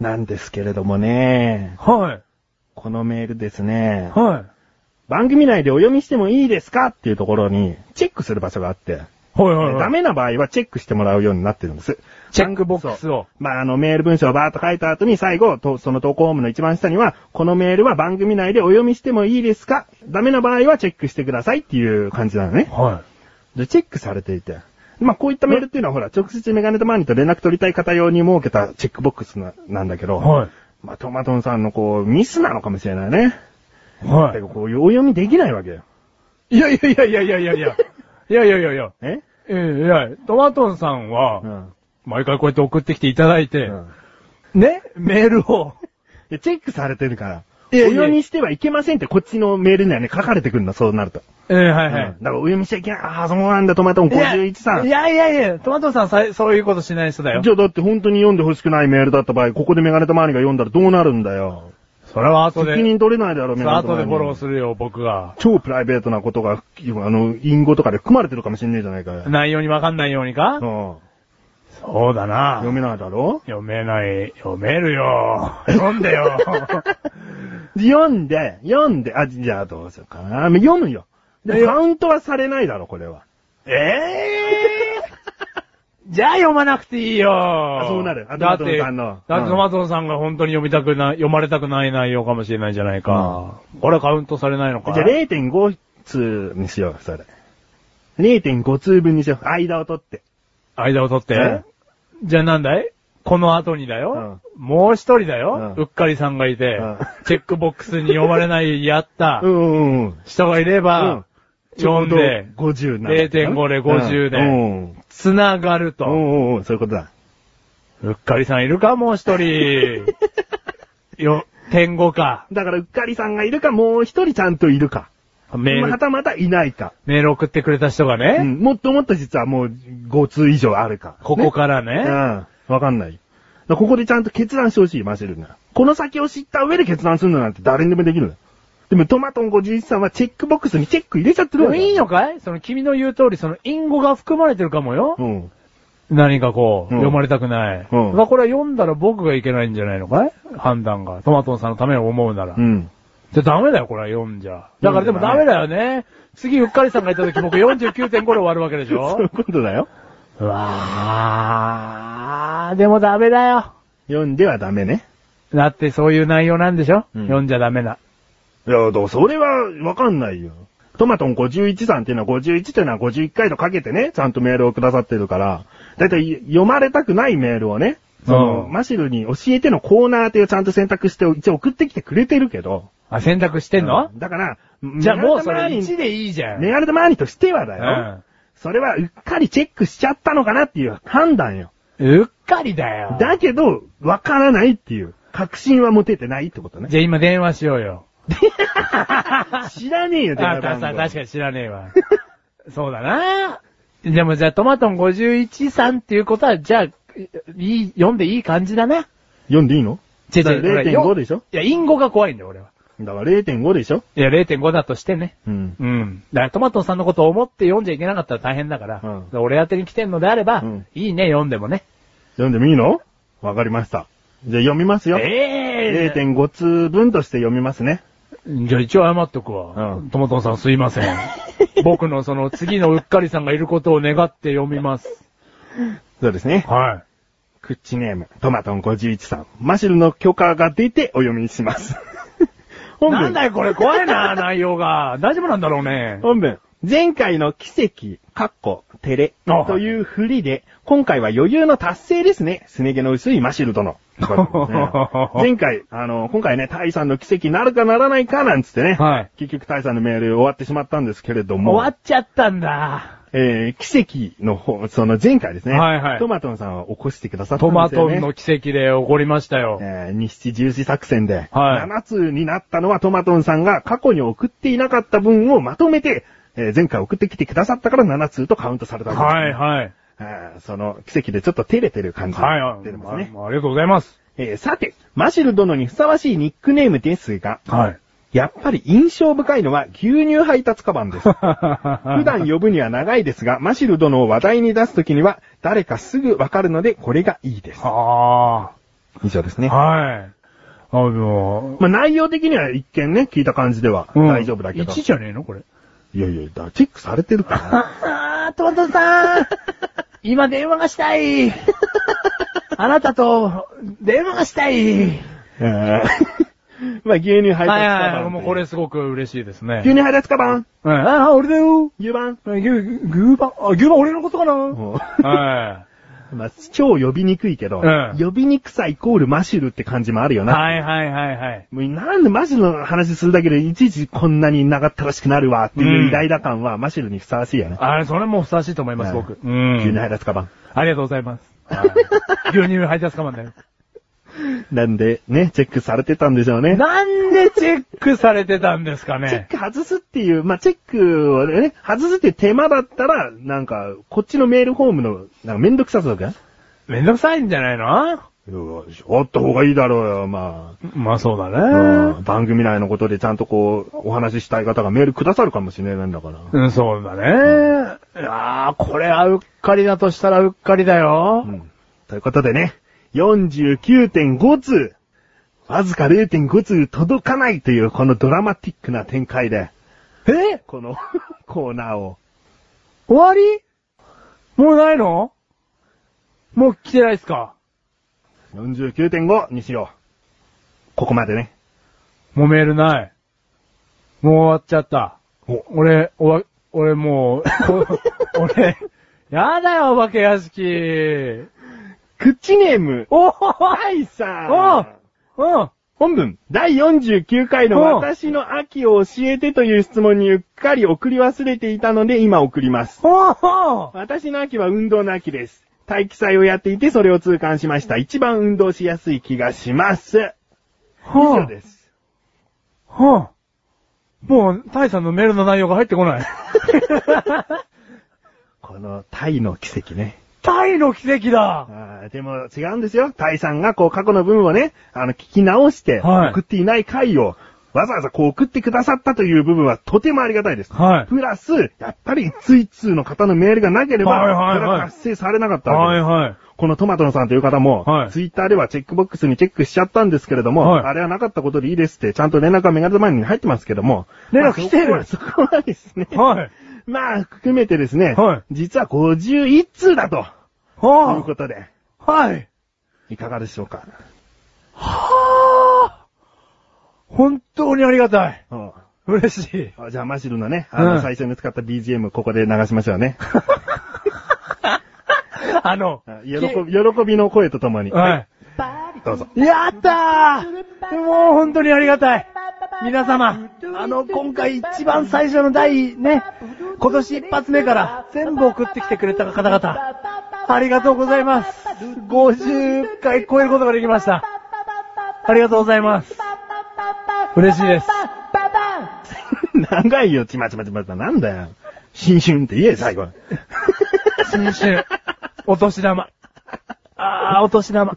S4: なんですけれどもね、
S3: はい。
S4: このメールですね、
S3: はい。
S4: 番組内でお読みしてもいいですかっていうところに、チェックする場所があって、
S3: はいはい、はい。
S4: ダメな場合はチェックしてもらうようになってるんです。
S3: チェックボックスを。
S4: まあ、あの、メール文章をバーッと書いた後に最後、とその投稿フォームの一番下には、このメールは番組内でお読みしてもいいですかダメな場合はチェックしてくださいっていう感じなのね。
S3: は
S4: で、チェックされていて。まあ、こういったメールっていうのは、ほら、直接メガネとマーニーと連絡取りたい方用に設けたチェックボックスななんだけど、
S3: い。は
S4: まあ、トマトンさんのこう、ミスなのかもしれないね。
S3: い。は
S4: だけどこう、お読みできないわけよ。
S3: い。いやいやいやいやいやいやいや。 いやいやいやいや。
S4: え
S3: ええ、いや、トマトンさん
S4: う
S3: は、
S4: ん。
S3: 毎回こうやって送ってきていただいて、
S4: うん
S3: ね、メールを。
S4: でチェックされてるから、お
S3: いやいや
S4: 読みしてはいけませんってこっちのメールにはね、書かれてくるの、そうなると。
S3: ええ、はいは
S4: だ
S3: い
S4: か。らお読みしちゃいけない。ああ、そうなんだ、トマトン51さん。
S3: い
S4: じ
S3: や
S4: ゃ
S3: いやいや、トマトンさんさそういうことしない人だよ。
S4: あだって本当に読んでほしくないメールだった場合、ここでメガネとマーニーが読んだらどうなるんだよ。
S3: それは後で、
S4: 責任取れないだろ、
S3: そ
S4: メ
S3: れ
S4: ガ
S3: は
S4: ネ
S3: 後
S4: とマ
S3: で
S4: ーニ
S3: フォローするよ、僕が。
S4: 超プライベートなことが、あの、隠語とかで含まれてるかもしんねえじゃないかよ。
S3: 内容にわかんないようにか
S4: うん。
S3: そうだな
S4: 読。めないだろ
S3: 読めない。読めるよ。読んで よ。
S4: 読んで、読んで、あ、じゃあどうしようかな。読むよ。で、カウントはされないだろ、これは。
S3: ええ じゃあ読まなくていいよ
S4: あそうなるあ
S3: だって、
S4: トマトンさんの
S3: だって
S4: うん
S3: トマトンさんが本当に読みたくな、読まれたくない内容かもしれないじゃないか。これはカウントされないのか。
S4: じゃあ0.5通にしよう、それ。 0.5通分にしよう。間を取って。
S3: 間を取って
S4: え。
S3: じゃあなんだいこの後にだよ。もう一人だよ、
S4: う
S3: うんっかりさんがいて、
S4: うん
S3: チェックボックスに呼ばれないやった、
S4: うんうんうん。
S3: 人がいれば、
S4: ちょ
S3: 呼
S4: うんど
S3: で、
S4: 50な。
S3: 0.5で50で
S4: うん。うん
S3: つながる
S4: う
S3: と。
S4: んうん、そういうことだ。
S3: うっかりさんいるかもう一 人。よ、点5か。
S4: だから、うっかりさんがいるか、もう一人ちゃんといるか。
S3: メー
S4: ま
S3: ル、
S4: たまたいないか。
S3: メール送ってくれた人が
S4: う
S3: ね、
S4: んもっともっと実はもう5通以上あるか。
S3: ここからね
S4: ね。うん。わかんない。だからここでちゃんと決断してほしい、マシルが。この先を知った上で決断するのなんて誰にでもできるのでもトマトン51さんはチェックボックスにチェック入れちゃってる
S3: で
S4: わ
S3: も
S4: け
S3: いいのかいその君の言う通り、その隠語が含まれてるかもよ。
S4: うん。
S3: 何かこう、
S4: うん
S3: 読まれたくない。
S4: うん
S3: だからこれは読んだら僕がいけないんじゃないのかい判断が。トマトンさんのためを思うなら。
S4: うん。
S3: じゃあダメだよ、これは読んじゃ。だからでもダメだよね。次、うっかりさんがいた時僕49.5で終わるわけでし
S4: そうい
S3: ょ
S4: うことだよ。
S3: うわー、でもダメだよ。
S4: 読んではダメね。
S3: だってそういう内容なんでしょ、
S4: うん
S3: 読んじゃダメな。
S4: いや、だからそれはわかんないよ。トマトン51さんっていうのは51っていうのは51回とかけてね、ちゃんとメールをくださってるから、だいたい読まれたくないメールをね、その、
S3: うん
S4: マシルに教えてのコーナーっていうちゃんと選択して一応送ってきてくれてるけど。
S3: あ、選択してんの
S4: う、んだから、
S3: じゃあもうそれ
S4: メガネ
S3: 1
S4: 玉
S3: でいいじゃ
S4: マーニ
S3: ん。
S4: メガネ玉マーニとしてはだ
S3: う
S4: よ、
S3: ん。
S4: それはうっかりチェックしちゃったのかなっていう判断よ。
S3: うっかりだよ。
S4: だけど、わからないっていう、確信は持ててないってことね。
S3: じゃあ今電話しようよ。
S4: 知らねえよ、電
S3: あ、
S4: 話
S3: た
S4: 番
S3: さ
S4: 号
S3: 確かに知らねえわ。 そうだな。でもじゃあトマトン51さんっていうことは、じゃあ、いい、読んでいい感じだな。
S4: 読んでいいの
S3: 違う
S4: だから
S3: 違う
S4: 0.5でしょ
S3: いや、因語が怖いんだよ、俺は。
S4: だから0.5でしょ
S3: いや、0.5だとしてね。
S4: うん。
S3: うん。だからトマトンさんのことを思って読んじゃいけなかったら大変だから。
S4: うん
S3: だから俺宛てに来てんのであれば、
S4: うん
S3: いいね、読んでもね。
S4: 読んでもいいのわかりました。じゃあ読みますよ。
S3: ええ
S4: 0.5通分として読みますね。
S3: じゃあ一応謝っとくわ。
S4: うん
S3: トマトンさんすいませ ん。僕のその次のうっかりさんがいることを願って読みます。
S4: そうですね。
S3: は
S4: クッチネーム、トマトン51さん。マシルの許可が出てお読みし ます。
S3: い。
S4: 本文。
S3: なんだよ、これ怖い な、内容が。大丈夫なんだろうね。
S4: 本文。前回の奇跡、カッコ、テレ、
S3: あ
S4: という振りで、今回は余裕の達成ですね。すね毛の薄いマシ ル殿。うん前回、あの、今回ね、タイさんの奇跡なるかならないかなんつってね。
S3: はい。
S4: 結局タイさんのメール終わってしまったんですけれども。
S3: 終わっちゃったんだ。
S4: えー、奇跡の方、その前回ですね。
S3: はいはい
S4: トマトンさんは起こしてくださった
S3: ト
S4: んで
S3: マ
S4: すよ
S3: ト
S4: ね。
S3: ンの奇跡で起こりましたよ。
S4: えー、日七重視作戦で、
S3: はい
S4: 7通になったのはトマトンさんが過去に送っていなかった分をまとめて、えー前回送ってきてくださったから7通とカウントされたわけです、
S3: はい、はい。
S4: あーその奇跡でちょっと照れてる感じ
S3: はい、
S4: が
S3: はい
S4: 出てますね。
S3: あありがとうございます。
S4: えーさて、マシル殿にふさわしいニックネームですが、
S3: はい。
S4: やっぱり印象深いのは牛乳配達カバンです。普
S3: 普
S4: 段呼ぶには長いですが、マシル殿を話題に出すときには、誰かすぐわかるので、これがいいです。
S3: は
S4: 以上です
S3: あ。
S4: ね。
S3: はい。あの、
S4: まあ、内容的には一見ね、聞いた感じでは
S3: うん
S4: 大丈夫だけど。
S3: 1じゃねえのこれ。
S4: いやいや、だチェックされてるか
S7: あー、トマトさん 今電話がしたいあなたと電話がしたい
S4: ら。えー まあ、牛乳配達カバン。
S3: はいはいはい。もうこれ。すごく嬉しいですね。
S4: 牛乳配達カバン
S3: はいああ、俺だよ。
S4: 牛番
S3: 牛、牛バン、あ、牛バン俺のことかなは
S4: まあ、超呼びにくいけど、
S3: うん
S4: 呼びにくさイコールマシュルって感じもあるよ
S3: い。
S4: な。
S3: はいはいはいはい。
S4: もうなんでマシュルの話するだけでいちいちこんなに長ったらしくなるわっていう偉大な感はマシュルにふさわしいよね。
S3: あれ、それもふさわしいと思います、
S4: はい
S3: 僕。う
S4: 牛乳
S3: ん。
S4: 配達カバン。
S3: ありがとうございます。牛乳配達かまんだよ。
S4: なんで、ね、チェックされてたんでしょう ね。
S3: なんでチェックされてたんですか
S4: チェッ
S3: ね。
S4: ク外すっていう、まあ、チェックをね、外すっていう手間だったら、なんか、こっちのメールフォームの、なんかめんどくさそうだか
S3: めんどくさいんじゃないの
S4: よしあった方がいいだろうよ、ま
S3: まあそうだ
S4: あ。
S3: ね。
S4: 番組内のことでちゃんとこう、お話ししたい方がメールくださるかもしれないんだから。
S3: うん、そうだね。ああ、これはうっかりだとしたらうっかりだよ
S4: う。ん。ということでね、49.5通、わずか0.5通届かないという、このドラマティックな展開で、
S3: え
S4: この コーナーを。
S3: 終わりもうないのもう来てないっすか
S4: 49.5にしよう。ここまでね。
S3: もうメールない。もう終わっちゃった。
S4: お
S3: 俺、終わ、俺も う、こ俺、やだよ、お化け屋敷。
S4: クッチネーム、
S3: おお
S4: はいさ
S3: おうん。
S4: 本文、第49回の
S3: お
S4: 私の秋を教えてという質問にうっかり送り忘れていたので今送ります。
S3: おお
S4: 私の秋は運動の秋です。体育祭をやっていてそれを痛感しました。一番運動しやすい気がします。以
S3: ほ
S4: 上
S3: う
S4: です。
S3: ほうもう、タイさんのメールの内容が入ってこ ない。
S4: このタイの奇跡ね。
S3: タイの奇跡だ
S4: あーでも違うんですよ。タイさんがこう過去の文をね、あの聞き直して、
S3: はい
S4: 送っていない回をわざわざこう送ってくださったという部分はとてもありがたいです。
S3: はい
S4: プラス、やっぱりツイツーの方のメールがなければ、
S3: はいはいはい
S4: これは達成されなかったわけ
S3: は
S4: で
S3: いは
S4: す。
S3: い。
S4: このトマトのさんという方も、
S3: はい
S4: ツイッターではチェックボックスにチェックしちゃったんですけれども、
S3: はい
S4: あれはなかったことでいいですって、ちゃんと連絡はメガネ前に入ってますけども、
S3: 連絡来てる
S4: まあそこはそこはですね、
S3: はい。
S4: まあ、含めてですね、
S3: はい
S4: 実は51通だと、という
S3: は
S4: ことで、
S3: あ。はい。
S4: いかがでしょうか。
S3: はあ。本当にありがたい。
S4: うん
S3: 嬉しい。
S4: あじゃあ、マシルのね、あの、
S3: うん
S4: 最初に使った BGM、ここで流しましょ うね。
S3: あの、
S4: あ喜び、喜びの声とともに。
S3: はい。
S4: どうぞ。
S3: やったーもう本当にありがたい皆様、あの、今回一番最初の第、ね、今年一発目から全部送ってきてくれた方々、ありがとうございます。50回超えることができました。ありがとうございます。嬉しいです。
S4: 長いよ、ちまちまちまちま。なんだよ。新春って言え、最後。
S3: 新春、お年玉。あー、お年玉。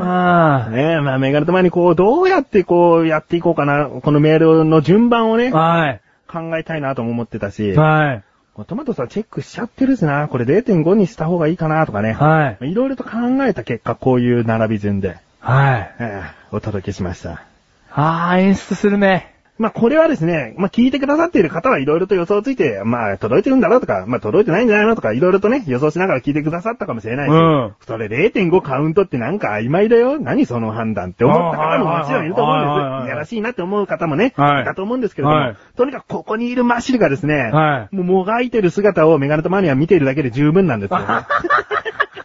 S3: あ
S4: ねえ、まあ、メガネと前にこう、どうやってこう、やっていこうかな。このメールの順番をね
S3: ー。、はい。
S4: 考えたいなとも思ってたし、
S3: はい。
S4: トマトさんチェックしちゃってるしな。これ0.5にした方がいいかなとかね。
S3: はい。
S4: いろいろと考えた結果、こういう並び順で、
S3: はい。
S4: ええお届けしました。
S3: あー、演出するね。
S4: まあ、これはですね、まあ、聞いてくださっている方はいろいろと予想ついて、まあ、届いてるんだろうとか、まあ、届いてないんじゃないのとか、いろいろとね、予想しながら聞いてくださったかもしれないし、
S3: うん
S4: それ0.5カウントってなんか曖昧だよ。何その判断って思った方ももちろんいると思
S3: はいはいはい
S4: うん
S3: は
S4: です。い
S3: い
S4: やらしいなって思う方もね、
S3: はい
S4: だと思うんですけれども、
S3: はい
S4: とにかくここにいるマシルがです ね、
S3: はい
S4: もうもがいてる姿をメガネとマニア見ているだけで十分なんですよ、ね。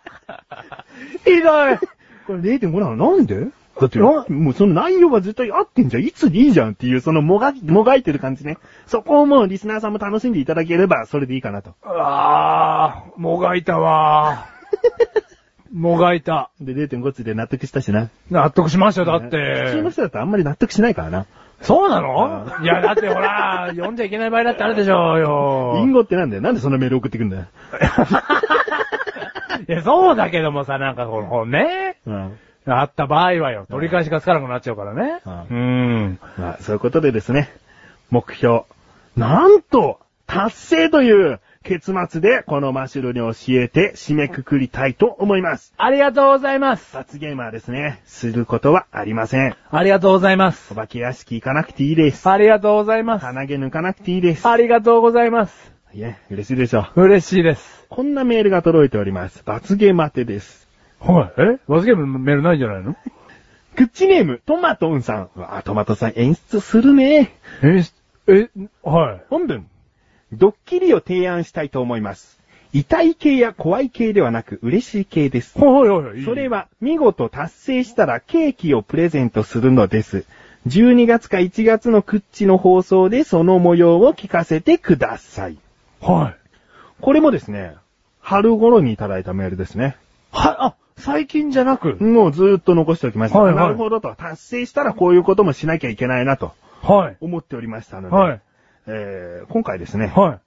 S3: ひどい
S4: これ0.5なのなんでだって、なもうその内容は絶対合ってんじゃん。いつでいいじゃんっていう、そのもがき、もがいてる感じね。そこをもうリスナーさんも楽しんでいただければ、それでいいかなと。
S3: あー、もがいたわー。もがいた。
S4: で、0.5つで納得したしな。
S3: 納得しましたよ、だっ
S4: 普通の
S3: て。
S4: 人だとあんまり納得しないからな。
S3: そうな
S4: あ
S3: のいや、だってほら、読んじゃいけない場合だってあるでしょう
S4: リン
S3: よ。
S4: ゴってなんだよ。なんでそんなメール送ってくんだよ。
S3: いや、そうだけどもさ、なんかこのね、
S4: うん。
S3: あった場合はよ、取り返しがつかなくなっちゃうからね。
S4: う
S3: うん。
S4: まあ、そういうことでですね、目標。なんと、達成という結末で、このマシュルに教えて締めくくりたいと思います。
S3: ありがとうございます。
S4: 罰ゲームはですね、することはありません。
S3: ありがとうございます
S4: お。化け屋敷行かなくていいです。
S3: ありがとうございます。
S4: 鼻毛抜かなくていいです。
S3: ありがとうございます。
S4: いや、嬉しいでしょう。
S3: 嬉しいです。
S4: こんなメールが届いております。罰ゲーム宛てです。
S3: はい。え罰ゲームのメールないんじゃないの
S4: クッチネーム、トマトンさん。うわあ、トマトさん演出するね。
S3: え、え、はい。
S4: 本文。ドッキリを提案したいと思います。痛い系や怖い系ではなく嬉しい系です。
S3: はいはいはい。
S4: それは、見事達成したらケーキをプレゼントするのです。12月か1月のクッチの放送でその模様を聞かせてください。
S3: はい。
S4: これもですね、春頃にいただいたメールですね。
S3: は、あ、最近じゃなく。
S4: もうずーっと残しておきました。
S3: はいはい
S4: なるほどと。達成したらこういうこともしなきゃいけないなと
S3: はい。
S4: 思っておりましたので、
S3: はい。
S4: えー、今回ですね、
S3: は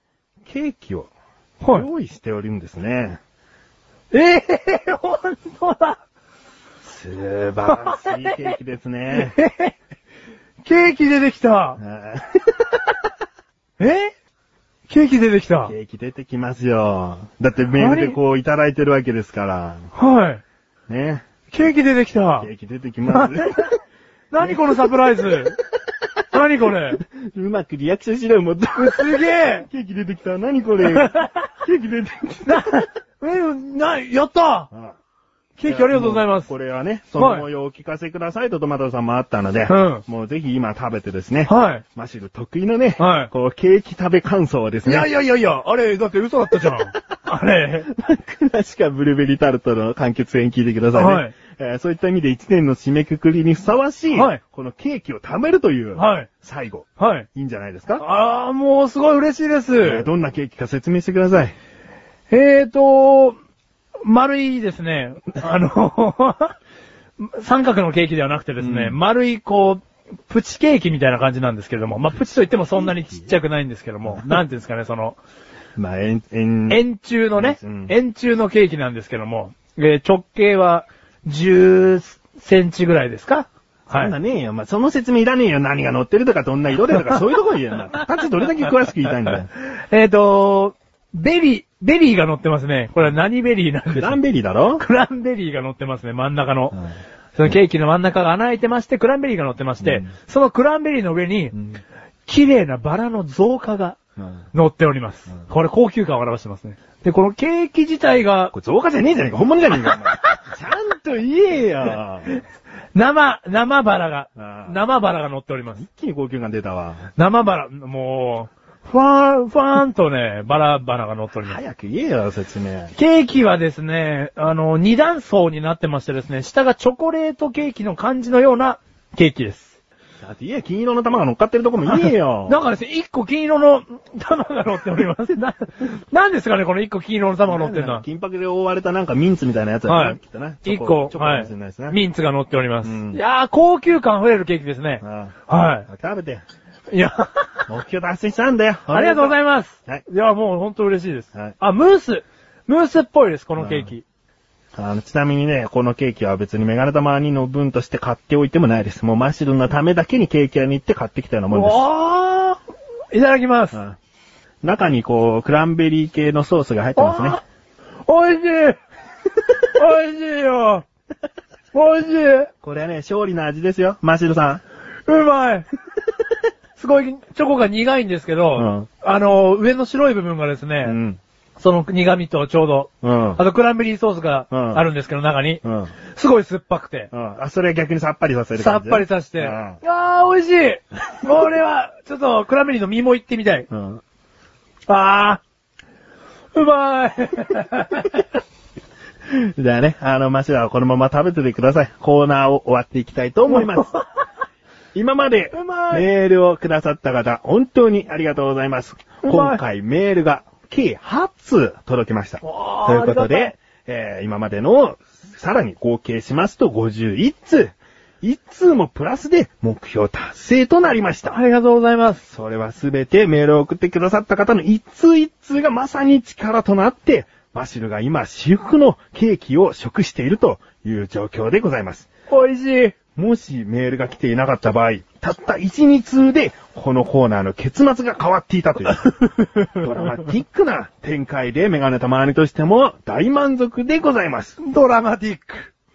S4: ケーキを
S3: い。はい。
S4: 用意しておりんですね。
S3: ええー、ほんとだ。
S4: 素晴らしいケーキです ね。
S3: ケーキ出てきた
S4: あ。ー
S3: えケーキ出てきた。
S4: ケーキ出てきますよ。だってメールでこういただいてるわけですから。
S3: はい。
S4: ね。
S3: ケーキ出てきた
S4: ケ。ーキ出て きます。
S3: 何このサプライズ。 何これ。
S4: うまくリアクションしろよ、もう。
S3: すげえ。
S4: ケーキ出て きた。何これ。ケーキ出てきた。
S3: え、な、やった
S4: あ
S3: ケーキありがとうございます。
S4: これはね、その模様をお聞かせくださいとトマトさんもあったので、
S3: うん
S4: もうぜひ今食べてですね、
S3: はい。
S4: マシル得意のね、
S3: はい
S4: こう、ケーキ食べ感想をです
S3: い
S4: ね、
S3: やいやいやいや、あれ、だって嘘だったじゃん。 あれ。
S4: クラシカブルーベリータルトの完結編聞いてくださいね。
S3: はい
S4: えーそういった意味で一年の締めくくりにふさわしい、
S3: はい
S4: このケーキを貯めるという、
S3: はい。
S4: 最後、
S3: はい。
S4: いいんじゃないですか、
S3: あー、もうすごい嬉しいです。
S4: えーどんなケーキか説明してください。
S3: えーと、丸いです ね。あの、三角のケーキではなくてですね、
S4: うん
S3: 丸いこう、プチケーキみたいな感じなんですけれども、まあ、プチといってもそんなにちっちゃくないんですけども、なんていうんですかね、その、
S4: まあ、えん、えん、
S3: 円柱のね
S4: うん、
S3: 円柱のケーキなんですけども、えー直径は10センチぐらいですか
S4: そ
S3: は。
S4: んないねえよ。まあ、その説明いらねえよ。何が乗ってるとか、どんな色で とか、そういうとこ言えんな。たちどれだけ詳しく言いたいんだよ。
S3: えーと、ベリー、ベリーが乗ってますね。これは何ベリーなんです
S4: ク
S3: か
S4: ランベリーだろ
S3: クランベリーが乗ってますね、真ん中の。そのケーキの真ん中が穴開いてまして、クランベリーが乗ってまして、
S4: うん
S3: そのクランベリーの上に、
S4: うん
S3: 綺麗なバラの造花が
S4: うん
S3: 乗っております。
S4: うん
S3: これ高級感を表してますね。で、このケーキ自体が
S4: これ増加じゃねえじゃねえか。本物じゃねえか。 お前ちゃんと言えよ。
S3: 生、生バラが
S4: あ、ー
S3: 生バラが乗っております。
S4: 一気に高級感出たわ。
S3: 生バラ、もう、ふわーん、ふわーんとね、バラバラが乗っております。
S4: 早く言えよ、説明。
S3: ケーキはですね、あの、二段層になってましてですね、下がチョコレートケーキの感じのようなケーキです。。
S4: だって言え、金色の玉が乗っかってるとこも言えよ
S3: なんかですね、一個金色の 玉が乗っております。な、なんですかね、この一個金色の玉が乗ってるのは。
S4: 金箔で覆われたなんかミンツみたいなやつだよね、
S3: はい
S4: きっとね。
S3: 一個、
S4: ちょっと
S3: は
S4: かもしれないですね。
S3: い。ミンツが乗っております。
S4: うん
S3: いやー、高級感増えるケーキですね。
S4: あ
S3: は
S4: あ食べて。
S3: い。いや、
S4: 目標達成したんだよ。
S3: ありがとうござ
S4: い
S3: います。
S4: はい
S3: いや、もう本当嬉しいです。
S4: はい
S3: あ、ムース。ムースっぽいです、このケーキ。
S4: ます。あの、ちなみにね、このケーキは別にメガネ玉兄の分として買っておいてもないです。もうマシルのためだけにケーキ屋に行って買ってきたようなもんです。
S3: わーいただきます。
S4: うん中にこう、クランベリー系のソースが入ってますね。
S3: おいしいおいしいよおいしい
S4: これはね、勝利の味ですよ、マシルさん。
S3: うまいすごい、チョコが苦いんですけど、
S4: うん
S3: あの、上の白い部分がですね、
S4: うん。
S3: その苦味とちょうど、
S4: うん。
S3: あとクランベリーソースが
S4: うん
S3: あるんですけど、中に、
S4: うん。うん。
S3: すごい酸っぱくて、
S4: あ、それは逆にさっぱりさせる
S3: さ
S4: 感
S3: っ
S4: じ。
S3: ぱりさせて、
S4: うん
S3: あー、美味しいこれは、ちょっとクランベリーの身もいってみたい。
S4: うん。
S3: あー、う まい
S4: じゃあね、あの、マシラはこのまま食べててください。コーナーを終わっていきたいと思 います。今まで
S3: うまい
S4: メールをくださった方、本当にありがとうございます。
S3: うまい
S4: 今回メールが計8通届きました。と
S3: わー
S4: いうこと
S3: ありが
S4: で、えー今までのをさらに合計しますと51通。1通もプラスで目標達成となりました。
S3: ありがとうございます。
S4: それはすべてメールを送ってくださった方の一通一通がまさに力となって、マシルが今、私服のケーキを食しているという状況でございます。
S3: 美味しい。
S4: もしメールが来ていなかった場合、たった1、2通で、このコーナーの結末が変わっていたと いう、ドラマティックな展開でメガネたまわりとしても大満足でございます。
S3: ドラマティック。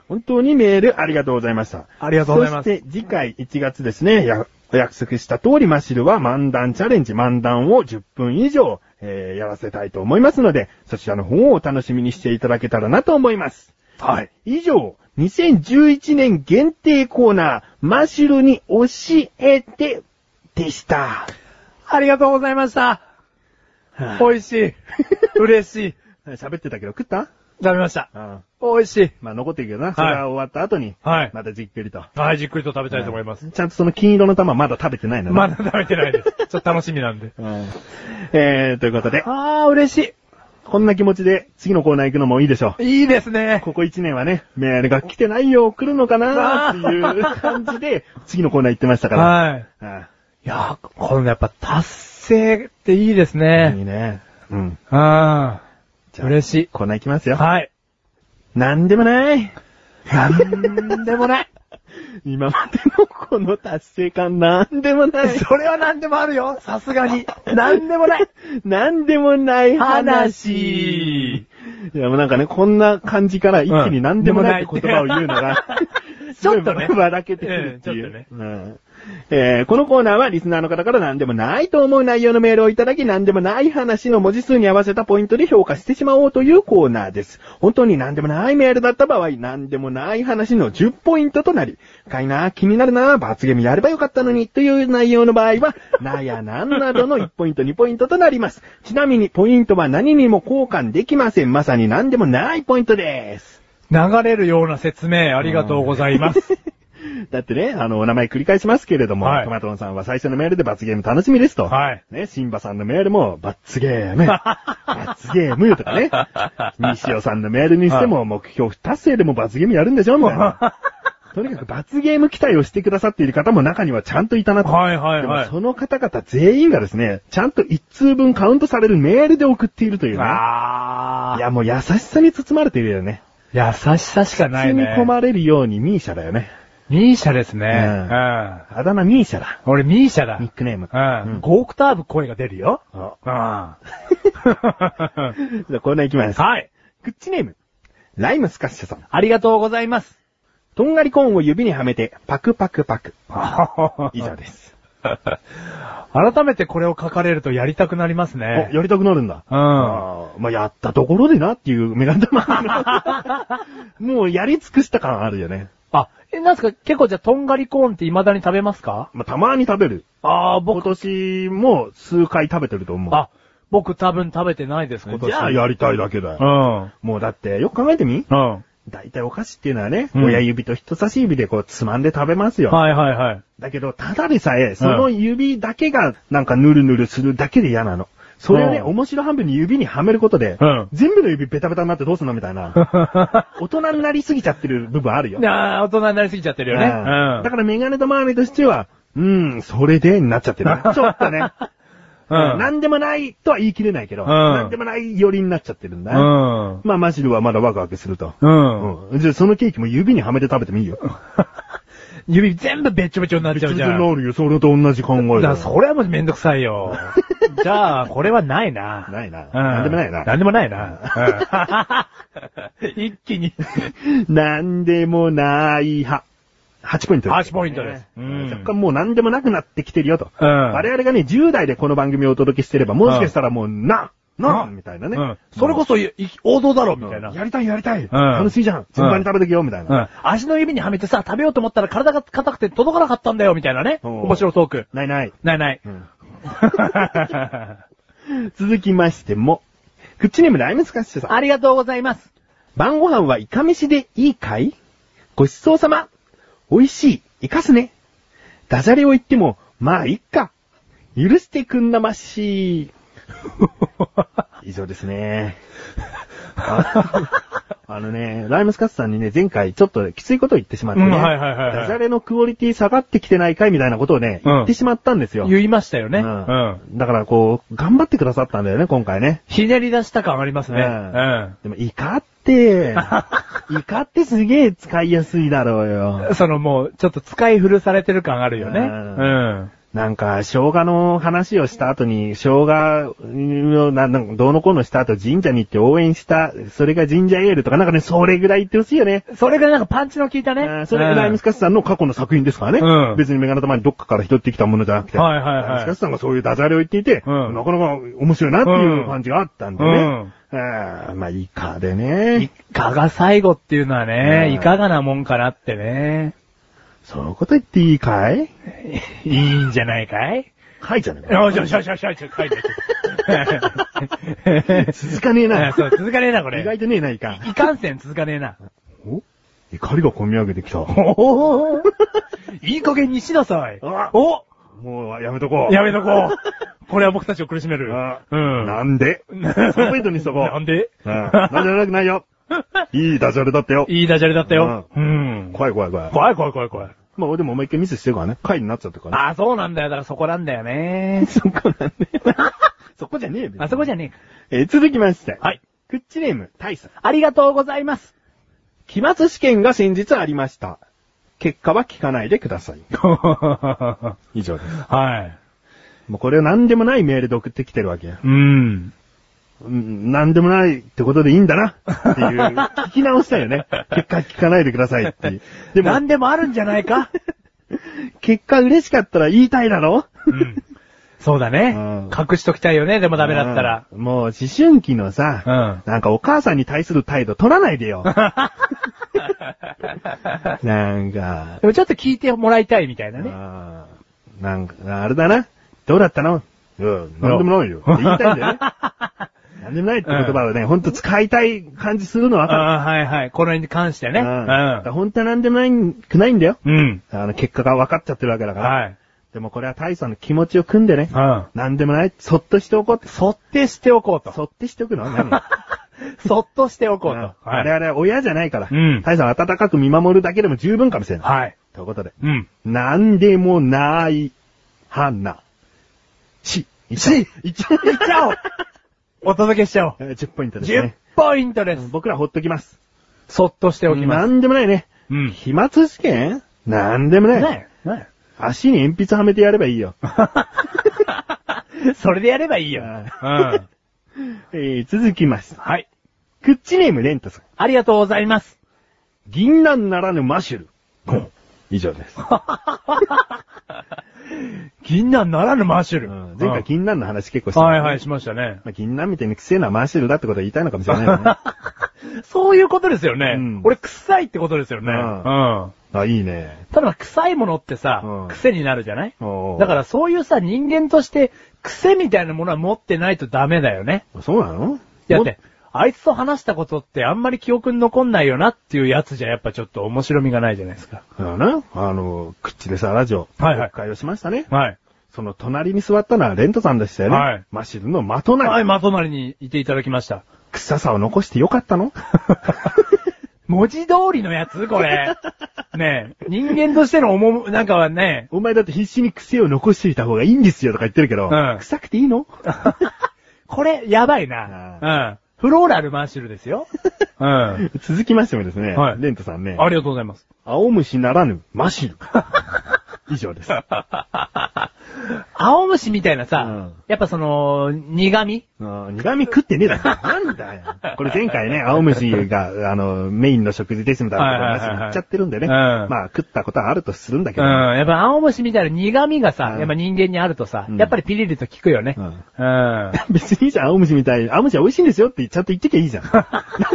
S4: 本当にメールありがとうございました。
S3: ありがとうございます
S4: そして次回1月ですね、やお約束した通りマシルは漫談チャレンジ、漫談を10分以上、えーやらせたいと思いますので、そちらの方をお楽しみにしていただけたらなと思います。
S3: はい。
S4: 以上、2011年限定コーナー、マシルに教えて、でした。
S3: ありがとうございました。美味しい。嬉しい。
S4: 喋ってたけど食った
S3: 食べました。
S4: うん。
S3: 美味しい。
S4: まあ残ってるけどな。それは終わった後に、
S3: はい
S4: またじっくりと。
S3: はい、じっくりと食べたいと思います。
S4: ちゃんとその金色の玉まだ食べてないのな
S3: まだ食べてない です。ちょっと楽しみなんで。
S4: えー、ということで、
S3: あー、嬉し
S4: こんな気持ちで次のコーナー行くのもいいでしょう。
S3: い。いいです ね。
S4: ここ1年はね、メールが来てないよ、来るのかなっていう感じで、次のコーナー行ってましたから。
S3: はい。
S4: あ
S3: いやー、このやっぱ達成っていいです
S4: あい
S3: ね。
S4: いね。うん。
S3: あー、嬉し
S4: コーナー行きます
S3: い。
S4: よ。
S3: はい。
S4: なんでもない。
S3: なんでもない。
S4: 今までのこの達成感なんでもない。
S3: それはなんでもあるよ。さすがに。なんでもない。
S4: なんでもない話。
S3: 話
S4: い。や、もうなんかね、こんな感じから一気
S3: う
S4: に
S3: ん
S4: なんでもないって言葉を言うのが、
S3: ちょっとね
S4: すごいばらけてくるっていう。
S3: うん
S4: うんえー、このコーナーはリスナーの方から何でもないと思う内容のメールをいただき、何でもない話の文字数に合わせたポイントで評価してしまおうというコーナーです。本当に何でもないメールだった場合、何でもない話の10ポイントとなり、深いな、気になるな、罰ゲームやればよかったのに、という内容の場合は、なやなんなどの1ポイント、2ポイントとなります。ちなみに、ポイントは何にも交換できません。まさに何でもないポイントです。
S3: 流れるような説明ありがとうござい ます。
S4: だってね、あの、お名前繰り返しますけれども、
S3: はい
S4: トマトンさんは最初のメールで罰ゲーム楽しみですと。
S3: はい
S4: ね、シンバさんのメールも、罰ゲ ーム。罰ゲームとかね。西尾さんのメールにしても、目標達成でも罰ゲームやるんでしょみた いな。とにかく罰ゲーム期待をしてくださっている方も中にはちゃんといたなと。
S3: はいはいはい
S4: でもその方々全員がですね、ちゃんと一通分カウントされるメールで送っているというね。
S3: あ
S4: いや、もう優しさに包まれているよね。
S3: ー。優しさしかな
S4: 包
S3: い
S4: み
S3: ね。
S4: 込まれるようにミーシャだよね。
S3: ミーシャですね。
S4: うん
S3: うん。
S4: あだ名ミーシャだ。
S3: 俺ミーシャだ。
S4: ニックネーム。
S3: うん。5オクターブ声が出るよ。
S4: あ
S3: うん。は
S4: じゃあ、コーナー行きます。
S3: い。
S4: グッチネーム。ライムスカッシュさん。
S3: ありがとうござい ます。
S4: とんがりコーンを指にはめて、パクパクパク。以上です。
S3: 改めてこれを書かれるとやりたくなります
S4: お、
S3: ね。
S4: やりたくなるんだ。
S3: うん
S4: あーまあ、やったところでなっていうメガネ玉。 もうやり尽くした感あるよね。
S3: あ、え、なんすか結構じゃあとんがりコーンって未だに食べますか
S4: まあ、たまに食べる。
S3: ああ、
S4: 今
S3: 僕、
S4: 年も数回食べてると思う。
S3: あ、僕多分食べてないです、今年。
S4: じゃあやりたいだけだ
S3: う
S4: よ。
S3: ん。うん。
S4: もうだって、よく考えてみ
S3: は
S4: 大体お菓子っていうのはね、
S3: うん
S4: 親指と人差し指でこうつまんで食べます
S3: い
S4: よ。
S3: はいはい。
S4: だけど、ただでさえ、その指だけが、なんかヌルヌルするだけで嫌なの。それをね、
S3: うん
S4: 面白半分に指にはめることで、
S3: うん
S4: 全部の指ベタベタになってどうすんのみたいな。 大人になりすぎちゃってる部分あるよ。
S3: なあ、大人になりすぎちゃってるよね。う
S4: うんだ
S3: ん。
S4: からメガネと周りとしては、うん、それでになっち ゃってる。ちょっとね。
S3: うん。
S4: なんでもないとは言い切れないけど、
S3: うん
S4: なんでもない寄りになっちゃってるんだ。
S3: うん。
S4: まあ、マシルはまだワクワクすると。
S3: うん。
S4: うんじゃあ、そのケーキも指にはめて食べてもいいよ。
S3: 指全部べっちょべちょになっちゃう
S4: 別
S3: じ
S4: に
S3: ゃん。
S4: なるよ。それと同じ考え
S3: だから
S4: だ。
S3: それはもうめんどくさい よ。じゃあ、これはないな。
S4: ないな。
S3: うん。
S4: なんでもないな。
S3: なんでもないな。うん 一気 に。
S4: なんでもない派。8ポイントです。
S3: 8ポイントです。う
S4: 若干もう何でもなくなってきてるよと。
S3: うん
S4: 我々がね、10代でこの番組をお届けしてれば、もしかしたらもう、な、な、みたいなね。
S3: うんそれこそ、い王道だろ、みたいな。
S4: やりたいやりたい。
S3: うん
S4: 楽しいじゃん。順番に食べてけよ、みたい
S3: うん
S4: な。。
S3: 足の指にはめてさ、食べようと思ったら体が硬くて届かなかったんだよ、みたいなね。
S4: うん
S3: 面白トーク。
S4: ないない。
S3: ないない。
S4: 続きましても、クッチネームライムスカッシュさん。
S8: ありがとうございます。
S4: 晩ご飯はイカ飯でいいかいごちそうさま。美味しい。イカすね。ダジャレを言っても、まあ、いっか。許してくんなまし。 以上ですね。あ あのね、ライムスカッツさんにね、前回ちょっときついことを言ってしまってね、
S3: うんはいはいはいはい
S4: ダジャレのクオリティ下がってきてないかいみたいなことをね、
S3: うん
S4: 言ってしまったんですよ。
S3: 言いましたよね。う
S4: うん
S3: ん。
S4: だからこう、頑張ってくださったんだよね、今回ね。
S3: ひねり出した感ありますね。
S4: う
S3: うんん。
S4: でも、イ カって、イカってすげえ使いやすいだろうよ。
S3: そのもう、ちょっと使い古されてる感あるよね。
S4: う
S3: うんん。
S4: なんか、生姜の話をした後に、生姜の、ななんかどうのこうのした後、神社に行って応援した、それが神社エールとか、なんかね、それぐらい言ってほしいよね。
S3: それがなんかパンチの効いたね。
S4: うんそれがライムスカッシュさんの過去の作品ですからね。
S3: うん
S4: 別にメガネ玉にどっかから拾ってきたものじゃなくて。
S3: はいはいはい
S4: ライムスカッシュさんがそういうダジャレを言っていて、
S3: うん
S4: なかなか面白いなっていう感じがあったんでね。
S3: うん
S4: あーまあ、イカでね
S3: イ。カが最後っていうのは
S4: うん
S3: ね、いかがなもんかなってね。
S4: そのこと言っていい かい
S3: いいんじゃないかい
S4: はいじゃねえか
S3: よしよしよしよしよし、書いて。
S4: 続かねえな。
S3: そう、続かねえな、これ。
S4: 意外とねえな、イカ。
S3: いかんせん続かねえな。
S4: お怒りが込み上げてきた。
S3: おおいい加減にしなさい。
S4: あ
S3: お
S4: もう、やめとこう。
S3: やめとこう。これは僕たちを苦しめる
S4: あ。
S3: うん。
S4: なんで ?3 ポイントにしとこう。
S3: なんで
S4: うんなんじゃなくな いよ。いいダジャレだったよ。
S3: いいダジャレだったよ。うん。
S4: 怖い怖い怖い。
S3: 怖い怖い怖い怖い。
S4: まあ、俺ももう一回ミスしてるからね。回になっちゃったからね。
S3: ああ、そうなんだよ。だからそこなんだよ ね。
S4: そこなんだよ。そこじゃねえよ。
S3: あそこじゃねえか。
S4: えー続きまして。
S3: はい。
S4: クッチネーム、タイさん。
S8: ありがとうござい ます。
S4: 期末試験が先日ありました。結果は聞かないでください。
S3: は
S4: 以 上です。
S3: い。
S4: もうこれを何でもないメールで送ってきてるわけ。
S3: うん。
S4: うん、なんでもないってことでいいんだなっていう、聞き 直したよね。結果聞かないでくださいっていう。でも、
S3: 何でもあるんじゃないか
S4: 期結果嬉しかったら言いたいだろ
S3: うん。そうだね
S4: うん。
S3: 隠しときたいよね、でもダメだったら。
S4: うん。もう思春期のさ、なんかお母さんに対する態度取らない でよ。なんか、
S3: でもちょっと聞いてもらいたいみたいなね。
S4: あーなんか、あれだな。どうだったのうん、なんでもないよ。って言いたい んだよね。なんでもないって言葉はね、ほんと使いたい感じするのはわか
S3: ああ、はいはい。これに関してね。
S4: る。
S3: う
S4: うんだ
S3: ん
S4: から。ほんとはなんでもないくないんだよ。
S3: うん。
S4: あの、結果が分かっちゃってるわけだから。
S3: はい。
S4: でもこれは大さんの気持ちを組んでね。
S3: うん。
S4: なんでもない。そっとしておこうって。
S3: そってしておこうと。
S4: そってしておくの 何
S3: そっとしておこう
S4: うん
S3: と。
S4: 我々は親じゃないから。
S3: うん
S4: 大さん温かく見守るだけでも十分かもしれない。
S3: はい。
S4: ということで。
S3: うん。
S4: なんでもない、花。し、いっちゃおう。いっちゃ
S3: いっち ゃおうお届けしちゃおう。
S4: おう。10ポイントです
S3: 10
S4: ね。
S3: ポイントです。
S4: 僕らほっときます。
S3: そっとしておき
S4: な
S3: ます。
S4: んでもないね。
S3: うん。
S4: 飛沫試験なんでもな
S3: ね
S4: い。
S3: えね
S4: 足に鉛筆はめてやればい いよ。
S3: えそれでやればいいよ。
S4: は
S3: うん。
S4: えー続きます。
S3: はい。
S4: クッチネームレントさん。
S3: ありがとうございます。
S4: 銀杏ならぬマシュル。以上です。
S3: 銀杏ならぬマッシュ
S4: う
S3: ル。
S4: ん前回
S3: うん
S4: 銀杏の話結構したね。
S3: はいはい、しましたね。
S4: まあ、銀杏みたいに臭いのはマシュルだってことは言いたいのかもしれない よね。
S3: そういうことですよね。
S4: うん
S3: 俺、臭いってことですよね。
S4: う
S3: うんん。
S4: あ、いいね。
S3: ただ、臭いものってさ、
S4: うん
S3: 癖になるじゃない
S4: おー
S3: だから、そういうさ、人間として、癖みたいなものは持ってないとダメだよね。
S4: そうなの
S3: だって、あいつと話したことってあんまり記憶に残んないよなっていうやつじゃやっぱちょっと面白みがないじゃないですか。
S4: だな、あの、口でさ、ラジオ。
S3: はいはい
S4: 国会をしましたね。
S3: はい。
S4: その隣に座ったのはレントさんでしたよね。
S3: はい
S4: マシルの的な、
S3: はい、まとまりにいていただきました。
S4: 臭さを残してよかっ たの
S3: 文字通りのやつこれ。ね え、人間としての重、なんかは ね、
S4: お前だって必死に癖を残していた方がいいんですよとか言ってるけど、
S3: うん
S4: 臭くていいの
S3: これ、やばいな。うん。フローラルマッシュルです よ。うん。あり
S4: 続きましてもですね、
S3: はい
S4: レントさんね、
S3: がとうござい ます。
S4: 青虫ならぬマシル。 以 上です。
S3: 青虫みたいなさ、
S4: うん
S3: やっぱその、苦味
S4: あー苦味食ってねえだろ。なんだよ。これ前 回ね、青虫が、あの、メインの食事ですみたいな話になっちゃってるんでね。
S3: はいはいはいはいうん
S4: まあ、食ったことはあるとするんだけ
S3: う
S4: ど。
S3: ん。やっぱ青虫みたいな苦味がさ、
S4: うん
S3: やっぱ人間にあるとさ、
S4: うん
S3: やっぱりピリリと効くよね。
S4: う
S3: うんん。
S4: 別にいいじゃん、青虫みたい。青虫は美味しいんですよってちゃんと言ってきゃいいじ ゃん。な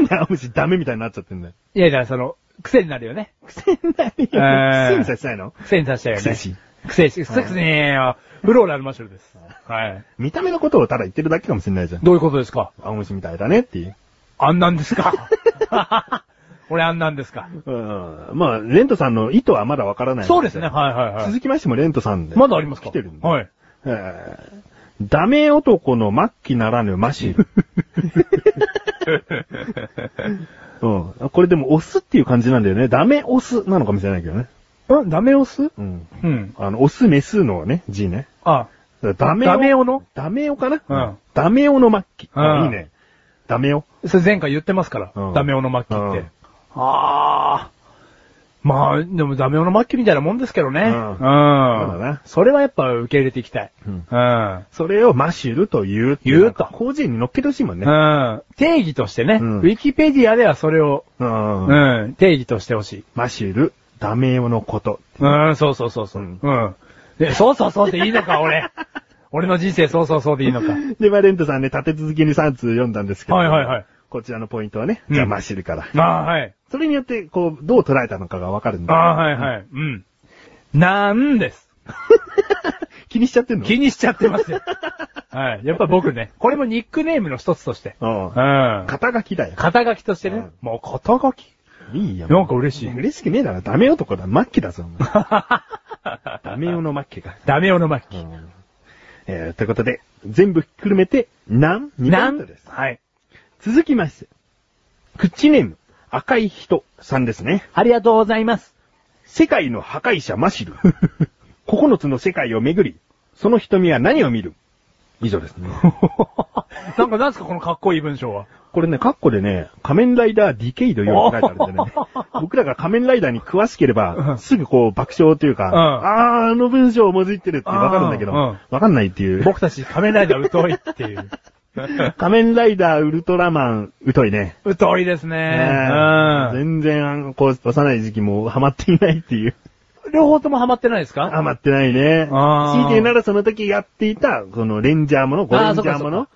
S4: んで青虫ダメみたいになっちゃってんだよ。
S3: いやいや、その、癖になるよね。
S4: 癖になるよ。
S3: えー
S4: 癖にさせたいの
S3: 癖にさせたよね。
S4: 癖し。
S3: 癖し。癖しねえよ。フローラルマッシュルです。はい。
S4: 見た目のことをただ言ってるだけかもしれないじゃん。
S3: どういうことですか
S4: 青虫みたいだねっていう。
S3: あんなんですか 俺あんなんですか
S4: うん。まあ、レントさんの意図はまだわからない。
S3: そうですね。。はいはいはい。
S4: 続きましてもレントさんで。
S3: まだありますか
S4: 来てるんで。
S3: はい。
S4: えーダメ男の末期ならぬマシ ル。うん。これでもオスっていう感じなんだよね。ダメオスなのかもしれないけどね。
S3: うんダメオス
S4: うん。
S3: うん。
S4: あの、オス、メスのね、字ね。
S3: あ、
S4: ダメオ。
S3: ダメオの
S4: ダメオかな
S3: うん
S4: ダメオの末期。
S3: うん
S4: あいいね。ダメオ。
S3: それ前回言ってますから。
S4: うん
S3: ダメオの末期
S4: う
S3: っ
S4: ん
S3: て。ああ。まあ、でもダメオの末期みたいなもんですけどね。
S4: う
S3: うんん。
S4: うだな
S3: それはやっぱ受け入れていきたい。
S4: う
S3: うんん。うん。
S4: それをマシルというってい。
S3: 言うと
S4: 法人に乗っけてほしいもんね。
S3: 定義としてね。
S4: うん
S3: ウィキペディアではそれを、
S4: うん
S3: うん、定義としてほしい。
S4: マシル、ダメオのこと。
S3: うん、そうそうそうそう。
S4: うん
S3: うん。で、そうそうそうっていいのか、俺。 俺の人生そうそうそうでいいのか。
S4: で、まあ、レントさんね、立て続けに3通読んだんですけど。
S3: はいはいはい。
S4: こちらのポイントはね、
S3: うん
S4: じゃあマシルから。
S3: ああ、はい。
S4: それによって、こう、どう捉えたのかがわかるん
S3: あ
S4: だ。
S3: あ、はいはい。うん。なんです。
S4: 気にしちゃってん の
S3: 気にしちゃって ますよ。はい。やっぱ僕ね、これもニックネームの一つとして。
S4: うん
S3: うん。
S4: 肩書きだよ。
S3: 肩書きとして
S4: う
S3: ね
S4: ん。
S3: もう肩書き。
S4: いいよ。
S3: なんか嬉しい。
S4: 嬉しくねえだろ。ダメ男だ。 末期だぞ、お前ダメ男の末期が。
S3: ダメよの巻。
S4: うんえー、ということで、全部ひっくるめて、なん2ポイ
S3: な
S4: ン
S3: ん
S4: トです。
S3: はい。
S4: 続きまして、クッチネーム、赤い人さんですね。
S3: ありがとうございます。
S4: 世界の破壊者マシル。9つの世界をめぐり、その瞳は何を見る以上 ですね。
S3: なんかなんすかこのかっこいい文章 は。
S4: これね、カッコでね、仮面ライダーディケイドよって書いてあるんでね。 僕らが仮面ライダーに詳しけれ
S3: う
S4: ば、
S3: ん
S4: すぐこう爆笑という
S3: う
S4: か、
S3: ん
S4: あー、あの文章をもじってるってわかるんだけど、
S3: うんうん
S4: わかんないっていう。
S3: 僕たち仮面ライダー疎いって いう。
S4: 仮面ライダーウルトラマン、疎いね。
S3: 疎いですね。
S4: ねえ
S3: うん。
S4: 全然、こう、幼い時期もハマっていないっていう。
S3: 両方ともハマってないですか
S4: 余ってないね。
S3: あー
S4: 強いて言うならその時やっていた、このレンジャーもの、ゴレンジャーも
S3: あーそっ
S4: の、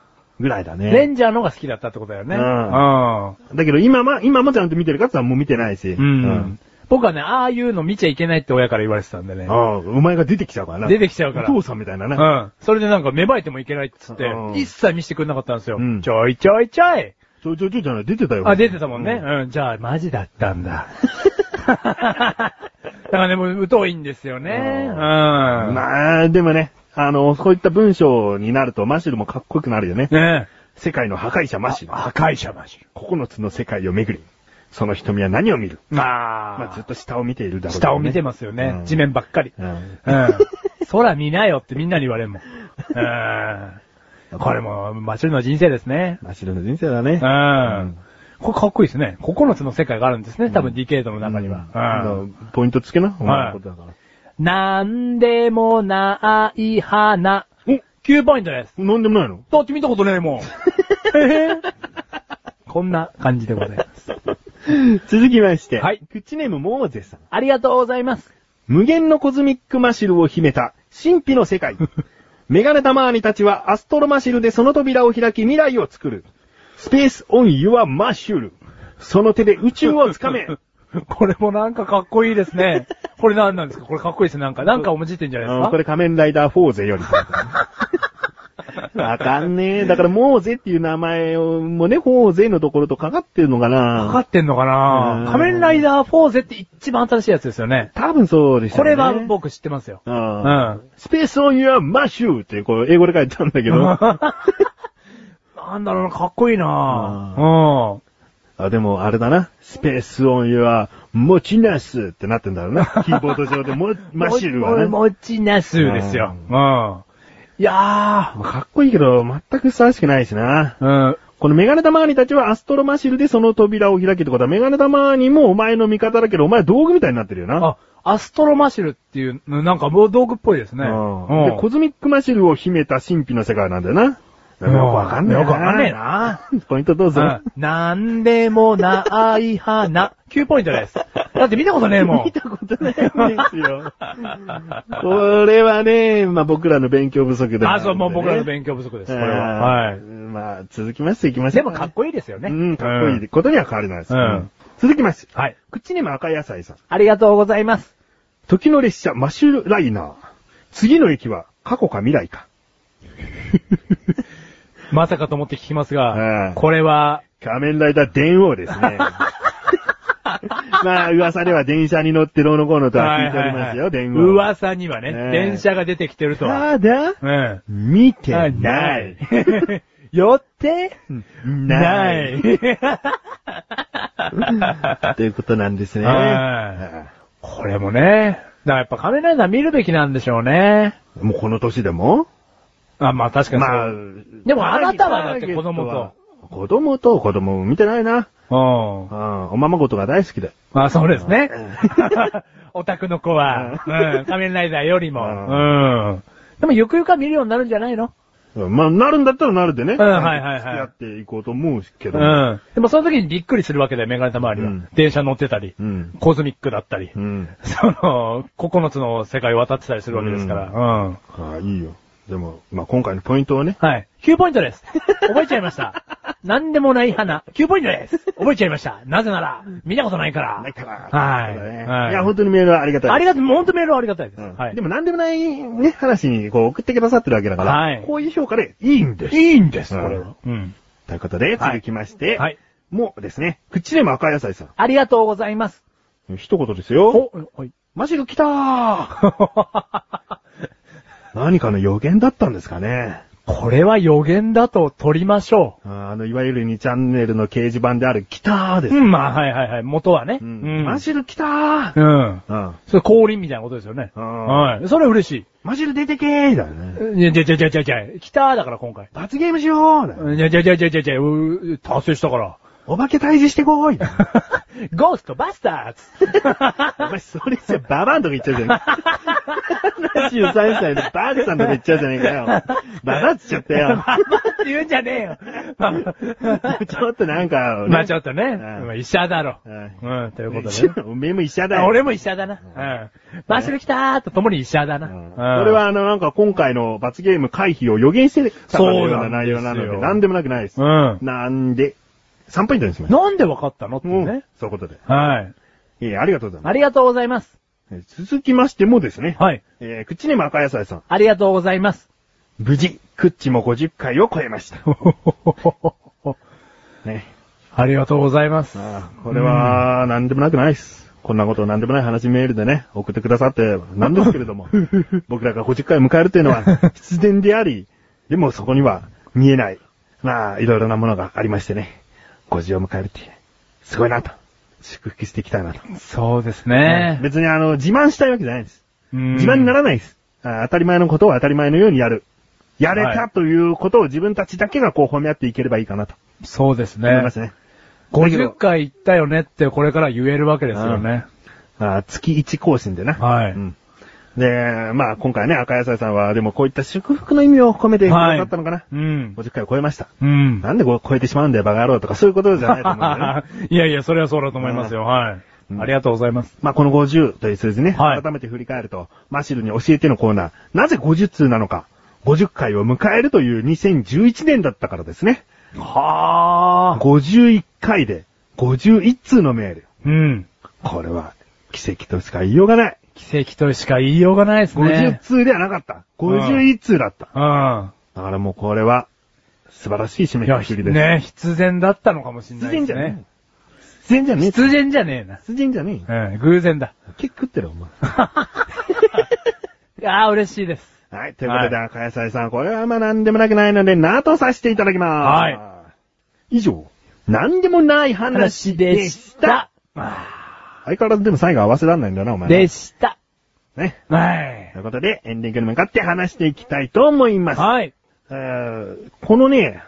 S4: ぐらいだ
S3: レ
S4: ね。
S3: ンジャーのが好きだったってことだよね。
S4: うん
S3: うん
S4: だけど今は、今もちゃんと見てるかって言ったらもう見てないし。
S3: うん。僕はね、ああいうの見ちゃいけないって親から言われてたんでね
S4: うん。。ああ、お前が出てきちゃうからな。
S3: 出てきちゃうから
S4: お父さんみたいなね。
S3: うん。 それでなんか芽生えてもいけないっつって
S4: うん、
S3: 一切見せてくれなかったんですよ
S4: うん。
S3: ちょいちょいちょい
S4: ちょいちょいちょいじゃない、出てたよ。
S3: あ、出てたもんね。うん。じゃあ、マジだったんだ。だからね、もう疎いんですよね。うん
S4: う
S3: ん。
S4: まあ、でもね、あの、そういった文章になるとマシュルもかっこよくなるよね。
S3: ね
S4: 世界の破壊者マシュル。
S3: 破壊者マジ。
S4: 9つの世界を巡り、その瞳は何を見るまあ、ずっ
S3: まあ、
S4: と下を見ているだろう、ね。
S3: 下を見てますよね。地面ばっかり。
S4: う
S3: うんん。空見なよってみんなに言われるもん。うん。これも、マシュルの人生ですね。
S4: マシュルの人生だね。
S3: う
S4: うん
S3: ん。これかっこいいですね。9つの世界があるんですね。多分ディケードの中に
S4: うんだか
S3: は。うん。
S4: らポイントつけな、お前のことだから。
S3: なんでもない花。9ポイントです。
S4: なんでもな いの
S3: だって見たことねえもん。えへこんな感じでございます。
S4: 続きまして。
S3: はい
S4: クッチネームモーゼさん。
S3: ありがとうございます。
S4: 無限のコズミックマシルを秘めた神秘の 世界。メガネタマーニたちはアストロマシルでその扉を開き未来を作る。スペースオンユアマシュル。その手で宇宙を つかめ。
S3: これもなんかかっこいいです ね。これなんなんですかこれかっこいいですね。なんか、なんかおもじってんじゃないです
S4: うん
S3: か
S4: これ仮面ライダーフォーゼより。 わかんねえ。だからモーゼっていう名前をもね、フォーゼのところとかかってるのかな
S3: かかってんのか
S4: う
S3: なん仮面ライダーフォーゼって一番新しいやつですよね。
S4: 多分そうでしたね。
S3: これは僕知ってますよ。
S4: う。
S3: うんん。
S4: スペースオンユアマシューってこう英語で書いてたんだ けど。
S3: なんだろうな、かっこいいな
S4: う
S3: うん。
S4: あ、でも、あれだな。スペースオンユア、持ちなすってなってんだろ うな。キーボード上でも、マシルはね。ま
S3: もちなすですよ。うん。いや
S4: あかっこいいけど、全くふさわしくないしな。
S3: ー。うん。
S4: このメガネ玉兄たちはアストロマシルでその扉を開けってことは、メガネ玉兄もお前の味方だけど、お前道具みたいになってるよな。
S3: あ、アストロマシルっていう、なんかもう道具っぽいですね。
S4: うんで、コズミックマシルを秘めた神秘の世界なんだよな。よく
S3: うん
S4: わかんねえな。
S3: よくわかんねえな。
S4: ポイントどうぞ。
S3: うんなんでもない花。9ポイントです。だって見たことねえもん。
S4: 見たことないんです よ。これはね、まあ僕らの勉強不足でもるんでね
S3: あ、そう、もう僕らの勉強不足です。これは。
S4: は。
S3: はいい。
S4: まあ、続きまして行きましょ
S3: で
S4: う。
S3: もかっこいいですよね。
S4: うん、かっこいいことには変わりないです。
S3: うん
S4: 続きまして。
S3: はい。
S4: 口にも赤い野菜さん。
S3: ありがとうございます。
S4: 時の列車マシュライナー。次の駅は過去か未来 か。
S3: まさかと思って聞きます
S4: うん
S3: が、これは、
S4: 仮面ライダー電王で すね。まあ、噂では電車に乗ってどうのこうのとは聞いておりますよ、
S3: はいはいはい
S4: 電王。
S3: 噂にはね、
S4: ねえ
S3: 電車が出てきてるとは。
S4: ただ、
S3: うん。
S4: 見てない。。
S3: よって、
S4: な。
S3: ないい。
S4: ということなんですね。
S3: は
S4: あ
S3: これもね、だからやっぱ仮面ライダー見るべきなんでしょうね。
S4: あもうこの年でも
S3: あ、まあ確かにそう。
S4: まあ。
S3: でもあなたはだって子供と
S4: ターゲットは。子供と子供を見てないな。
S3: うん
S4: う。ん、おままごとが大好きで。
S3: まあそうですね。 オタクの子は、うん、仮面ライダーよりも。
S4: う
S3: うん。でもゆくゆくは見るようになるんじゃないの
S4: うんまあ、なるんだったらなるでね。
S3: んはいはいはい
S4: 付き合っていこうと思うけ
S3: う
S4: ど。
S3: ん。でもその時にびっくりするわけだよ、メガネた周りは。
S4: うん
S3: 電車乗ってたり、
S4: うん
S3: コズミックだったり、
S4: うん。
S3: その、9つの世界を渡ってたりするわけですから。うん。
S4: ああ、いいよ。でも、まあ、今回のポイントをね。
S3: はい。9ポイントです。覚えちゃいま した。なんでもない花。9ポイントです。覚えちゃいました。なぜなら、見たことないから。
S4: ないから。
S3: はい
S4: そうだね
S3: はい
S4: いや、本当にメールはありがたいです。
S3: ありがとう、ほんとメールはありがたいです。
S4: うん
S3: はい。
S4: でも何でもないね、話にこう送ってくださってるわけだから、
S3: はい
S4: こういう評価でいいんです。
S3: いいんです
S4: うん
S3: これは。うん。
S4: ということで、
S3: はい
S4: 続きまして、
S3: はい
S4: もうですね、口でも赤い野菜さ
S3: ありがとうございます。
S4: ん。一言ですよ。
S3: お、はい。
S4: マシル来たー何かの予言だったんですかね。
S3: これは予言だと取りましょ
S4: あーあの、いわゆる2チャンネルの掲示板である、来たーで
S3: う。
S4: す。
S3: うん、まあ、はいはいはい。元はね。
S4: う
S3: うんん。
S4: マシル来たー、
S3: うん。
S4: うん、
S3: それ降臨みたいなことですよね。
S4: うん
S3: はい。それは嬉し
S4: マシル出てけーだよね。
S3: い。いや、じゃじゃじゃじゃじゃ北だから今回。
S4: 罰ゲームしようだよね
S3: いや、じゃじゃじゃじゃじゃ達成したから。。
S4: お化け退治してこーい
S3: ゴーストバス タ
S4: お
S3: ーズ
S4: 前それじゃババアンとか言っちゃうじゃねえか。73歳でバーンさんとか言っちゃうじゃねえかよ。ババアっつっちゃったよ。
S3: ババって言うんじゃねえ よ。
S4: ちょっとなんか、
S3: まあちょっとね、
S4: ん
S3: まあ医者だろ。
S4: はい
S3: うん、ということでね。
S4: おめえも医者だよ。
S3: 俺も医者だな。うん。マッシュル来たーとともに医者だな。
S4: うん俺はあの、なんか今回の罰ゲーム回避を予言してたかのよう
S3: そうな
S4: なん内容なの
S3: です
S4: で、
S3: よ
S4: なんでもなくないです
S3: う。ん。
S4: なんで、3ポイントにしましょ
S3: なんでわかったのって
S4: う。
S3: ね、
S4: うんそういうことで。
S3: はい。
S4: えーありがとうございま
S3: ありがとうございます。
S4: す。続きましてもですね、
S3: はい。
S4: えー、口にも赤野菜さん、
S3: ありがとうございます。
S4: 無事、クッチも50回を超え ました。ね。
S3: ありがとうございます。
S4: ああこれは、なんでもなくないです。こんなことなんでもない話メールでね、送ってくださって、なんですけれども、 僕らが50回を迎えるというのは、必然であり、でもそこには見えない、まあ、いろいろなものがありましてね、50を迎えるって、すごいなと、祝福していきたいなと。
S3: そうですね。
S4: 別にあの、自慢したいわけじゃないです。自
S3: 自
S4: 慢にな
S3: ら
S4: らないです。ああ当たり前のことを当たり前のようにやる。やれ
S3: は
S4: た
S3: い
S4: ということを自分たちだけがこう褒め合っていければいいかなと
S3: そうですね
S4: 思い。ますね。
S3: 50回行ったよねってこれから言えるわけですよね。
S4: あー月1更新でな。
S3: はい
S4: うん。で、まあ今回ね、赤野菜さんは、でもこういった祝福の意味を込めてくださったのかな。
S3: うん。
S4: 50回を超えました。
S3: うん。
S4: なんでこう超えてしまうんだよ、バカ野郎とか、そういうことじゃないと思うんだよね。
S3: いやいや、それはそうだと思いますよ。はい。
S4: うん
S3: ありがとうございます。
S4: まあこの50という数字ね、
S3: はい
S4: 改めて振り返ると、マシルに教えてのコーナー、なぜ50通なのか、50回を迎えるという2011年だったからですね。
S3: はあ。
S4: 51回で51通のメール。
S3: うん。
S4: これは奇跡としか言いようがない。
S3: 奇跡としか言いようがないです
S4: 50
S3: ね。
S4: 通ではなかった。51通だった。
S3: うん。
S4: だからもうこれは、素晴らしい締め
S3: いや、
S4: くく
S3: ひ
S4: りです。
S3: ね、必然だったのかもしれ
S4: 必
S3: ないで
S4: 然じ
S3: す
S4: ゃね
S3: ね。
S4: え。必然じゃねえ。
S3: 必然じゃねえな。
S4: 必然じゃねえ。
S3: うん、偶然 だ。
S4: 結構食ってる、お前。
S3: いやー、嬉しいです。
S4: はい、ということで、赤野菜さん、これはまあ何でもなくないので、なとさせていただきます。。
S3: はい
S4: 以上、何でもない話でした。。相変わらずでも最後合わせらんないんだな、お前。
S3: で。した。
S4: ね。
S3: はい
S4: と。いうことで、エンディングに向かって話していきたいと思います。
S3: はい。
S4: えーこのね、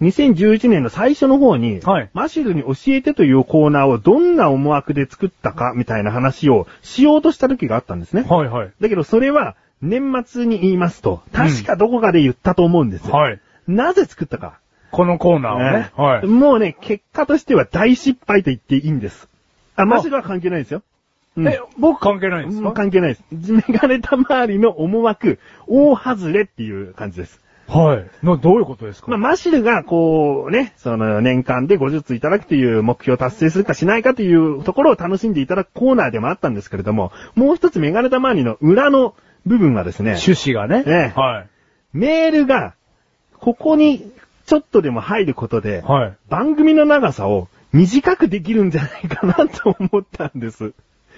S4: 2011年の最初の方に、
S3: はい
S4: マシルに教えてというコーナーをどんな思惑で作ったかみたいな話をしようとした時があったんですね。
S3: はいはい。
S4: だけどそれは年末に言いますと、確かどこかで言ったと思うんですよ。
S3: はい。
S4: なぜ作ったか、
S3: このコーナーをね。
S4: ね
S3: はい。
S4: もうね、結果としては大失敗と言っていいんです。あ、マシルは関係ないですよ。うん
S3: え、僕関係ないんです
S4: うん
S3: か
S4: 関係ないです。メガネた周りの思惑、大外れっていう感じです。
S3: はい。の、どういうことですか
S4: まあ、マシルが、こう、ね、その、年間で50ついただくという目標を達成するかしないかというところを楽しんでいただくコーナーでもあったんですけれども、もう一つメガネたまわりの裏の部分はですね、
S3: 趣旨がね。
S4: ええ
S3: はい。
S4: メールが、ここに、ちょっとでも入ることで、
S3: はい。
S4: 番組の長さを短くできるんじゃないかなと思ったんです。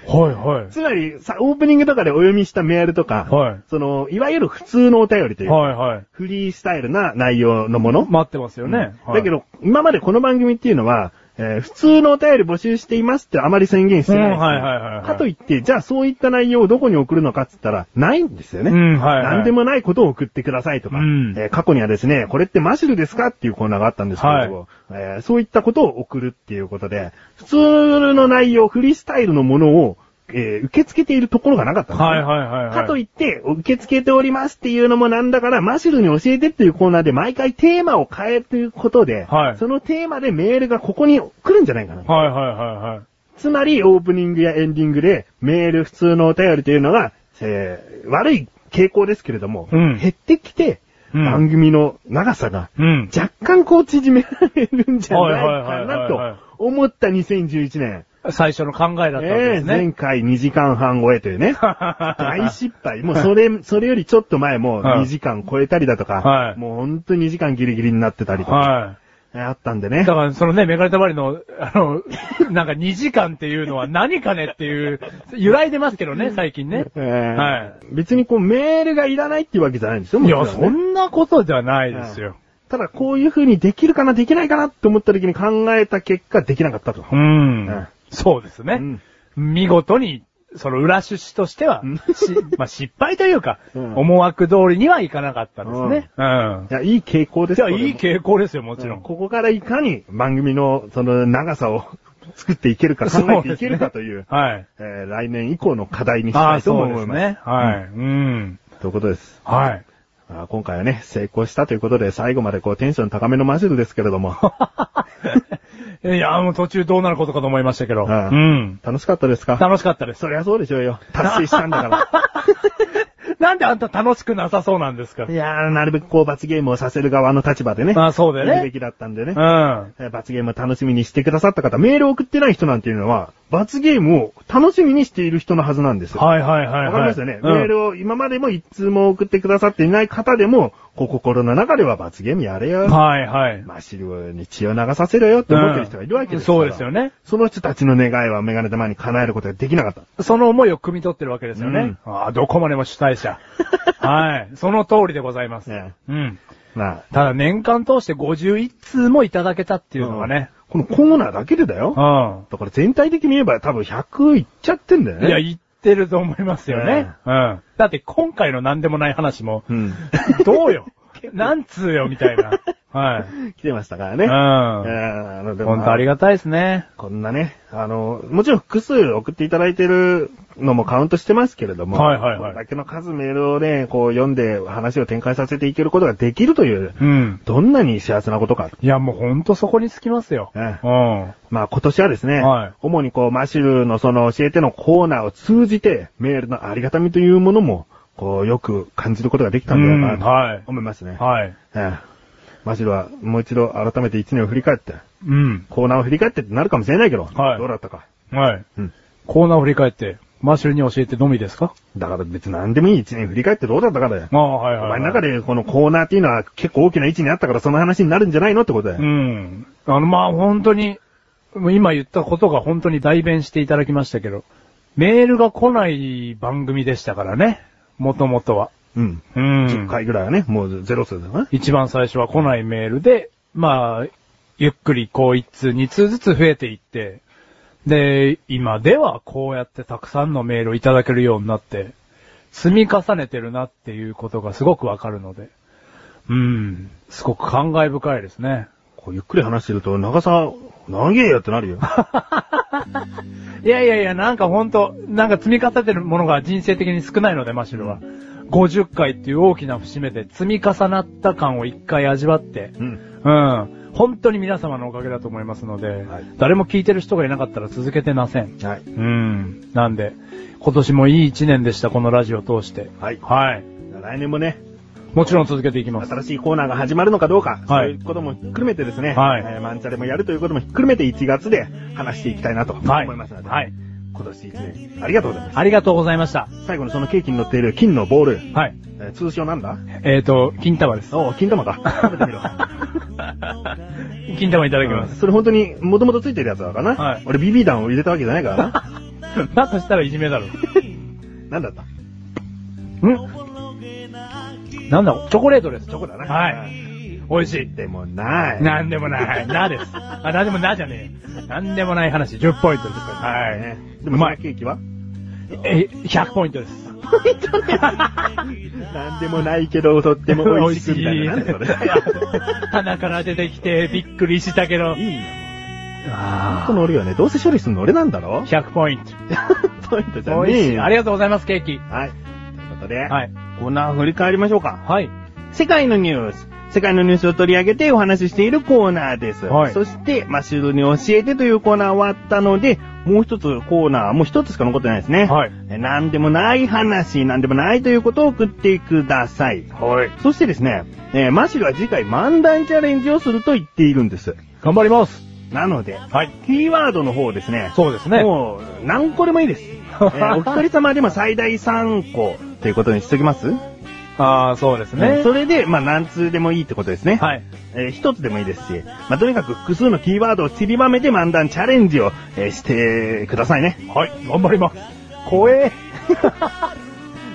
S3: はいはい。
S4: つまり、さ、オープニングとかでお読みしたメールとか、
S3: はい
S4: その、いわゆる普通のお便りというか、
S3: はいはい。
S4: フリースタイルな内容のもの、
S3: 待ってますよね。はい
S4: だけ、ど、今までこの番組っていうのは、えー普通のお便り募集していますってあまり宣言してないんで
S3: う
S4: すよ、
S3: んはいはいはいはい
S4: かといって、じゃあそういった内容をどこに送るのかって言ったら、ないんですよね。
S3: うんはいはい
S4: 何でもないことを送ってくださいとか、
S3: うん
S4: えー過去にはですね、これってマシュルですかっていうコーナーがあったんですけれども、えーそういったことを送るっていうことで、普通の内容、フリースタイルのものを、えー受け付けているところがなかったんですね
S3: はいはいはいはい。
S4: かといって、受け付けておりますっていうのもなんだから、マシュルに教えてっていうコーナーで毎回テーマを変えていくことで、
S3: はい
S4: そのテーマでメールがここに来るんじゃないかな。
S3: はいはいはいはい。
S4: つまり、オープニングやエンディングで、メール普通のお便りというのが、えー悪い傾向ですけれども、
S3: うん
S4: 減ってきて、
S3: うん
S4: 番組の長さが、
S3: うん。
S4: 若干こう縮められるんじゃない
S3: は
S4: かな
S3: は
S4: い
S3: いはいはいはい
S4: と思った2011年。
S3: 最初の考えだったわけで
S4: ええ
S3: す
S4: 前
S3: ね。
S4: 回2時間半超えとい うね。大失敗。もうそれ、それよりちょっと前も
S3: はい
S4: 2時間超えたりだとか、
S3: はい
S4: もうほんと2時間ギリギリになってたりとか、
S3: は
S4: あったんで
S3: い。だ
S4: ね。
S3: から、そのね、メガネたまりの、あの、 なんか2時間っていうのは何かねっていう、揺らいでますけどね、最近ね。
S4: ええ
S3: は
S4: 別にこうメールがいらないっていうわけじゃないんですよ、
S3: い。いや、
S4: もちろん
S3: そ
S4: ね
S3: んなことじゃないですよ。
S4: ただこういう風にできるかな、できないかなって思った時に考えた結果、できなかったと。
S3: うん。
S4: うん
S3: そうですね。見事に、その裏趣旨としては
S4: うん、
S3: しまあ、失敗というか、
S4: うん
S3: 思惑通りにはいかなかったんですね。うん
S4: い。や、いい傾向です
S3: じゃあ、
S4: これも
S3: いい傾向ですよ、もちろん。
S4: ここからいかに番組のその長さを 作っていけるか考えていけるかという、
S3: はい。
S4: えー来年以降の課題にし
S3: あ
S4: た
S3: あ、
S4: いと
S3: そ
S4: 思
S3: う
S4: いま。
S3: ですすね。はい。うん。
S4: ということです。
S3: はい。
S4: あー今回はね、成功したということで、最後までこうテンション高めのマジルですけれども、
S3: いや、もう途中どうなることかと思いましたけど。う
S4: はい
S3: ん。
S4: 楽しかったですか
S3: 楽しかったです
S4: そ。りゃそうでしょうよ。達成したんだから。
S3: なんであんた楽しくなさそうなんですか
S4: いやー、なるべくこう罰ゲームをさせる側の立場でね、
S3: まあそうだ
S4: やる
S3: よ
S4: べ
S3: ね。
S4: きだったんでね
S3: う。ん。
S4: えー罰ゲームを楽しみにしてくださった方、メールを送ってない人なんていうのは、罰ゲームを楽しみにしている人のはずなんですよ。
S3: はいはいはいはい。
S4: わかりますよね。
S3: うん
S4: メールを今までも一通も送ってくださっていない方でも、こう心の中では罰ゲームやれよ。
S3: はいはい。
S4: マシルに血を流させろよって思ってる人がいるわけですから、
S3: そうですよね。
S4: その人たちの願いはメガネ玉に叶えることができなかった。
S3: その思いを汲み取ってるわけですよね。ああ、どこまでも主体 者。はい。その通りでございます。
S4: ね
S3: うん。
S4: まあ。
S3: ただ年間通して51通もいただけたっていうのがね。
S4: このコーナーだけでだ
S3: う。
S4: よ
S3: ん。
S4: だから全体的に言えば多分100いっちゃってんだよね。
S3: いや、言ってると思いますよね
S4: ね。
S3: うん。だって今回の何でもない話も、
S4: うん。
S3: どうよなんつうよみたい な。はい。
S4: 来てましたから
S3: う
S4: ね。
S3: ん。
S4: 本
S3: 本当ありがたいですね。
S4: こんなね、あの、もちろん複数送っていただいてるのもカウントしてますけれども、
S3: はいはいはい
S4: これだけの数メールをね、こう読んで話を展開させていけることができるという、
S3: うん。
S4: どんなに幸せなことか。
S3: いや、もうほんとそこにつきますよ。
S4: え
S3: う
S4: え
S3: ん。
S4: まあ今年はですね、
S3: はい
S4: 主にこうマシュルのその教えてのコーナーを通じて、メールのありがたみというものも、こうよく感じることができたんじゃないか
S3: うんは
S4: ないと思いますね。
S3: はい。
S4: ええマシュルはもう一度改めて一年を振り返って、
S3: うん。
S4: コーナーを振り返ってってなるかもしれないけど、
S3: はい
S4: どうだったか。
S3: はい。
S4: うん
S3: コーナーを振り返って、マシュルに教えてのみですか
S4: だから別に何でもいい一年振り返ってどうだったかだよ。
S3: ああ、はいはい、
S4: お
S3: はい。
S4: 前の中でこのコーナーっていうのは結構大きな位置にあったからその話になるんじゃないのってことだよ。
S3: うん。あの、まあ、本当に、もう今言ったことが本当に代弁していただきましたけど、メールが来ない番組でしたからね。もともとは。
S4: うん。
S3: うん。
S4: 10回ぐらいはね、もうゼロ数だな。
S3: 一番最初は来ないメールで、まあ、ゆっくりこう一通二通ずつ増えていって、で、今ではこうやってたくさんのメールをいただけるようになって、積み重ねてるなっていうことがすごくわかるので、うん、すごく感慨深いですね。
S4: こうゆっくり話してると長さ、長えよってな るよ。
S3: いやいやいや、なんかほんと、なんか積み重ねてるものが人生的に少ないので、マシュルは。50回っていう大きな節目で積み重なった感を一回味わって、
S4: うん。
S3: うん。本当に皆様のおかげだと思いますので、
S4: はい
S3: 誰も聞いてる人がいなかったら続けてません。
S4: はい。
S3: うん。なんで、今年もいい一年でした、このラジオを通して。
S4: はい
S3: はい。
S4: 来年もね、
S3: もちろん続けていきます。
S4: 新しいコーナーが始まるのかどうか、
S3: はい
S4: そういうこともひっくるめてですね、
S3: はい
S4: えーマンチャレもやるということもひっくるめて1月で話していきたいなと思
S3: はい。
S4: いますので、
S3: はい。
S4: 今年1年、ありがとうございます。
S3: ありがとうございました。
S4: 最後にそのケーキに乗っている金のボール、
S3: はい。
S4: えー通称なんだ
S3: えっ、ー、と、金玉です。
S4: おう金玉か。食べてみ ろ。
S3: 金玉いただきま
S4: うん
S3: す。
S4: それ本当に、もともとついてるやつだからな。
S3: はい
S4: 俺 BB 弾を入れたわけじゃないからな。
S3: だとしたらいじめだろ。
S4: なんだった
S3: んなんだチョコレートです。チョ
S4: どこだな。
S3: はい。美味しい。
S4: でもない。
S3: なんでもない。なです。あ、なんでもなじゃねえよ。なんでもない話。10ポイントです。は
S4: ね
S3: い。
S4: で
S3: う
S4: もそ
S3: ま
S4: の
S3: い。
S4: ケーキは
S3: え、100ポイントです。
S4: なんでもないけど、とっても美味しいみたいな。なんだそれ。
S3: 鼻から出てきてびっくりしたけど。
S4: いいよ。こ
S3: あ
S4: の俺はね、どうせ処理するの俺なんだろ
S3: あ。100ポイント。
S4: そういったじゃ
S3: 美味し
S4: ねえ
S3: い。
S4: よ
S3: ありがとうございます、ケーキ。
S4: はい。ということで、
S3: はい。
S4: コーナー振り返りましょうか。
S3: はい。
S4: 世界のニュース。世界のニュースを取り上げてお話ししているコーナーです。
S3: はい
S4: そして、マシュルに教えてというコーナー終わったので、もう一つコーナー、もう一つしか残ってないですね。
S3: はい
S4: え。なんでもない話、なんでもないということを送ってください。
S3: はい。
S4: そしてですね、えーマシュルは次回漫談チャレンジをすると言っているんです。
S3: 頑張ります。
S4: なので、
S3: はい。
S4: キーワードの方ですね。
S3: そうですね。
S4: もう、何個でもいい です。えーお一人様でも最大3個ということにしときます
S3: ああ、そうですね。
S4: それで、まあ、何通でもいいってことですね。
S3: はい。
S4: えー一つでもいいですし、まあ、とにかく複数のキーワードを散りばめて漫談チャレンジを、えーしてくださいね。
S3: はい。頑張ります。怖え。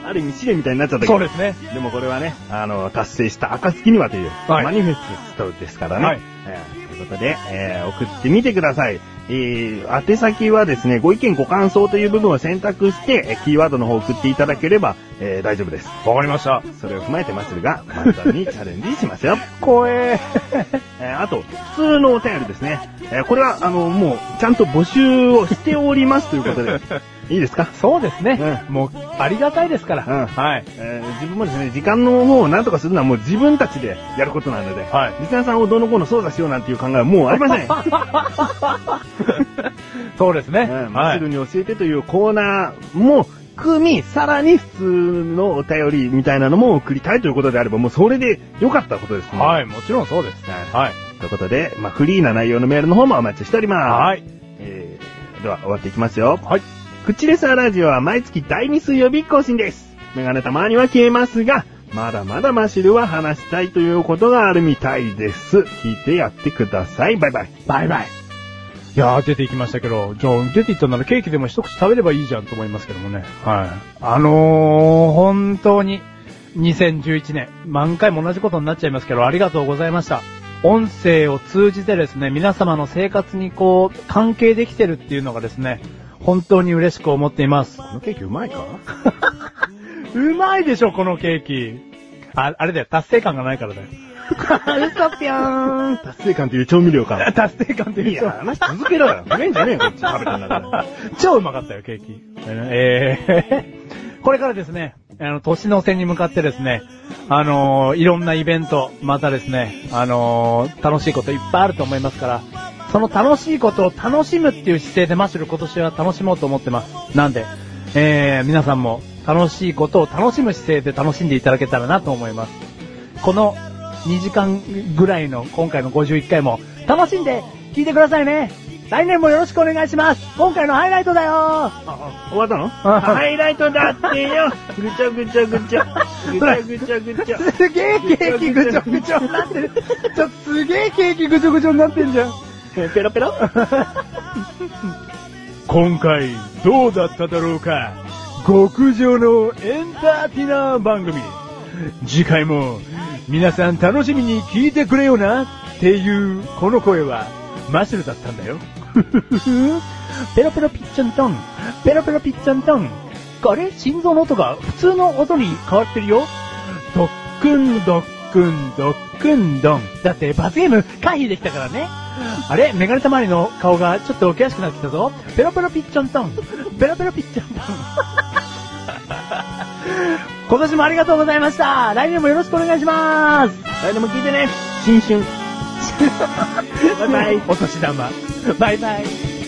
S4: ある意味試練みたいになっちゃったけど。
S3: そうですね。
S4: でもこれはね、あの、達成した暁にはという、
S3: はい
S4: マニフェストですからね。
S3: はい
S4: えーということで、えー送ってみてください。えー、宛先はですね、ご意見ご感想という部分を選択して、えーキーワードの方を送っていただければ、えー、大丈夫です。
S1: わかりました。
S4: それを踏まえてマシルが漫才にチャレンジしますよ。
S3: 怖え。
S4: えーあと、普通のお便りですね。えーこれは、あの、もう、ちゃんと募集をしておりますということ で、いいですか
S3: そうですね。もう、ありがたいですから。
S4: うん。
S1: はい。
S4: えー自分もですね、時間の方を何とかするのはもう自分たちでやることなので、
S1: はい
S4: リスナーさんをどうのこうの操作しようなんていう考えはもうあり ません。
S3: そうですね。
S4: うん、マシルに教えてというコーナーも組み、さらに普通のお便りみたいなのも送りたいということであれば、もうそれで良かったことですね。
S1: はい、もちろんそうです。
S4: は
S1: はい。
S4: い。ということで、まあ、フリーな内容のメールの方もお待ちしております。
S1: はい。
S4: えー、では終わっていきますよ。
S1: はい。
S4: クチレサーラジオは毎月第2水曜日更新です。メガネたまには消えますが、まだまだマシルは話したいということがあるみたいです。聞いてやってください。バイバイ。
S3: バイバイ。
S1: いやー、出ていきましたけど、じゃあ、出ていったならケーキでも一口食べればいいじゃんと思いますけどもね。はい。
S3: あのー、本当に、2011年、何回も同じことになっちゃいますけど、ありがとうございました。音声を通じてですね、皆様の生活にこう、関係できてるっていうのがですね、本当に嬉しく思っています。
S4: このケーキうまいか
S3: うまいでしょ、このケーキ。あ、あれだよ、達成感がないか らだよ。
S4: 嘘ぴょーん。 達成感という調味料か。
S3: 達成感って
S4: い
S3: 言う
S4: や、話し続けろ よ。食べんじゃねえよ、こっち食べてんだから。
S3: 超うまかったよ、ケーキ。えー、 これからですね、あの、年の瀬に向かってですね、あのーいろんなイベント、またですね、あのー楽しいこといっぱいあると思いますから、その楽しいことを楽しむっていう姿勢でマシュル今年は楽しもうと思ってます。なんで、えー、皆さんも楽しいことを楽しむ姿勢で楽しんでいただけたらなと思います。この2時間ぐらいの今回の51回も楽しんで聞いてくださいね。来年もよろしくお願いします。今回のハイライトだよ。
S4: 終わったのハイライトだってよ。ぐちゃぐちゃぐちゃ。ぐちゃぐちゃぐ ちゃ。
S3: すげえケーキぐちょぐちょになってる。ちょっとすげえケーキぐちょぐちょになってんじゃん。
S4: ペロペ ロ
S1: 今回どうだっただろうか極上のエンターテイナー番組次回も皆さん楽しみに聞いてくれよなっていうこの声はマシュルだったんだよ
S3: ペロペロピッチョントン。ペロペロピッチョントン。あれ心臓の音が普通の音に変わってるよ。ドックンドックンドックンドン。だって罰ゲーム回避できたからね。あれメガネたまりの顔がちょっと悔しくなってきたぞ。ペロペロピッチョントン。ペロペロピッチョントン。 今年もありがとうございました。来年もよろしくお願いします。
S4: 誰でも聞いてね。新春。バイバイ。
S3: お年玉。バイバイ。